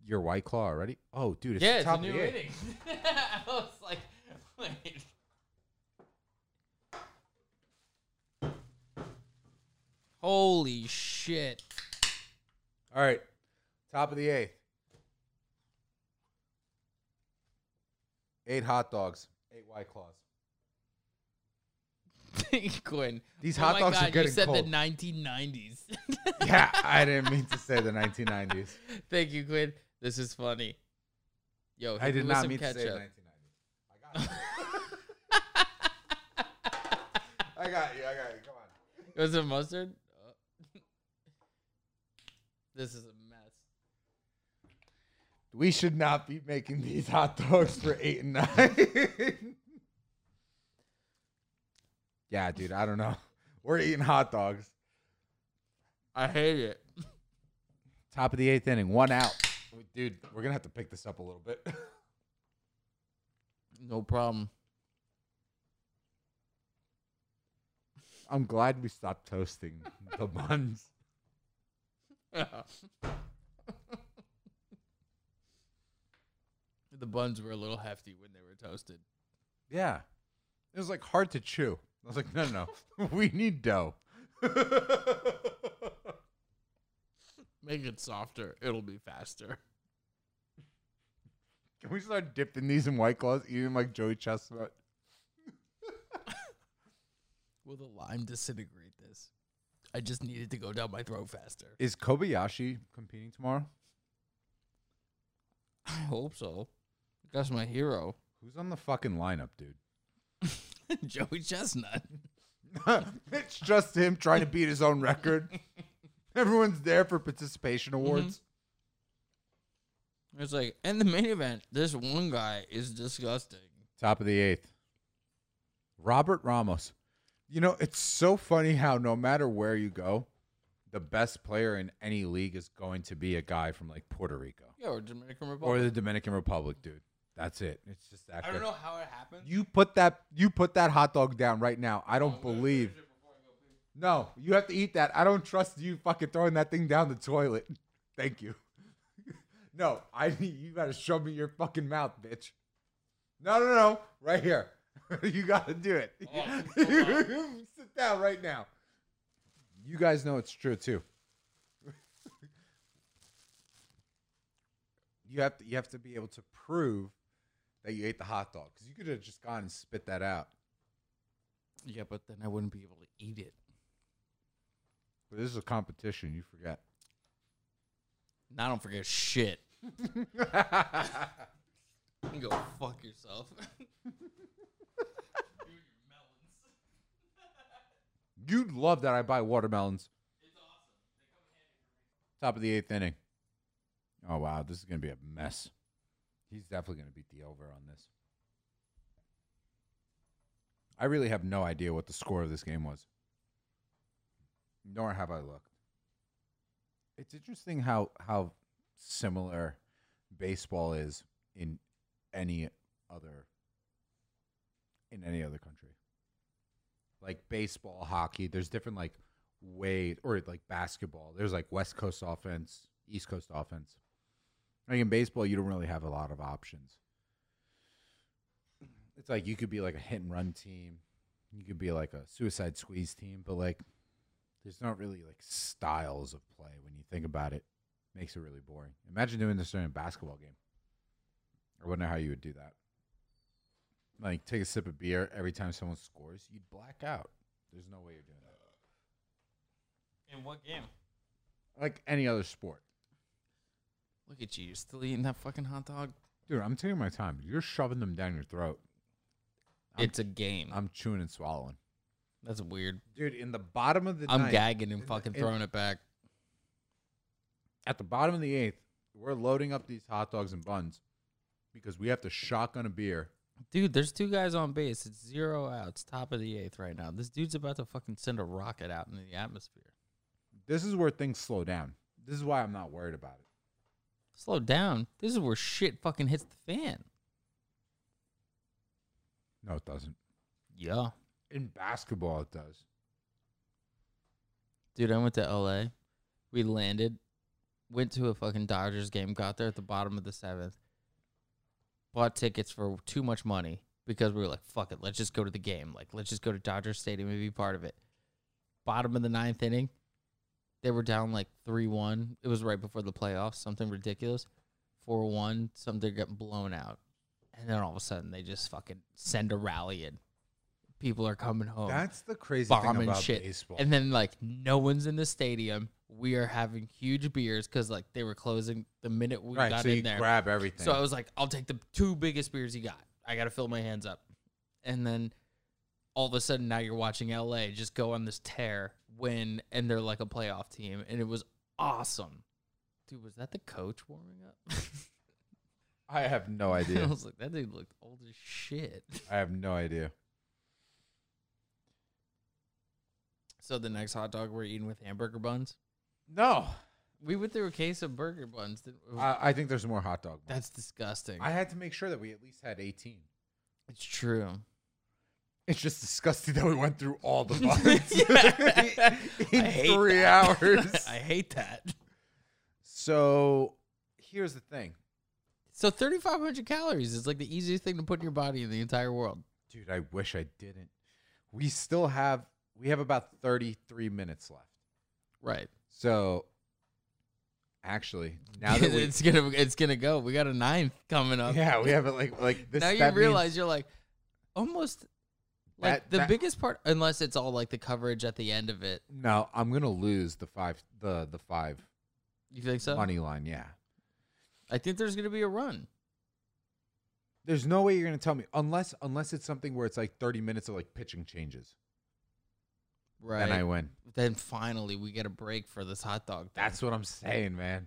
[SPEAKER 2] your white claw already oh dude it's
[SPEAKER 1] yeah,
[SPEAKER 2] the
[SPEAKER 1] it's
[SPEAKER 2] top
[SPEAKER 1] a
[SPEAKER 2] of
[SPEAKER 1] new
[SPEAKER 2] the eighth.
[SPEAKER 1] rating. I was like, wait. Holy shit.
[SPEAKER 2] All right. Top of the eighth. Eight hot dogs. Eight white claws.
[SPEAKER 1] Quinn.
[SPEAKER 2] These
[SPEAKER 1] oh
[SPEAKER 2] hot
[SPEAKER 1] my
[SPEAKER 2] dogs
[SPEAKER 1] God,
[SPEAKER 2] are getting
[SPEAKER 1] You said
[SPEAKER 2] cold.
[SPEAKER 1] the 1990s.
[SPEAKER 2] yeah, I didn't mean to say the 1990s.
[SPEAKER 1] Thank you, Quinn. This is funny. Yo,
[SPEAKER 2] I
[SPEAKER 1] hit
[SPEAKER 2] did
[SPEAKER 1] me with
[SPEAKER 2] not
[SPEAKER 1] some
[SPEAKER 2] mean to say
[SPEAKER 1] ketchup.
[SPEAKER 2] 1990s. I got you. I got you. Come on.
[SPEAKER 1] Was it mustard? Oh. this is a mess.
[SPEAKER 2] We should not be making these hot dogs for eight and nine. yeah, dude, I don't know. We're eating hot dogs.
[SPEAKER 1] I hate it.
[SPEAKER 2] Top of the eighth inning, one out. Dude, we're gonna have to pick this up a little bit.
[SPEAKER 1] No problem.
[SPEAKER 2] I'm glad we stopped toasting the buns.
[SPEAKER 1] the buns were a little hefty when they were toasted.
[SPEAKER 2] Yeah, it was like hard to chew. I was like, no, no, no. we need dough.
[SPEAKER 1] Make it softer. It'll be faster.
[SPEAKER 2] Can we start dipping these in white claws, eating them like Joey Chestnut?
[SPEAKER 1] Will the lime disintegrate this? I just needed to go down my throat faster.
[SPEAKER 2] Is Kobayashi competing tomorrow?
[SPEAKER 1] I hope so. That's my hero,
[SPEAKER 2] Who's on the fucking lineup, dude?
[SPEAKER 1] Joey Chestnut.
[SPEAKER 2] it's just him trying to beat his own record. Everyone's there for participation awards.
[SPEAKER 1] It's like, and the main event, this one guy is disgusting.
[SPEAKER 2] Top of the eighth. Robert Ramos. You know, it's so funny how no matter where you go, the best player in any league is going to be a guy from like Puerto Rico
[SPEAKER 1] Yeah, or Dominican
[SPEAKER 2] or
[SPEAKER 1] Republic.
[SPEAKER 2] the Dominican Republic, dude. That's it. It's just
[SPEAKER 1] I
[SPEAKER 2] that. good.
[SPEAKER 1] don't know how it happened.
[SPEAKER 2] You put that you put that hot dog down right now. I don't believe. No, you have to eat that. I don't trust you fucking throwing that thing down the toilet. Thank you. no, I you gotta show me your fucking mouth, bitch. No, no, no, right here. you gotta do it. Sit down right now. You guys know it's true too. you have to you have to be able to prove that you ate the hot dog because you could have just gone and spit that out.
[SPEAKER 1] Yeah, but then I wouldn't be able to eat it.
[SPEAKER 2] But this is a competition. You forget.
[SPEAKER 1] And I don't forget shit. You can go fuck yourself.
[SPEAKER 2] You'd love that I buy watermelons. Top of the eighth inning. Oh wow, this is gonna be a mess. He's definitely gonna beat the over on this. I really have no idea what the score of this game was. Nor have I looked. It's interesting how how similar baseball is in any other in any other country like baseball, hockey. There's different like way or like basketball. There's like West Coast offense, East Coast offense. Like in baseball, you don't really have a lot of options. It's like you could be like a hit and run team. You could be like a suicide squeeze team, but like there's not really like styles of play when you think about it. Makes it really boring. Imagine doing this during a basketball game. I wonder how you would do that like take a sip of beer every time someone scores, you'd black out. There's no way you're doing that.
[SPEAKER 1] In what game?
[SPEAKER 2] Like any other sport.
[SPEAKER 1] Look at you. You're still eating that fucking hot dog?
[SPEAKER 2] Dude, I'm taking my time. You're shoving them down your throat. I'm-
[SPEAKER 1] it's a game.
[SPEAKER 2] I'm chewing and swallowing.
[SPEAKER 1] That's weird.
[SPEAKER 2] Dude, in the bottom of the
[SPEAKER 1] I'm
[SPEAKER 2] ninth-
[SPEAKER 1] gagging and
[SPEAKER 2] in-
[SPEAKER 1] fucking
[SPEAKER 2] in-
[SPEAKER 1] throwing it back.
[SPEAKER 2] at the bottom of the eighth, we're loading up these hot dogs and buns because we have to shotgun a beer.
[SPEAKER 1] Dude, there's two guys on base. It's zero outs, top of the eighth right now. This dude's about to fucking send a rocket out into the atmosphere.
[SPEAKER 2] This is where things slow down. This is why I'm not worried about it.
[SPEAKER 1] Slow down. This is where shit fucking hits the fan.
[SPEAKER 2] No, it doesn't.
[SPEAKER 1] Yeah.
[SPEAKER 2] In basketball, it does.
[SPEAKER 1] Dude, I went to LA. We landed, went to a fucking Dodgers game, got there at the bottom of the seventh, bought tickets for too much money because we were like, fuck it, let's just go to the game. Like, let's just go to Dodger Stadium and be part of it. Bottom of the ninth inning, they were down like 3 1. It was right before the playoffs, something ridiculous. 4 1, something got blown out. And then all of a sudden, they just fucking send a rally in. people are coming home,
[SPEAKER 2] That's the crazy thing
[SPEAKER 1] Oh. bombing
[SPEAKER 2] about
[SPEAKER 1] shit,
[SPEAKER 2] baseball.
[SPEAKER 1] and then like no one's in the stadium. We are having huge beers because like they were closing the minute we
[SPEAKER 2] right,
[SPEAKER 1] got
[SPEAKER 2] so
[SPEAKER 1] in
[SPEAKER 2] you
[SPEAKER 1] there.
[SPEAKER 2] grab everything.
[SPEAKER 1] So I was like, I'll take the two biggest beers you got. I got to fill my hands up. And then all of a sudden, now you're watching LA just go on this tear, win, and they're like a playoff team. And it was awesome. Dude, was that the coach warming up?
[SPEAKER 2] I have no
[SPEAKER 1] I
[SPEAKER 2] idea.
[SPEAKER 1] was like, that dude looked old as shit.
[SPEAKER 2] I have no idea.
[SPEAKER 1] So the next hot dog we're eating with hamburger buns.
[SPEAKER 2] No,
[SPEAKER 1] We went through a case of burger buns. Didn't we?
[SPEAKER 2] I, I think there's more hot dog. buns.
[SPEAKER 1] That's disgusting.
[SPEAKER 2] I had to make sure that we at least had 18.
[SPEAKER 1] it's true.
[SPEAKER 2] It's just disgusting that we went through all the buns
[SPEAKER 1] I
[SPEAKER 2] in
[SPEAKER 1] hate
[SPEAKER 2] three
[SPEAKER 1] that.
[SPEAKER 2] hours.
[SPEAKER 1] I hate that.
[SPEAKER 2] So here's the thing,
[SPEAKER 1] So 3,500 calories is like the easiest thing to put in your body in the entire world.
[SPEAKER 2] dude. I wish I didn't. We still have we have about 33 minutes left.
[SPEAKER 1] Right.
[SPEAKER 2] So actually, now that we
[SPEAKER 1] it's gonna it's gonna go. We got a ninth coming up.
[SPEAKER 2] yeah, we have it like like this.
[SPEAKER 1] now you
[SPEAKER 2] that means-
[SPEAKER 1] realize you're like almost like
[SPEAKER 2] That-
[SPEAKER 1] the
[SPEAKER 2] that-
[SPEAKER 1] biggest part, unless it's all like the coverage at the end of it.
[SPEAKER 2] no, I'm gonna lose the five the the five
[SPEAKER 1] You think so?
[SPEAKER 2] money line. Yeah,
[SPEAKER 1] I think there's gonna be a run.
[SPEAKER 2] there's no way you're gonna tell me unless unless it's something where it's like 30 minutes of like pitching changes.
[SPEAKER 1] Right.
[SPEAKER 2] Then I win.
[SPEAKER 1] Then finally we get a break for this hot dog. thing.
[SPEAKER 2] That's what I'm saying, man.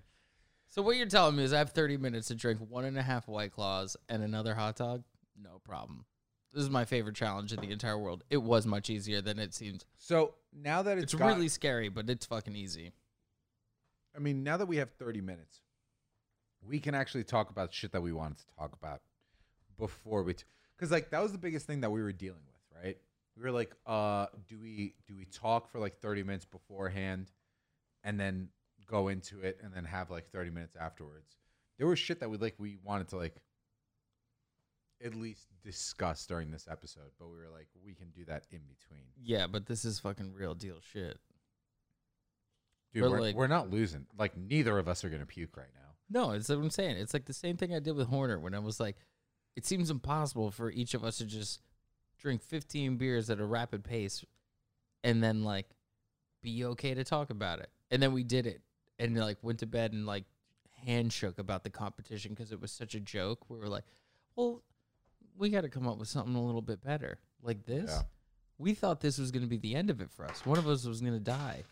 [SPEAKER 1] so. What you're telling me is I have 30 minutes to drink one and a half White Claws and another hot dog. No problem. This is my favorite challenge in the entire world. It was much easier than it seems.
[SPEAKER 2] So now that
[SPEAKER 1] It's,
[SPEAKER 2] it's, got-
[SPEAKER 1] really scary, but it's fucking easy.
[SPEAKER 2] I mean, now that we have 30 minutes, we can actually talk about shit that we wanted to talk about before we, because like that was the biggest thing that we were dealing with, right? We were like, uh, do we do we talk for like 30 minutes beforehand, and then go into it, and then have like 30 minutes afterwards? There was shit that we like we wanted to like at least discuss during this episode, but we were like, we can do that in between.
[SPEAKER 1] Yeah, but this is fucking real deal shit.
[SPEAKER 2] Dude,
[SPEAKER 1] But,
[SPEAKER 2] we're,
[SPEAKER 1] like-
[SPEAKER 2] we're not losing. Like neither of us are gonna puke right now.
[SPEAKER 1] No, it's what I'm saying. It's like the same thing I did with Horner when I was like, it seems impossible for each of us to just drink 15 beers at a rapid pace and then like be okay to talk about it. And then we did it and like went to bed and like handshook about the competition because it was such a joke. We were like, well, we got to come up with something a little bit better like this.
[SPEAKER 2] Yeah.
[SPEAKER 1] We thought this was going to be the end of it for us. One of us was going to die.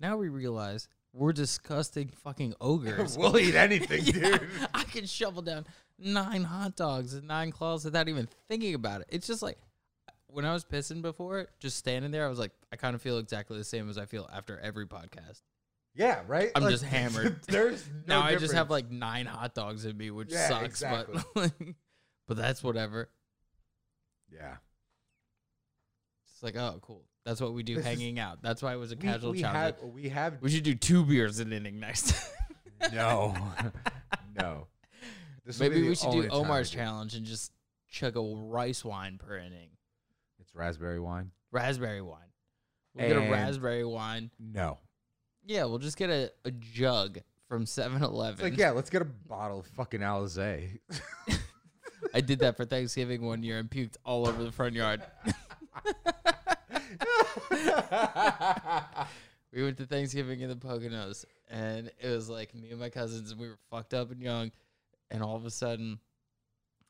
[SPEAKER 1] Now we realize we're disgusting fucking ogres.
[SPEAKER 2] we'll eat anything,
[SPEAKER 1] Yeah,
[SPEAKER 2] dude.
[SPEAKER 1] I can shovel down nine hot dogs and nine claws without even thinking about it. It's just like when I was pissing before, just standing there, I was like, I kind of feel exactly the same as I feel after every podcast.
[SPEAKER 2] Yeah, right.
[SPEAKER 1] I'm just hammered.
[SPEAKER 2] There's no
[SPEAKER 1] now I just have
[SPEAKER 2] difference.
[SPEAKER 1] like nine hot dogs in me, which
[SPEAKER 2] Yeah,
[SPEAKER 1] sucks,
[SPEAKER 2] exactly.
[SPEAKER 1] but like, but that's whatever.
[SPEAKER 2] yeah.
[SPEAKER 1] It's like, oh, cool. That's what we do
[SPEAKER 2] This is-
[SPEAKER 1] hanging out. That's why it was a
[SPEAKER 2] We-
[SPEAKER 1] casual
[SPEAKER 2] we,
[SPEAKER 1] challenge.
[SPEAKER 2] Have, we have
[SPEAKER 1] we should do two beers an inning next. time.
[SPEAKER 2] no, no. This will be
[SPEAKER 1] Maybe
[SPEAKER 2] the
[SPEAKER 1] we should do
[SPEAKER 2] only time
[SPEAKER 1] Omar's
[SPEAKER 2] we do it.
[SPEAKER 1] challenge and just chug a rice wine per inning.
[SPEAKER 2] It's raspberry wine.
[SPEAKER 1] raspberry wine. We'll get a
[SPEAKER 2] And-
[SPEAKER 1] raspberry wine.
[SPEAKER 2] No,
[SPEAKER 1] Yeah, we'll just get a, a jug from 7
[SPEAKER 2] it's
[SPEAKER 1] Eleven.
[SPEAKER 2] like yeah. Let's get a bottle of fucking Alizé.
[SPEAKER 1] I did that for Thanksgiving one year and puked all over the front yard. we went to Thanksgiving in the Poconos, and it was like me and my cousins, and we were fucked up and young. And all of a sudden,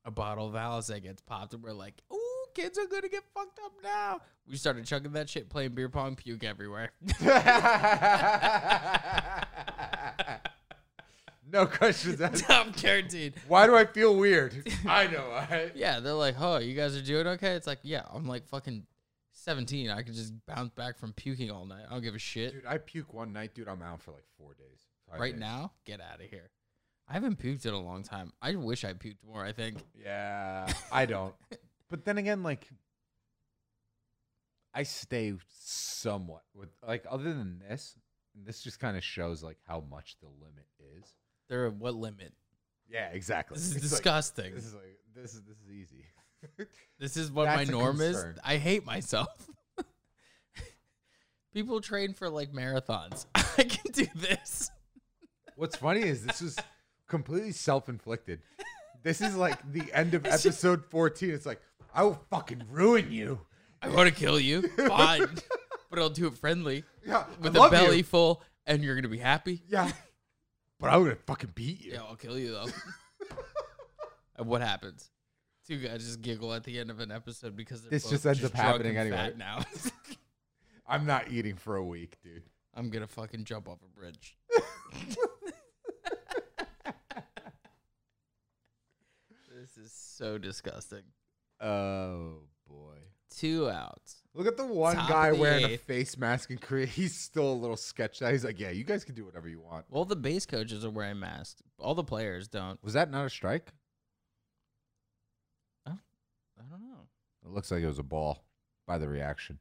[SPEAKER 1] a bottle of Alizé gets popped, and we're like, ooh, kids are going to get fucked up now. We started chugging that shit, playing beer pong, puke everywhere.
[SPEAKER 2] no questions asked.
[SPEAKER 1] I'm guaranteed.
[SPEAKER 2] Why do I feel weird? I know. I,
[SPEAKER 1] Yeah, they're like, "Oh, you guys are doing okay." It's like, "Yeah, I'm like fucking 17. I could just bounce back from puking all night. I don't give a shit."
[SPEAKER 2] dude, I puke one night, dude. I'm out for like four days. five
[SPEAKER 1] right
[SPEAKER 2] days.
[SPEAKER 1] now, get out of here. I haven't puked in a long time. I wish I puked more. I think
[SPEAKER 2] Yeah, I don't. but then again, like, I stay somewhat with like other than this. And this just kind of shows like how much the limit is.
[SPEAKER 1] they're at what limit?
[SPEAKER 2] Yeah, exactly.
[SPEAKER 1] This is
[SPEAKER 2] It's like-
[SPEAKER 1] disgusting.
[SPEAKER 2] this is like this is this is easy.
[SPEAKER 1] This is what
[SPEAKER 2] That's a
[SPEAKER 1] my norm
[SPEAKER 2] concern.
[SPEAKER 1] is. I hate myself. People train for like marathons. I can do this.
[SPEAKER 2] What's funny is this is completely self-inflicted. This is like the end of episode 14. It's like I will fucking ruin you.
[SPEAKER 1] I want to kill you. Fine. but I'll do it friendly
[SPEAKER 2] Yeah,
[SPEAKER 1] with
[SPEAKER 2] I
[SPEAKER 1] a
[SPEAKER 2] love
[SPEAKER 1] belly
[SPEAKER 2] you.
[SPEAKER 1] full and you're going to be happy.
[SPEAKER 2] Yeah, but I'm gonna fucking beat you.
[SPEAKER 1] Yeah, I'll kill you though. and what happens? Two guys just giggle at the end of an episode because they're
[SPEAKER 2] This
[SPEAKER 1] both
[SPEAKER 2] just ends up
[SPEAKER 1] drunk
[SPEAKER 2] happening
[SPEAKER 1] and
[SPEAKER 2] anyway.
[SPEAKER 1] fat Now
[SPEAKER 2] I'm not eating for a week, dude.
[SPEAKER 1] I'm gonna fucking jump off a bridge. this is so disgusting.
[SPEAKER 2] Oh boy.
[SPEAKER 1] Two outs.
[SPEAKER 2] Look at the one
[SPEAKER 1] Top of
[SPEAKER 2] guy
[SPEAKER 1] the
[SPEAKER 2] wearing a
[SPEAKER 1] eighth.
[SPEAKER 2] face mask in Korea. He's still a little sketched out. He's like, "Yeah, you guys can do whatever you want."
[SPEAKER 1] Well, the base coaches are wearing masks. All the players don't.
[SPEAKER 2] Was that not a strike?
[SPEAKER 1] I don't know.
[SPEAKER 2] It looks like it was a ball by the reaction.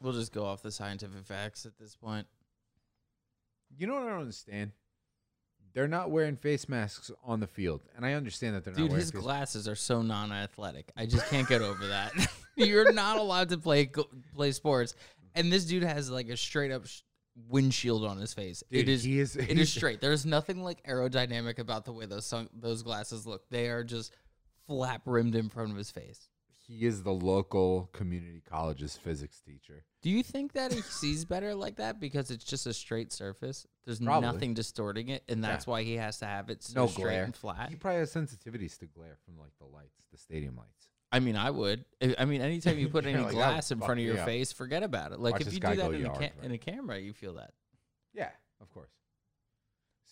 [SPEAKER 1] We'll just go off the scientific facts at this point.
[SPEAKER 2] You know what I don't understand? They're not wearing face masks on the field, and I understand that they're not
[SPEAKER 1] Dude,
[SPEAKER 2] wearing
[SPEAKER 1] his
[SPEAKER 2] face-
[SPEAKER 1] glasses are so non-athletic. I just can't get over that. You're not allowed to play go- play sports, and this dude has like a straight up sh- windshield on his face.
[SPEAKER 2] Dude,
[SPEAKER 1] it is
[SPEAKER 2] he is-
[SPEAKER 1] it is straight. There's nothing like aerodynamic about the way those sun- those glasses look. They are just flap rimmed in front of his face.
[SPEAKER 2] He is the local community college's physics teacher.
[SPEAKER 1] Do you think that he sees better like that because it's just a straight surface? There's
[SPEAKER 2] Probably.
[SPEAKER 1] nothing distorting it, and that's why he has to have it so
[SPEAKER 2] No
[SPEAKER 1] straight
[SPEAKER 2] glare.
[SPEAKER 1] and flat.
[SPEAKER 2] He probably has sensitivities to glare from like the lights, the stadium lights.
[SPEAKER 1] I mean, I would. I- I mean, anytime you put
[SPEAKER 2] You're
[SPEAKER 1] any
[SPEAKER 2] like, that
[SPEAKER 1] glass
[SPEAKER 2] would
[SPEAKER 1] in front
[SPEAKER 2] fuck
[SPEAKER 1] of your
[SPEAKER 2] me up.
[SPEAKER 1] face, forget about it. Like
[SPEAKER 2] Watch
[SPEAKER 1] if
[SPEAKER 2] this
[SPEAKER 1] you
[SPEAKER 2] guy
[SPEAKER 1] do that
[SPEAKER 2] go
[SPEAKER 1] in a,
[SPEAKER 2] yard,
[SPEAKER 1] ca-
[SPEAKER 2] right?
[SPEAKER 1] in a camera, you feel that.
[SPEAKER 2] Yeah, of course.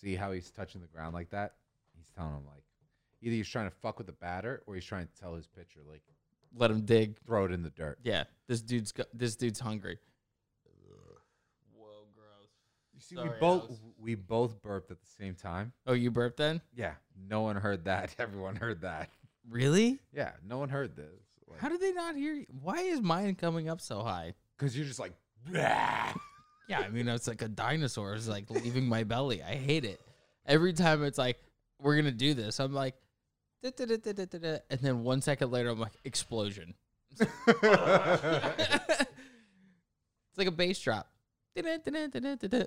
[SPEAKER 2] See how he's touching the ground like that? He's telling him like, either he's trying to fuck with the batter, or he's trying to tell his pitcher like,
[SPEAKER 1] Let him dig.
[SPEAKER 2] throw it in the dirt.
[SPEAKER 1] Yeah, this dude's go- this dude's hungry. Whoa, gross.
[SPEAKER 2] You see, we
[SPEAKER 1] Sorry,
[SPEAKER 2] both
[SPEAKER 1] Alex.
[SPEAKER 2] we both burped at the same time.
[SPEAKER 1] Oh, you burped then?
[SPEAKER 2] Yeah, no one heard that. Everyone heard that.
[SPEAKER 1] Really?
[SPEAKER 2] Yeah, no one heard this.
[SPEAKER 1] How did they not hear you? Why is mine coming up so high?
[SPEAKER 2] Because you're just like, "Bleh."
[SPEAKER 1] Yeah, I mean, it's like a dinosaur is like leaving my belly. I hate it. Every time it's like, we're going to do this, I'm like, "Da-da-da-da-da-da-da," and then one second later, I'm like, explosion. it's like a bass drop. Da-da-da-da-da-da-da.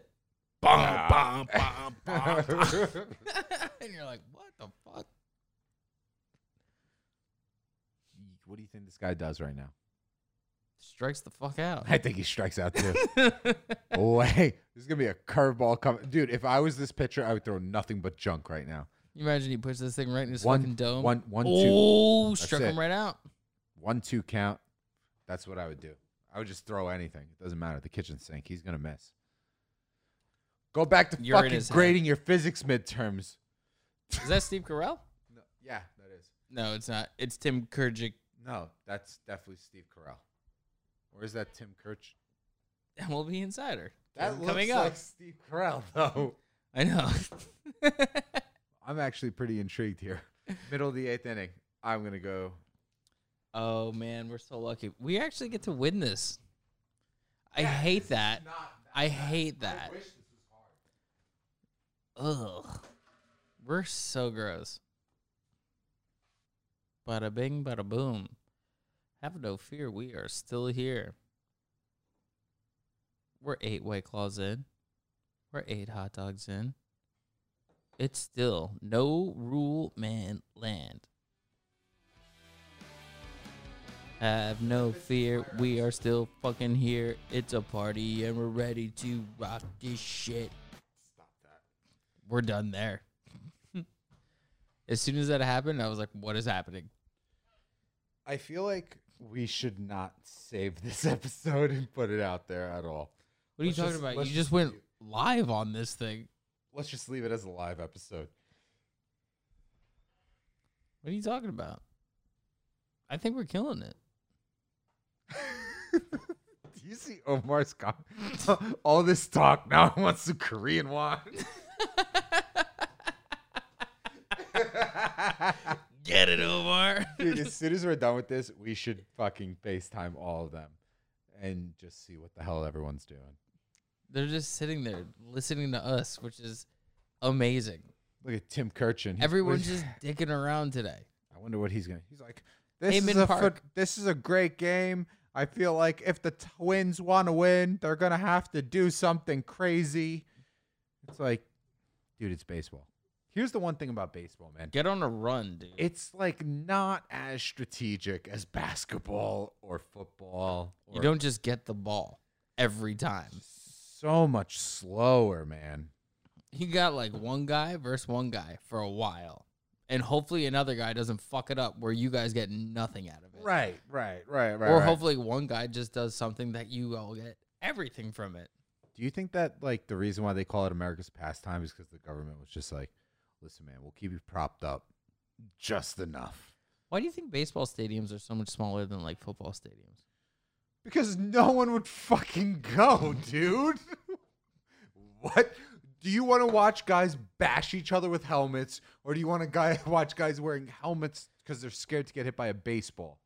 [SPEAKER 1] Bong, bong, bong, bong, bong. and you're like, what the fuck?
[SPEAKER 2] what do you think this guy does right now?
[SPEAKER 1] Strikes the fuck out.
[SPEAKER 2] I think he strikes out too. oh, hey, this is gonna be a curveball coming, dude. If I was this pitcher, I would throw nothing but junk right now.
[SPEAKER 1] You imagine he puts this thing right in his fucking
[SPEAKER 2] One,
[SPEAKER 1] dome.
[SPEAKER 2] one, one, two,
[SPEAKER 1] oh,
[SPEAKER 2] That's
[SPEAKER 1] struck him
[SPEAKER 2] it.
[SPEAKER 1] right out.
[SPEAKER 2] one, two count. That's what I would do. I would just throw anything. It doesn't matter. The kitchen sink. He's gonna miss. Go back to
[SPEAKER 1] You're in
[SPEAKER 2] fucking
[SPEAKER 1] his head.
[SPEAKER 2] grading your physics midterms.
[SPEAKER 1] Is that Steve Carell?
[SPEAKER 2] No, yeah, that is.
[SPEAKER 1] No, it's not. It's Tim Kurgic.
[SPEAKER 2] No, that's definitely Steve Carell. Or is that Tim Kirch?
[SPEAKER 1] MLB Insider.
[SPEAKER 2] That
[SPEAKER 1] Coming
[SPEAKER 2] looks
[SPEAKER 1] up.
[SPEAKER 2] like Steve Carell, though.
[SPEAKER 1] I know.
[SPEAKER 2] I'm actually pretty intrigued here. Middle of the eighth inning. I'm gonna go.
[SPEAKER 1] oh man, we're so lucky. We actually get to win this. I hate that. I hate that. Ugh. We're so gross. Bada bing, bada boom. Have no fear, we are still here. We're eight white claws in. We're eight hot dogs in. It's still no rule man land. Have no fear, we are still fucking here. It's a party and we're ready to rock this shit. We're done there. as soon as that happened, I was like, what is happening?
[SPEAKER 2] I feel like we should not save this episode and put it out there at all.
[SPEAKER 1] What are
[SPEAKER 2] Let's
[SPEAKER 1] you talking
[SPEAKER 2] just-
[SPEAKER 1] about?
[SPEAKER 2] let's
[SPEAKER 1] You
[SPEAKER 2] just
[SPEAKER 1] just went live on this thing.
[SPEAKER 2] Let's just leave it as a live episode.
[SPEAKER 1] What are you talking about? I think we're killing it.
[SPEAKER 2] Do you see Omar's com- all this talk now he wants the Korean wine?
[SPEAKER 1] Get it, Omar.
[SPEAKER 2] Dude, as soon as we're done with this, we should fucking FaceTime all of them and just see what the hell everyone's doing.
[SPEAKER 1] They're just sitting there listening to us, which is amazing.
[SPEAKER 2] Look at Tim Kirchin. He's-
[SPEAKER 1] Everyone's just dicking around today.
[SPEAKER 2] I wonder what he's gonna. He's like, this
[SPEAKER 1] Heyman
[SPEAKER 2] is a
[SPEAKER 1] Park.
[SPEAKER 2] foot- this is a great game. I feel like if the Twins want to win, they're gonna have to do something crazy. It's like, dude, it's baseball. Here's the one thing about baseball, man.
[SPEAKER 1] Get on a run, dude.
[SPEAKER 2] It's like not as strategic as basketball or football. Or
[SPEAKER 1] you don't just get the ball every time.
[SPEAKER 2] so much slower, man.
[SPEAKER 1] You got like one guy versus one guy for a while. And hopefully another guy doesn't fuck it up where you guys get nothing out of it.
[SPEAKER 2] Right, right, right, right.
[SPEAKER 1] or
[SPEAKER 2] right.
[SPEAKER 1] hopefully one guy just does something that you all get everything from it.
[SPEAKER 2] Do you think that like the reason why they call it America's pastime is because the government was just like, listen, man, we'll keep you propped up just enough
[SPEAKER 1] Why do you think baseball stadiums are so much smaller than like football stadiums?
[SPEAKER 2] because no one would fucking go, dude. what? Do you want to watch guys bash each other with helmets, or do you want to guy watch guys wearing helmets because they're scared to get hit by a baseball?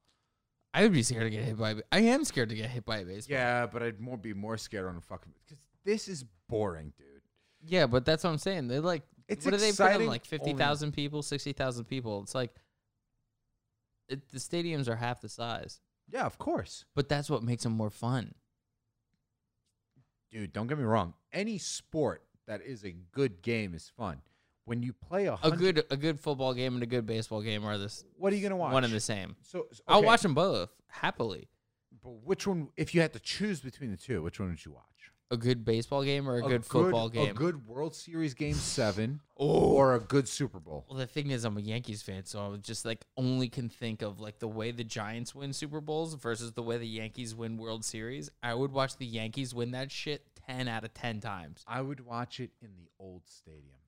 [SPEAKER 1] I would be scared to get hit by. a ba- I am scared to get hit by a baseball.
[SPEAKER 2] Yeah, but I'd more be more scared on a fucking because this is boring, dude.
[SPEAKER 1] Yeah, but that's what I'm saying. They like.
[SPEAKER 2] It's
[SPEAKER 1] what do they put in
[SPEAKER 2] exciting
[SPEAKER 1] like fifty thousand people, sixty thousand people? It's like. It, the stadiums are half the size,
[SPEAKER 2] Yeah, of course.
[SPEAKER 1] but that's what makes them more fun.
[SPEAKER 2] dude, don't get me wrong. Any sport that is a good game is fun. When you play a
[SPEAKER 1] A
[SPEAKER 2] hundred,
[SPEAKER 1] good a good football game and a good baseball game are this
[SPEAKER 2] what are you gonna watch?
[SPEAKER 1] one and the same.
[SPEAKER 2] So, so-
[SPEAKER 1] I'll
[SPEAKER 2] okay,
[SPEAKER 1] watch them both happily.
[SPEAKER 2] But which one? If you had to choose between the two, which one would you watch?
[SPEAKER 1] A good baseball game or a, good football game. Oh.
[SPEAKER 2] a good World Series Game Seven, or a good Super Bowl.
[SPEAKER 1] Well, the thing is, I'm a Yankees fan, so I was just like only can think of like the way the Giants win Super Bowls versus the way the Yankees win World Series. I would watch the Yankees win that shit ten out of ten times.
[SPEAKER 2] I would watch it in the old stadium.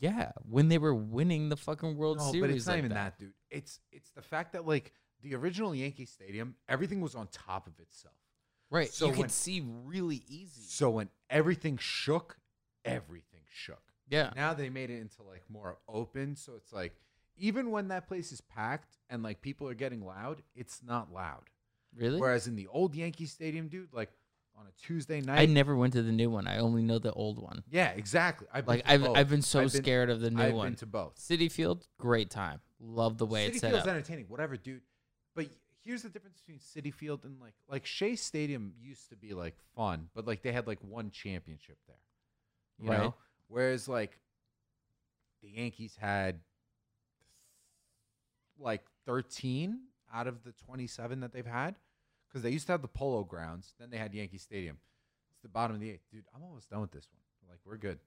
[SPEAKER 1] Yeah, when they were winning the fucking World
[SPEAKER 2] No,
[SPEAKER 1] Series,
[SPEAKER 2] but it's not
[SPEAKER 1] like
[SPEAKER 2] even
[SPEAKER 1] that.
[SPEAKER 2] that. dude. It's it's the fact that like the original Yankee Stadium, everything was on top of itself.
[SPEAKER 1] Right,
[SPEAKER 2] So
[SPEAKER 1] you
[SPEAKER 2] when-
[SPEAKER 1] could see really easy.
[SPEAKER 2] So when everything shook, everything shook.
[SPEAKER 1] yeah,
[SPEAKER 2] Now they made it into like more open, so it's like even when that place is packed and like people are getting loud, it's not loud.
[SPEAKER 1] really.
[SPEAKER 2] Whereas in the old Yankee Stadium, dude, like on a Tuesday night,
[SPEAKER 1] I never went to the new one. I only know the old one.
[SPEAKER 2] yeah, exactly. I've been
[SPEAKER 1] Like
[SPEAKER 2] to
[SPEAKER 1] I've
[SPEAKER 2] both.
[SPEAKER 1] I've been so
[SPEAKER 2] I've
[SPEAKER 1] scared of the new
[SPEAKER 2] I've
[SPEAKER 1] one.
[SPEAKER 2] been to both.
[SPEAKER 1] City Field, great time. Love the way
[SPEAKER 2] City
[SPEAKER 1] it's set
[SPEAKER 2] Field's
[SPEAKER 1] up.
[SPEAKER 2] entertaining, whatever, dude. But here's the difference between City Field and like like Shea Stadium used to be like fun, but like they had like one championship there, you
[SPEAKER 1] Right.
[SPEAKER 2] know. Whereas like the Yankees had like 13 out of the 27 that they've had because they used to have the Polo Grounds, then they had Yankee Stadium. It's the bottom of the eighth, dude. I'm almost done with this one. Like we're good.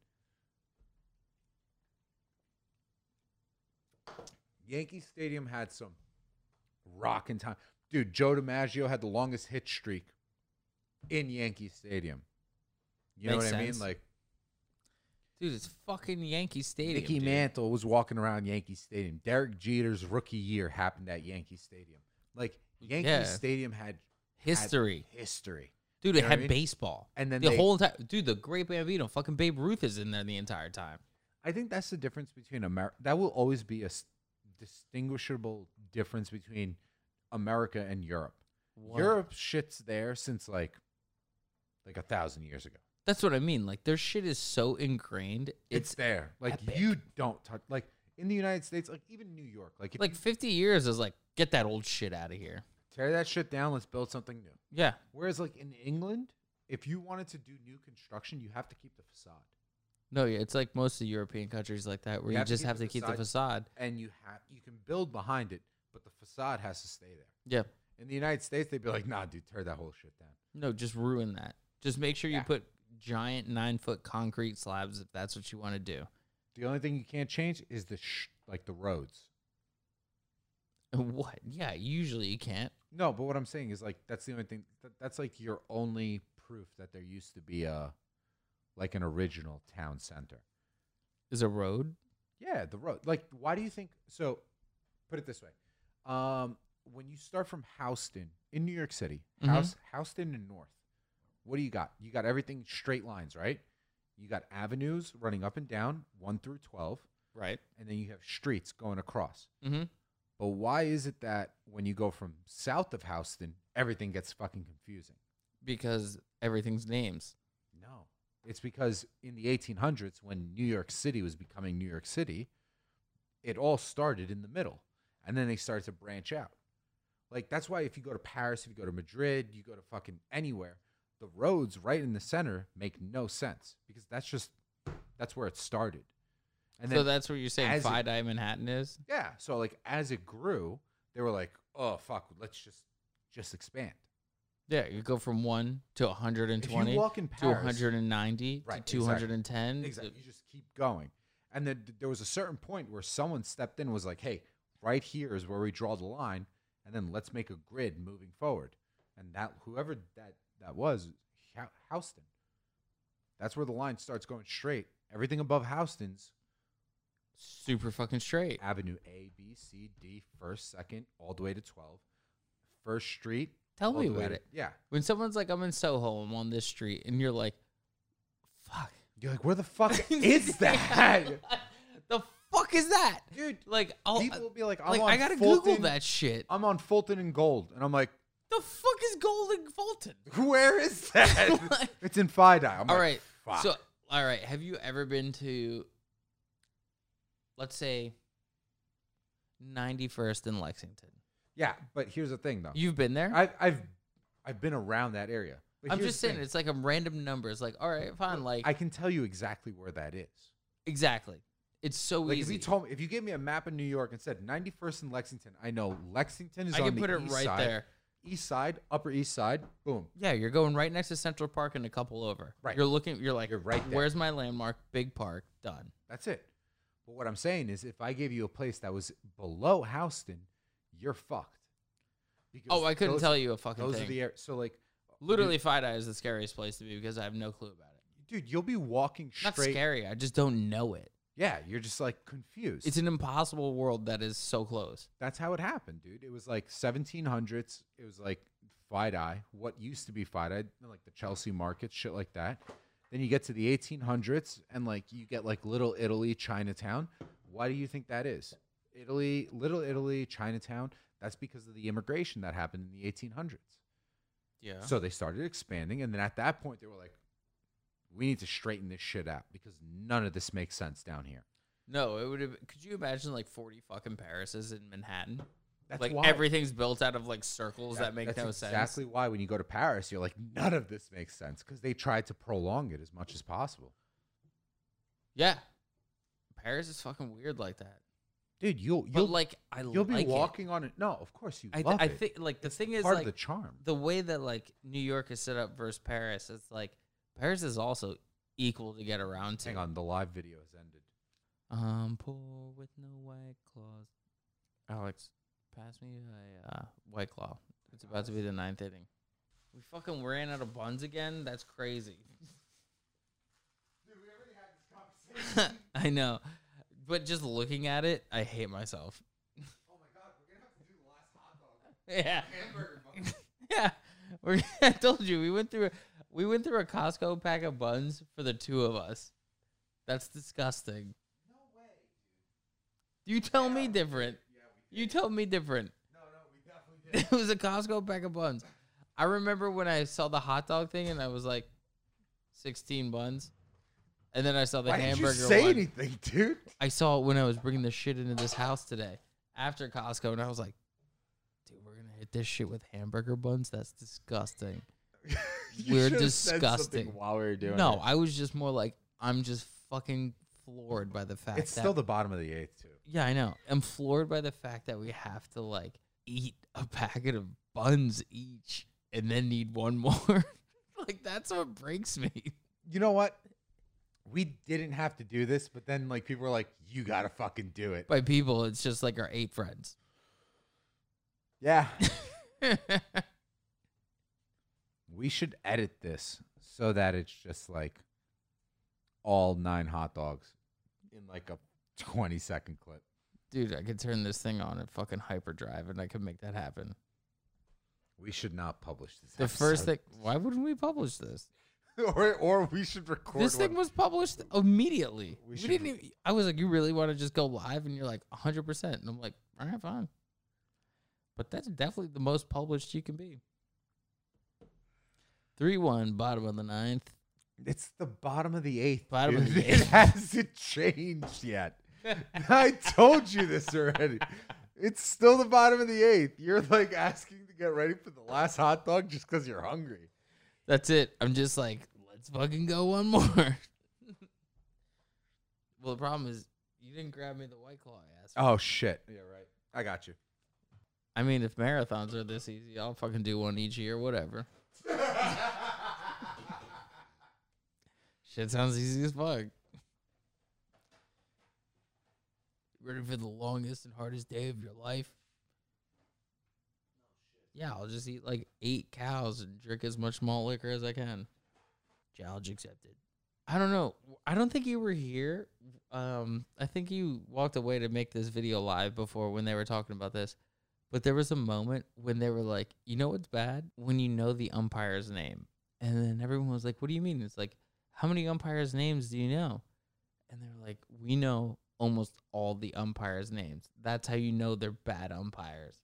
[SPEAKER 2] Yankee Stadium had some rockin' time. Dude, Joe DiMaggio had the longest hit streak in Yankee Stadium. You know
[SPEAKER 1] Makes
[SPEAKER 2] what I mean?
[SPEAKER 1] sense.
[SPEAKER 2] Like
[SPEAKER 1] Dude, it's fucking Yankee Stadium.
[SPEAKER 2] Mickey
[SPEAKER 1] dude.
[SPEAKER 2] Mantle was walking around Yankee Stadium. Derek Jeter's rookie year happened at Yankee Stadium. Like Yankee
[SPEAKER 1] Yeah.
[SPEAKER 2] Stadium had had
[SPEAKER 1] History.
[SPEAKER 2] history.
[SPEAKER 1] Dude,
[SPEAKER 2] You
[SPEAKER 1] it
[SPEAKER 2] know what I
[SPEAKER 1] had
[SPEAKER 2] mean?
[SPEAKER 1] baseball.
[SPEAKER 2] And then
[SPEAKER 1] the
[SPEAKER 2] they-
[SPEAKER 1] whole entire dude, the great Bambino, fucking Babe Ruth is in there the entire time.
[SPEAKER 2] I think that's the difference between America. That will always be a s- distinguishable difference between America and Europe. Europe shits there since like like a thousand years ago.
[SPEAKER 1] That's what I mean. Like their shit is so ingrained.
[SPEAKER 2] It's,
[SPEAKER 1] It's,
[SPEAKER 2] there. Like
[SPEAKER 1] epic.
[SPEAKER 2] you don't touch. Like in the United States, like even New York, like if
[SPEAKER 1] like
[SPEAKER 2] you
[SPEAKER 1] 50 years is like get that old shit out of here.
[SPEAKER 2] tear that shit down. Let's build something new.
[SPEAKER 1] Yeah.
[SPEAKER 2] Whereas like in England, if you wanted to do new construction, you have to keep the facade,
[SPEAKER 1] No, yeah, it's like most of the European countries like that where
[SPEAKER 2] You
[SPEAKER 1] you,
[SPEAKER 2] have to
[SPEAKER 1] just
[SPEAKER 2] keep
[SPEAKER 1] have
[SPEAKER 2] the
[SPEAKER 1] to keep the
[SPEAKER 2] facade.
[SPEAKER 1] facade.
[SPEAKER 2] and you have you can build behind it, but the facade has to stay there.
[SPEAKER 1] Yeah.
[SPEAKER 2] In the United States, they'd be like, "Nah, dude, tear that whole shit down."
[SPEAKER 1] No, just ruin that. Just make sure you
[SPEAKER 2] Yeah.
[SPEAKER 1] put giant 9-foot concrete slabs if that's what you want to do.
[SPEAKER 2] The only thing you can't change is the sh- like the roads.
[SPEAKER 1] What? Yeah, usually you can't.
[SPEAKER 2] No, but what I'm saying is like that's the only thing. That, that's like your only proof that there used to be a like an original town center.
[SPEAKER 1] Is a road?
[SPEAKER 2] Yeah, the road. Like, why do you think? So, put it this way: um, when you start from Houston in New York City,
[SPEAKER 1] Mhm.
[SPEAKER 2] House, Houston and North, what do you got? You got everything straight lines, right? You got avenues running up and down, one through twelve,
[SPEAKER 1] Right.
[SPEAKER 2] and then you have streets going across.
[SPEAKER 1] Mhm.
[SPEAKER 2] But why is it that when you go from south of Houston, everything gets fucking confusing?
[SPEAKER 1] Because everything's names.
[SPEAKER 2] No. It's because in the 1800s, when New York City was becoming New York City, it all started in the middle. And then they started to branch out. Like, that's why if you go to Paris, if you go to Madrid, you go to fucking anywhere, the roads right in the center make no sense because that's just, that's where it started. And
[SPEAKER 1] so that's what you're saying
[SPEAKER 2] as it-
[SPEAKER 1] Five Dye Manhattan is?
[SPEAKER 2] Yeah. So like as it grew, they were like, "Oh fuck, let's just just expand."
[SPEAKER 1] Yeah, you go from one to 120
[SPEAKER 2] if you walk in
[SPEAKER 1] to
[SPEAKER 2] Paris,
[SPEAKER 1] 190
[SPEAKER 2] Right,
[SPEAKER 1] to
[SPEAKER 2] exactly.
[SPEAKER 1] 210.
[SPEAKER 2] exactly, you just keep going. And then th- there was a certain point where someone stepped in and was like, "Hey, right here is where we draw the line, and then let's make a grid moving forward." And that whoever that that was, Hou- Houston. That's where the line starts going straight. Everything above Houston's
[SPEAKER 1] Super fucking straight.
[SPEAKER 2] Avenue A, B, C, D, first, second, all the way to 12. First Street.
[SPEAKER 1] Tell
[SPEAKER 2] all
[SPEAKER 1] me
[SPEAKER 2] the way
[SPEAKER 1] about
[SPEAKER 2] to-
[SPEAKER 1] it.
[SPEAKER 2] Yeah.
[SPEAKER 1] When someone's like, I'm in Soho, I'm on this street, and you're like, fuck.
[SPEAKER 2] You're like, where the fuck is that?
[SPEAKER 1] the fuck is that?
[SPEAKER 2] Dude,
[SPEAKER 1] Like, I'll,
[SPEAKER 2] people will be like, I'm
[SPEAKER 1] like
[SPEAKER 2] on
[SPEAKER 1] I gotta
[SPEAKER 2] Fulton-
[SPEAKER 1] Google that shit.
[SPEAKER 2] I'm on Fulton and Gold. And I'm like,
[SPEAKER 1] the fuck is Golden Fulton?
[SPEAKER 2] where is that? it's in Fidei. I'm
[SPEAKER 1] All
[SPEAKER 2] like,
[SPEAKER 1] right.
[SPEAKER 2] fuck.
[SPEAKER 1] So, all right. Have you ever been to, let's say, 91st in Lexington?
[SPEAKER 2] yeah, but here's the thing, though.
[SPEAKER 1] You've been there?
[SPEAKER 2] I've, I've, I've been around that area. But
[SPEAKER 1] I'm
[SPEAKER 2] here's
[SPEAKER 1] just
[SPEAKER 2] the
[SPEAKER 1] saying,
[SPEAKER 2] thing.
[SPEAKER 1] it's like a random number. It's like, all right, fine. Like,
[SPEAKER 2] I can tell you exactly where that is.
[SPEAKER 1] exactly. It's so
[SPEAKER 2] Like if
[SPEAKER 1] easy.
[SPEAKER 2] you told me, if you gave me a map of New York and said 91st and Lexington, I know Lexington is
[SPEAKER 1] I
[SPEAKER 2] on
[SPEAKER 1] can
[SPEAKER 2] the
[SPEAKER 1] put it
[SPEAKER 2] east
[SPEAKER 1] right
[SPEAKER 2] side,
[SPEAKER 1] there.
[SPEAKER 2] East side, Upper East Side, boom.
[SPEAKER 1] Yeah, you're going right next to Central Park and a couple over.
[SPEAKER 2] Right.
[SPEAKER 1] You're looking. You're like,
[SPEAKER 2] You're right there.
[SPEAKER 1] Where's my landmark? Big Park. Done.
[SPEAKER 2] That's it. But what I'm saying is, if I gave you a place that was below Houston, you're fucked. Because
[SPEAKER 1] Oh, I couldn't
[SPEAKER 2] those-
[SPEAKER 1] tell you a fucking
[SPEAKER 2] Those
[SPEAKER 1] thing.
[SPEAKER 2] are the air. So like,
[SPEAKER 1] Literally, Five Eye is the scariest place to be because I have no clue about it.
[SPEAKER 2] dude, you'll be walking
[SPEAKER 1] Not
[SPEAKER 2] straight.
[SPEAKER 1] scary. I just don't know it.
[SPEAKER 2] Yeah, you're just like confused.
[SPEAKER 1] It's an impossible world that is so close.
[SPEAKER 2] That's how it happened, dude. It was like 1700s. It was like Fidei, what used to be Fidei, like the Chelsea market, shit like that. Then you get to the 1800s and like you get like Little Italy, Chinatown. Why do you think that is? Italy, Little Italy, Chinatown. That's because of the immigration that happened in the 1800s.
[SPEAKER 1] Yeah.
[SPEAKER 2] So they started expanding. And then at that point, they were like, we need to straighten this shit out because none of this makes sense down here.
[SPEAKER 1] No, it would have. Could you imagine like forty fucking Parises in Manhattan?
[SPEAKER 2] That's
[SPEAKER 1] like
[SPEAKER 2] why.
[SPEAKER 1] everything's built out of like circles that, make
[SPEAKER 2] that's
[SPEAKER 1] no
[SPEAKER 2] exactly
[SPEAKER 1] sense.
[SPEAKER 2] why when you go to Paris, you're like, none of this makes sense because they tried to prolong it as much as possible.
[SPEAKER 1] Yeah, Paris is fucking weird like that.
[SPEAKER 2] Dude, you'll
[SPEAKER 1] But
[SPEAKER 2] you'll
[SPEAKER 1] like, I
[SPEAKER 2] you'll be
[SPEAKER 1] like it.
[SPEAKER 2] walking on it. No, of course you
[SPEAKER 1] I, th-
[SPEAKER 2] love
[SPEAKER 1] I
[SPEAKER 2] it.
[SPEAKER 1] think like the thing is
[SPEAKER 2] part
[SPEAKER 1] like
[SPEAKER 2] of the charm.
[SPEAKER 1] the way that like New York is set up versus Paris. It's like Paris is also equal to get around to.
[SPEAKER 2] Hang on, the live video has ended.
[SPEAKER 1] I'm poor with no white claws. Alex, pass me a uh, white claw. It's about to be the ninth inning. We fucking ran out of buns again. That's crazy. I know, but just looking at it, I hate myself. Yeah. yeah. We're, I told you we went through we went through a Costco pack of buns for the two of us. That's disgusting. You tell me different. You tell me different. It was a Costco pack of buns. I remember when I saw the hot dog thing and I was like, sixteen buns, and then I saw the
[SPEAKER 2] Why did you
[SPEAKER 1] hamburger.
[SPEAKER 2] say
[SPEAKER 1] one.
[SPEAKER 2] anything, dude?
[SPEAKER 1] I saw it when I was bringing this shit into this house today after Costco, and I was like, dude, we're gonna hit this shit with hamburger buns. That's disgusting.
[SPEAKER 2] You
[SPEAKER 1] We're
[SPEAKER 2] should've said something
[SPEAKER 1] disgusting.
[SPEAKER 2] While we were doing
[SPEAKER 1] no,
[SPEAKER 2] it.
[SPEAKER 1] I was just more like, I'm just fucking floored by the fact
[SPEAKER 2] it's
[SPEAKER 1] that
[SPEAKER 2] still the bottom of the eighth too.
[SPEAKER 1] yeah, I know. I'm floored by the fact that we have to like eat a packet of buns each and then need one more. like that's what breaks me.
[SPEAKER 2] You know what? We didn't have to do this, but then like people were like, "You gotta fucking do it."
[SPEAKER 1] By people, it's just like our eight friends.
[SPEAKER 2] Yeah. We should edit this so that it's just like all nine hot dogs in like a 20 second clip.
[SPEAKER 1] Dude, I could turn this thing on at fucking hyperdrive and I could make that happen.
[SPEAKER 2] We should not publish this.
[SPEAKER 1] The first
[SPEAKER 2] episode.
[SPEAKER 1] thing, why wouldn't we publish this?
[SPEAKER 2] or, or we should record
[SPEAKER 1] This thing
[SPEAKER 2] one.
[SPEAKER 1] was published immediately.
[SPEAKER 2] We
[SPEAKER 1] We,
[SPEAKER 2] should
[SPEAKER 1] didn't.
[SPEAKER 2] re-
[SPEAKER 1] Even, I was like, "You really want to just go live?" And you're like, "100." percent And I'm like, "All right, fine." But that's definitely the most published you can be. Three one, bottom of the ninth.
[SPEAKER 2] It's the bottom of the eighth.
[SPEAKER 1] Bottom of
[SPEAKER 2] dude.
[SPEAKER 1] the
[SPEAKER 2] It
[SPEAKER 1] eighth.
[SPEAKER 2] hasn't changed yet. I told you this already. It's still the bottom of the eighth. You're like asking to get ready for the last hot dog just because you're hungry.
[SPEAKER 1] That's it. I'm just like, let's fucking go one more. well, the problem is You didn't grab me the white claw ass.
[SPEAKER 2] Oh shit. Yeah, right. I got you.
[SPEAKER 1] I mean, if marathons are this easy, I'll fucking do one each year, whatever. Shit sounds easy as fuck. Ready for the longest and hardest day of your life? Yeah, I'll just eat like eight cows and drink as much malt liquor as I can.
[SPEAKER 7] Challenge accepted.
[SPEAKER 1] I don't know. I don't think you were here. Um, I think you walked away to make this video live before when they were talking about this. But there was a moment when they were like, you know what's bad? When you know the umpire's name. And then everyone was like, what do you mean? It's like, how many umpires' names do you know? And they're like, we know almost all the umpires' names. That's how you know they're bad umpires.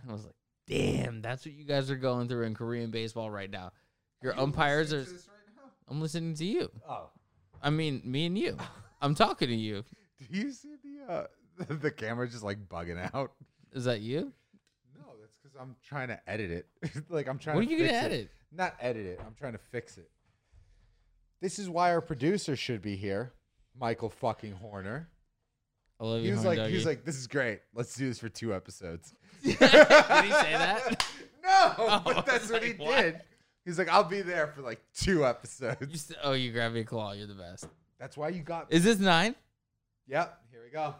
[SPEAKER 1] And I was like, damn, that's what you guys are going through in Korean baseball right now. Your umpires are. I'm listening to you.
[SPEAKER 2] Oh.
[SPEAKER 1] I mean, me and you. I'm talking to you.
[SPEAKER 2] Do you see the uh the camera just like bugging out?
[SPEAKER 1] Is that you?
[SPEAKER 2] No, that's because I'm trying to edit it. like I'm trying.
[SPEAKER 1] What are
[SPEAKER 2] to
[SPEAKER 1] you gonna
[SPEAKER 2] fix it.
[SPEAKER 1] edit?
[SPEAKER 2] Not edit it. I'm trying to fix it. This is why our producer should be here, Michael fucking Horner.
[SPEAKER 1] I love
[SPEAKER 2] He
[SPEAKER 1] you.
[SPEAKER 2] was
[SPEAKER 1] Horn
[SPEAKER 2] like, he was
[SPEAKER 1] Doggy.
[SPEAKER 2] like, this is great. Let's do this for two episodes.
[SPEAKER 1] Did he say that?
[SPEAKER 2] No,
[SPEAKER 1] I was
[SPEAKER 2] but that's what he
[SPEAKER 1] like, what?
[SPEAKER 2] did. He's like, I'll be there for like two
[SPEAKER 1] You
[SPEAKER 2] episodes.
[SPEAKER 1] st- oh, you grabbed me a claw. You're the best.
[SPEAKER 2] That's why you got.
[SPEAKER 1] Is this nine?
[SPEAKER 2] yep. Here we go.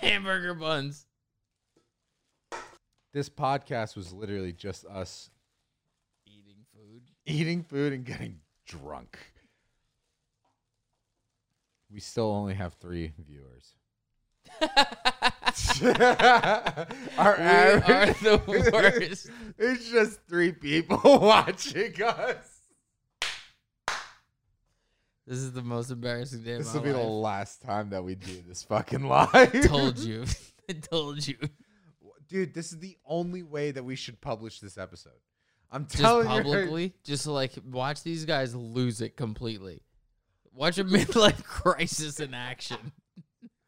[SPEAKER 1] Hamburger buns.
[SPEAKER 2] This podcast was literally just us
[SPEAKER 1] Eating food.
[SPEAKER 2] eating food and getting drunk. We still only have three viewers. Our
[SPEAKER 1] We are
[SPEAKER 2] average-
[SPEAKER 1] the worst.
[SPEAKER 2] It's just three people watching us.
[SPEAKER 1] This is the most embarrassing day of
[SPEAKER 2] This
[SPEAKER 1] my
[SPEAKER 2] will be the
[SPEAKER 1] life.
[SPEAKER 2] last time that we do this fucking live.
[SPEAKER 1] told you. I told you.
[SPEAKER 2] Dude, this is the only way that we should publish this episode. I'm
[SPEAKER 1] Just
[SPEAKER 2] telling you.
[SPEAKER 1] publicly. Just like watch these guys lose it completely. Watch a midlife crisis in action.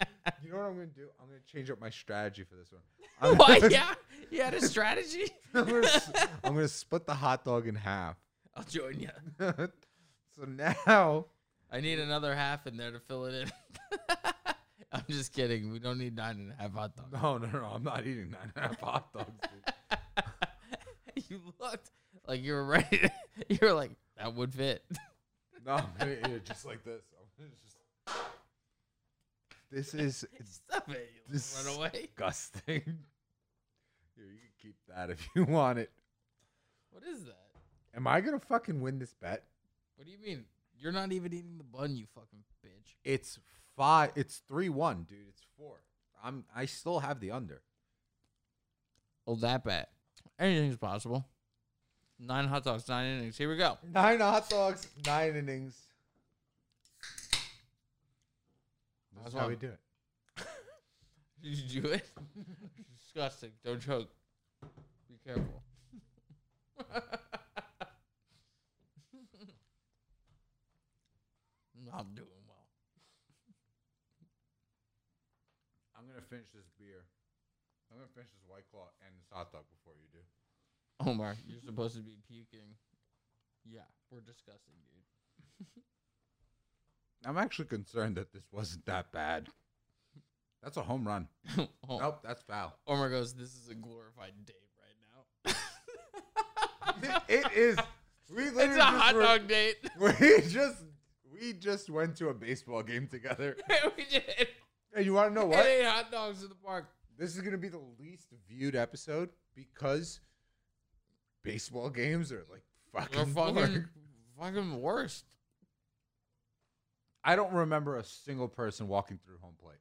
[SPEAKER 2] You know what I'm gonna do? I'm gonna change up my strategy for this one. I'm
[SPEAKER 1] Why?
[SPEAKER 2] gonna-
[SPEAKER 1] Yeah. You had a strategy?
[SPEAKER 2] I'm gonna, s- I'm gonna split the hot dog in half.
[SPEAKER 1] I'll join you.
[SPEAKER 2] so now
[SPEAKER 1] I need another half in there to fill it in. I'm just kidding. We don't need nine and a half hot dogs.
[SPEAKER 2] No, no, no. I'm not eating nine and a half hot dogs. dude.
[SPEAKER 1] you looked like you were ready. to- you were like, that would fit.
[SPEAKER 2] No, I'm gonna eat it just like this. I'm gonna just. This is
[SPEAKER 1] Stop it. You
[SPEAKER 2] This-
[SPEAKER 1] run away.
[SPEAKER 2] disgusting. Here, you can keep that if you want it.
[SPEAKER 1] What is that?
[SPEAKER 2] Am I gonna fucking win this bet?
[SPEAKER 1] What do you mean? You're not even eating the bun, you fucking bitch.
[SPEAKER 2] It's five. It's three one, dude. It's four. I'm. I still have the under.
[SPEAKER 1] Oh, that bad. Anything's possible. Nine hot dogs, nine innings. Here we go.
[SPEAKER 2] Nine hot dogs, nine innings.
[SPEAKER 1] That's
[SPEAKER 2] That's how
[SPEAKER 1] one.
[SPEAKER 2] we do it.
[SPEAKER 1] Did you do it? Disgusting. Don't choke. Be careful. Not doing well.
[SPEAKER 2] I'm gonna finish this beer. I'm gonna finish this white claw and this hot dog before you do.
[SPEAKER 1] Omar, you're supposed to be puking. Yeah, we're disgusting, dude.
[SPEAKER 2] I'm actually concerned that this wasn't that bad. That's a home run.
[SPEAKER 1] Oh,
[SPEAKER 2] Nope, that's foul.
[SPEAKER 1] Omar goes, This is a glorified date right now.
[SPEAKER 2] it is. We literally
[SPEAKER 1] it's a hot
[SPEAKER 2] were-
[SPEAKER 1] dog date.
[SPEAKER 2] We just we just went to a baseball game together.
[SPEAKER 1] we did.
[SPEAKER 2] And you want to know
[SPEAKER 1] What?
[SPEAKER 2] what?
[SPEAKER 1] And ate hot dogs in the park.
[SPEAKER 2] This is gonna be the least viewed episode because baseball games are like
[SPEAKER 1] You're
[SPEAKER 2] fucking.
[SPEAKER 1] fucking,
[SPEAKER 2] boring.
[SPEAKER 1] fucking worst.
[SPEAKER 2] I don't remember a single person walking through home plate.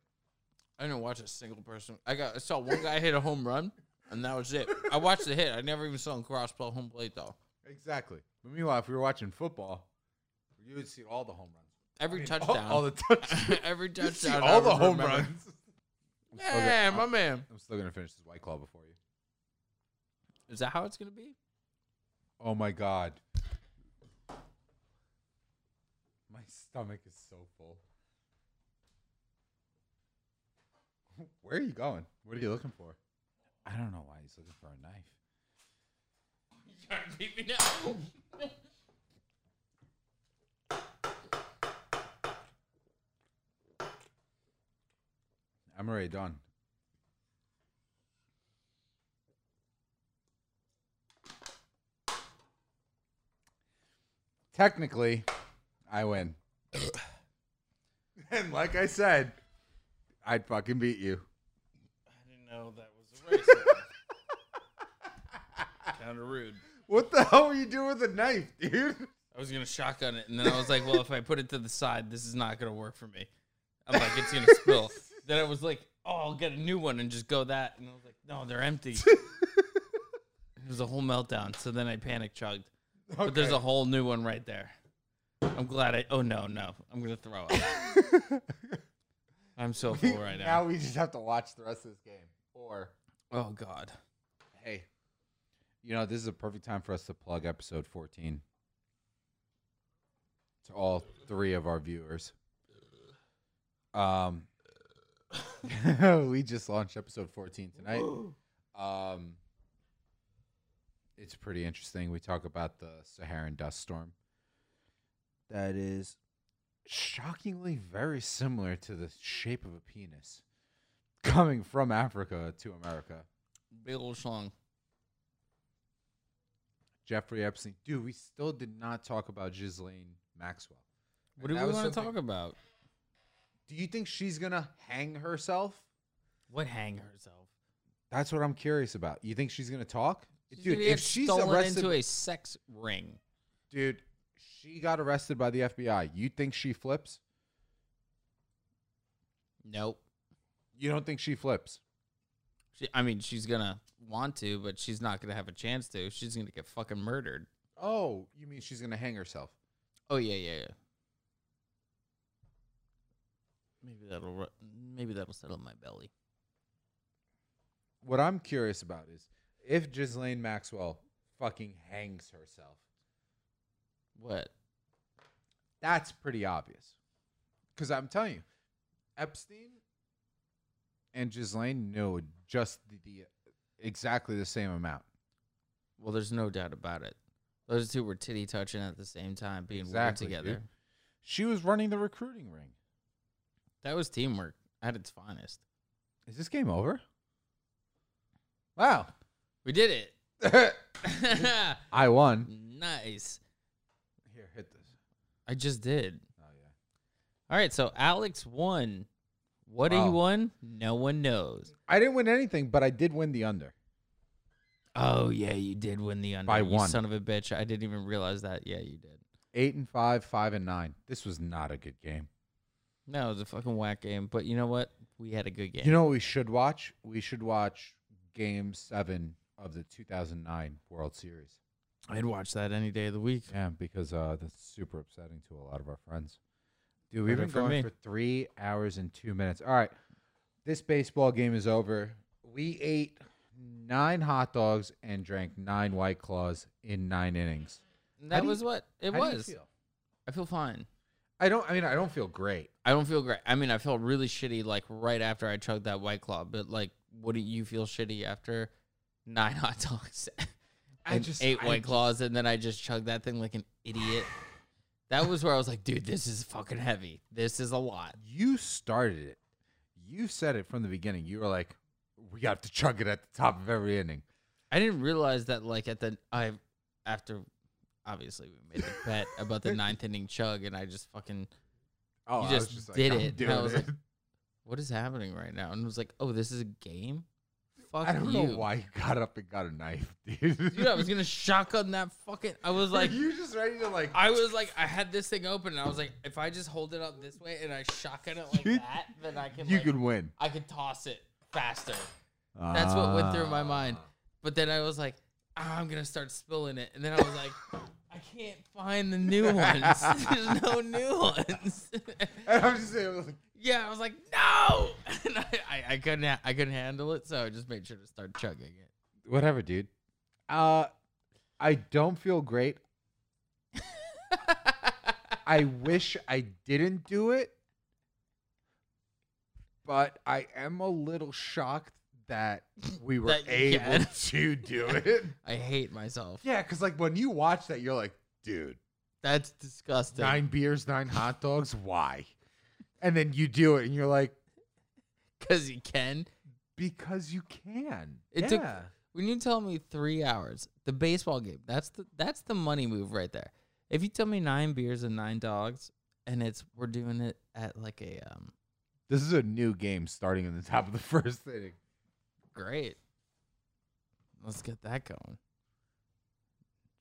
[SPEAKER 1] I didn't watch a single person. I got I saw one guy hit a home run, and that was it. I watched the hit. I never even saw him cross play home plate though.
[SPEAKER 2] Exactly. But meanwhile, if we were watching football, you would see all the home runs.
[SPEAKER 1] Every
[SPEAKER 2] I mean, all-
[SPEAKER 1] touchdown,
[SPEAKER 2] All, the touchdowns.
[SPEAKER 1] every
[SPEAKER 2] You'd see
[SPEAKER 1] touchdown,
[SPEAKER 2] all the home
[SPEAKER 1] runs.
[SPEAKER 2] runs.
[SPEAKER 8] uh,
[SPEAKER 1] Yeah, my man.
[SPEAKER 2] I'm still gonna finish this white claw before you.
[SPEAKER 1] Is that how it's gonna be?
[SPEAKER 2] Oh my god. My stomach is so full. Where are you going? What are you looking for? I don't know why he's looking for a knife.
[SPEAKER 1] You trying to beat me now?
[SPEAKER 2] I'm already done. Technically, I win. and like I said, I'd fucking beat you.
[SPEAKER 8] I didn't know that was a race. kind of rude.
[SPEAKER 2] What the hell were you doing with a knife, dude?
[SPEAKER 8] I was gonna shotgun it, and then I was like, "Well, if I put it to the side, this is not gonna work for me." I'm like, "It's gonna spill." then I was like, "Oh, I'll get a new one and just go that." And I was like, "No, they're empty." it was a whole meltdown. So then I panic chugged, but there's a whole new one right there. I'm glad I. Oh no, no, I'm gonna throw up. I'm so full right
[SPEAKER 2] now
[SPEAKER 8] now.
[SPEAKER 2] we just have to watch the rest of this game. Or
[SPEAKER 8] Oh god.
[SPEAKER 2] hey, you know, this is a perfect time for us to plug episode 14 to all three of our viewers. Um, we just launched episode 14 tonight. Um, it's pretty interesting. We talk about the Saharan dust storm that is shockingly very similar to the shape of a penis coming from Africa to America.
[SPEAKER 8] Big old schlong.
[SPEAKER 2] Jeffrey Epstein. Dude, we still did not talk about Ghislaine Maxwell.
[SPEAKER 1] What do
[SPEAKER 2] And that
[SPEAKER 1] we
[SPEAKER 2] was
[SPEAKER 1] want to
[SPEAKER 2] something-
[SPEAKER 1] talk about?
[SPEAKER 2] Do you think she's gonna hang herself?
[SPEAKER 8] What hang herself?
[SPEAKER 2] That's what I'm curious about. You think she's gonna talk?
[SPEAKER 1] She's
[SPEAKER 2] dude,
[SPEAKER 1] gonna get
[SPEAKER 2] if she's
[SPEAKER 1] stolen
[SPEAKER 2] arrested,
[SPEAKER 1] into a sex ring,
[SPEAKER 2] dude, she got arrested by the FBI. You think she flips?
[SPEAKER 1] nope.
[SPEAKER 2] You don't think she flips?
[SPEAKER 1] She, I mean, she's gonna want to, but she's not gonna have a chance to. She's gonna get fucking murdered.
[SPEAKER 2] Oh, you mean she's gonna hang herself?
[SPEAKER 1] Oh yeah, yeah, yeah. Maybe that'll ru- maybe that'll settle my belly.
[SPEAKER 2] What I'm curious about is if Ghislaine Maxwell fucking hangs herself.
[SPEAKER 1] What?
[SPEAKER 2] That's pretty obvious. Because I'm telling you, Epstein and Ghislaine knew just the, the exactly the same amount.
[SPEAKER 1] Well, there's no doubt about it. Those two were titty touching at the same time, being
[SPEAKER 2] Exactly,
[SPEAKER 1] weird together.
[SPEAKER 2] dude. She was running the recruiting ring.
[SPEAKER 1] That was teamwork at its finest.
[SPEAKER 2] Is this game over? Wow.
[SPEAKER 1] We did it.
[SPEAKER 2] I won.
[SPEAKER 1] nice.
[SPEAKER 2] Here, hit this.
[SPEAKER 1] I just did.
[SPEAKER 2] Oh yeah.
[SPEAKER 1] All right, so Alex won. What he
[SPEAKER 2] Wow.
[SPEAKER 1] won, no one knows.
[SPEAKER 2] I didn't win anything, but I did win the under.
[SPEAKER 1] Oh yeah, you did win the under.
[SPEAKER 2] By
[SPEAKER 1] you
[SPEAKER 2] one.
[SPEAKER 1] son of a bitch. I didn't even realize that. Yeah, you did.
[SPEAKER 2] Eight and five, five and nine. This was not a good game.
[SPEAKER 1] No, it was a fucking whack game. But you know what? We had a good game.
[SPEAKER 2] You know what we should watch? We should watch game seven of the two thousand nine World Series.
[SPEAKER 1] I'd watch that any day of the week.
[SPEAKER 2] Yeah, because uh, that's super upsetting to a lot of our friends. Dude,
[SPEAKER 1] Heard
[SPEAKER 2] we've
[SPEAKER 1] it
[SPEAKER 2] been
[SPEAKER 1] from
[SPEAKER 2] going
[SPEAKER 1] me.
[SPEAKER 2] for three hours and two minutes. All right, this baseball game is over. We ate nine hot dogs and drank nine White Claws in nine innings. How
[SPEAKER 1] That
[SPEAKER 2] do you-
[SPEAKER 1] was what it
[SPEAKER 2] How do you
[SPEAKER 1] was.
[SPEAKER 2] feel?
[SPEAKER 1] I feel fine.
[SPEAKER 2] I don't. I mean, I don't feel great.
[SPEAKER 1] I don't feel great. I mean, I felt really shitty like right after I chugged that white claw. But like, wouldn't you feel shitty after nine hot dogs
[SPEAKER 2] I
[SPEAKER 1] and
[SPEAKER 2] just-
[SPEAKER 1] eight
[SPEAKER 2] I
[SPEAKER 1] white
[SPEAKER 2] just-
[SPEAKER 1] claws, and then I just chugged that thing like an idiot? that was where I was like, dude, this is fucking heavy. This is a lot.
[SPEAKER 2] You started it. You said it from the beginning. You were like, "We have to chug it at the top of every inning."
[SPEAKER 1] I didn't realize that like at the I after obviously we made the bet about the ninth inning chug, and I just fucking
[SPEAKER 2] Oh,
[SPEAKER 1] You
[SPEAKER 2] I was
[SPEAKER 1] just
[SPEAKER 2] like,
[SPEAKER 1] did
[SPEAKER 2] "I'm
[SPEAKER 1] it." And I
[SPEAKER 2] doing
[SPEAKER 1] was like,
[SPEAKER 2] it."
[SPEAKER 1] what is happening right now? And it was like, oh, this is a game. Fuck
[SPEAKER 2] I don't
[SPEAKER 1] you.
[SPEAKER 2] know why you got up and got a knife, dude.
[SPEAKER 1] Dude, I was gonna shotgun that fucking. I was like,
[SPEAKER 2] Were you just ready to like
[SPEAKER 1] I was like, I had this thing open, and I was like, if I just hold it up this way and I shotgun it like
[SPEAKER 2] You-
[SPEAKER 1] that, then I can.
[SPEAKER 2] you
[SPEAKER 1] like,
[SPEAKER 2] could win.
[SPEAKER 1] I could toss it faster. That's what went
[SPEAKER 2] Ah.
[SPEAKER 1] through my mind. But then I was like, "Ah, I'm gonna start spilling it, and then I was like, I can't find the new ones. There's no new ones.
[SPEAKER 2] And I'm just saying, like,
[SPEAKER 1] yeah, I was like, no, and I, I, I couldn't, ha- I couldn't handle it, so I just made sure to start chugging it.
[SPEAKER 2] whatever, dude. Uh, I don't feel great. I wish I didn't do it, but I am a little shocked that we were
[SPEAKER 1] That you
[SPEAKER 2] able
[SPEAKER 1] can.
[SPEAKER 2] to do it.
[SPEAKER 1] I hate myself.
[SPEAKER 2] yeah, because like when you watch that, you're like, dude,
[SPEAKER 1] That's disgusting.
[SPEAKER 2] nine beers, nine hot dogs, why? And then you do it, and you're like,
[SPEAKER 1] because you can.
[SPEAKER 2] because you can.
[SPEAKER 1] It took-
[SPEAKER 2] yeah.
[SPEAKER 1] When you tell me three hours, the baseball game, that's the that's the money move right there. If you tell me nine beers and nine dogs, and it's we're doing it at like a um
[SPEAKER 2] this is a new game starting in the top of the first inning.
[SPEAKER 1] great. Let's get that going.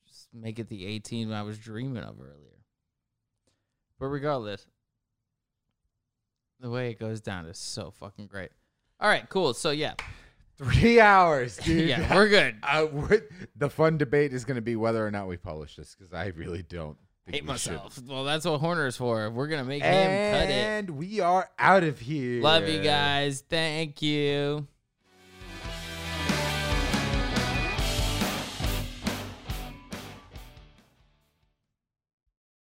[SPEAKER 1] Just make it the 18 I was dreaming of earlier. But regardless, the way it goes down is so fucking great. All right, cool. So yeah,
[SPEAKER 2] Three hours, dude.
[SPEAKER 1] yeah, we're good.
[SPEAKER 2] I would, the fun debate is going to be whether or not we publish this because I really don't think
[SPEAKER 1] Hate
[SPEAKER 2] we should.
[SPEAKER 1] myself. Well, that's what Horner's for. We're gonna make him cut it.
[SPEAKER 2] And we are out of here.
[SPEAKER 1] Love you guys. Thank you.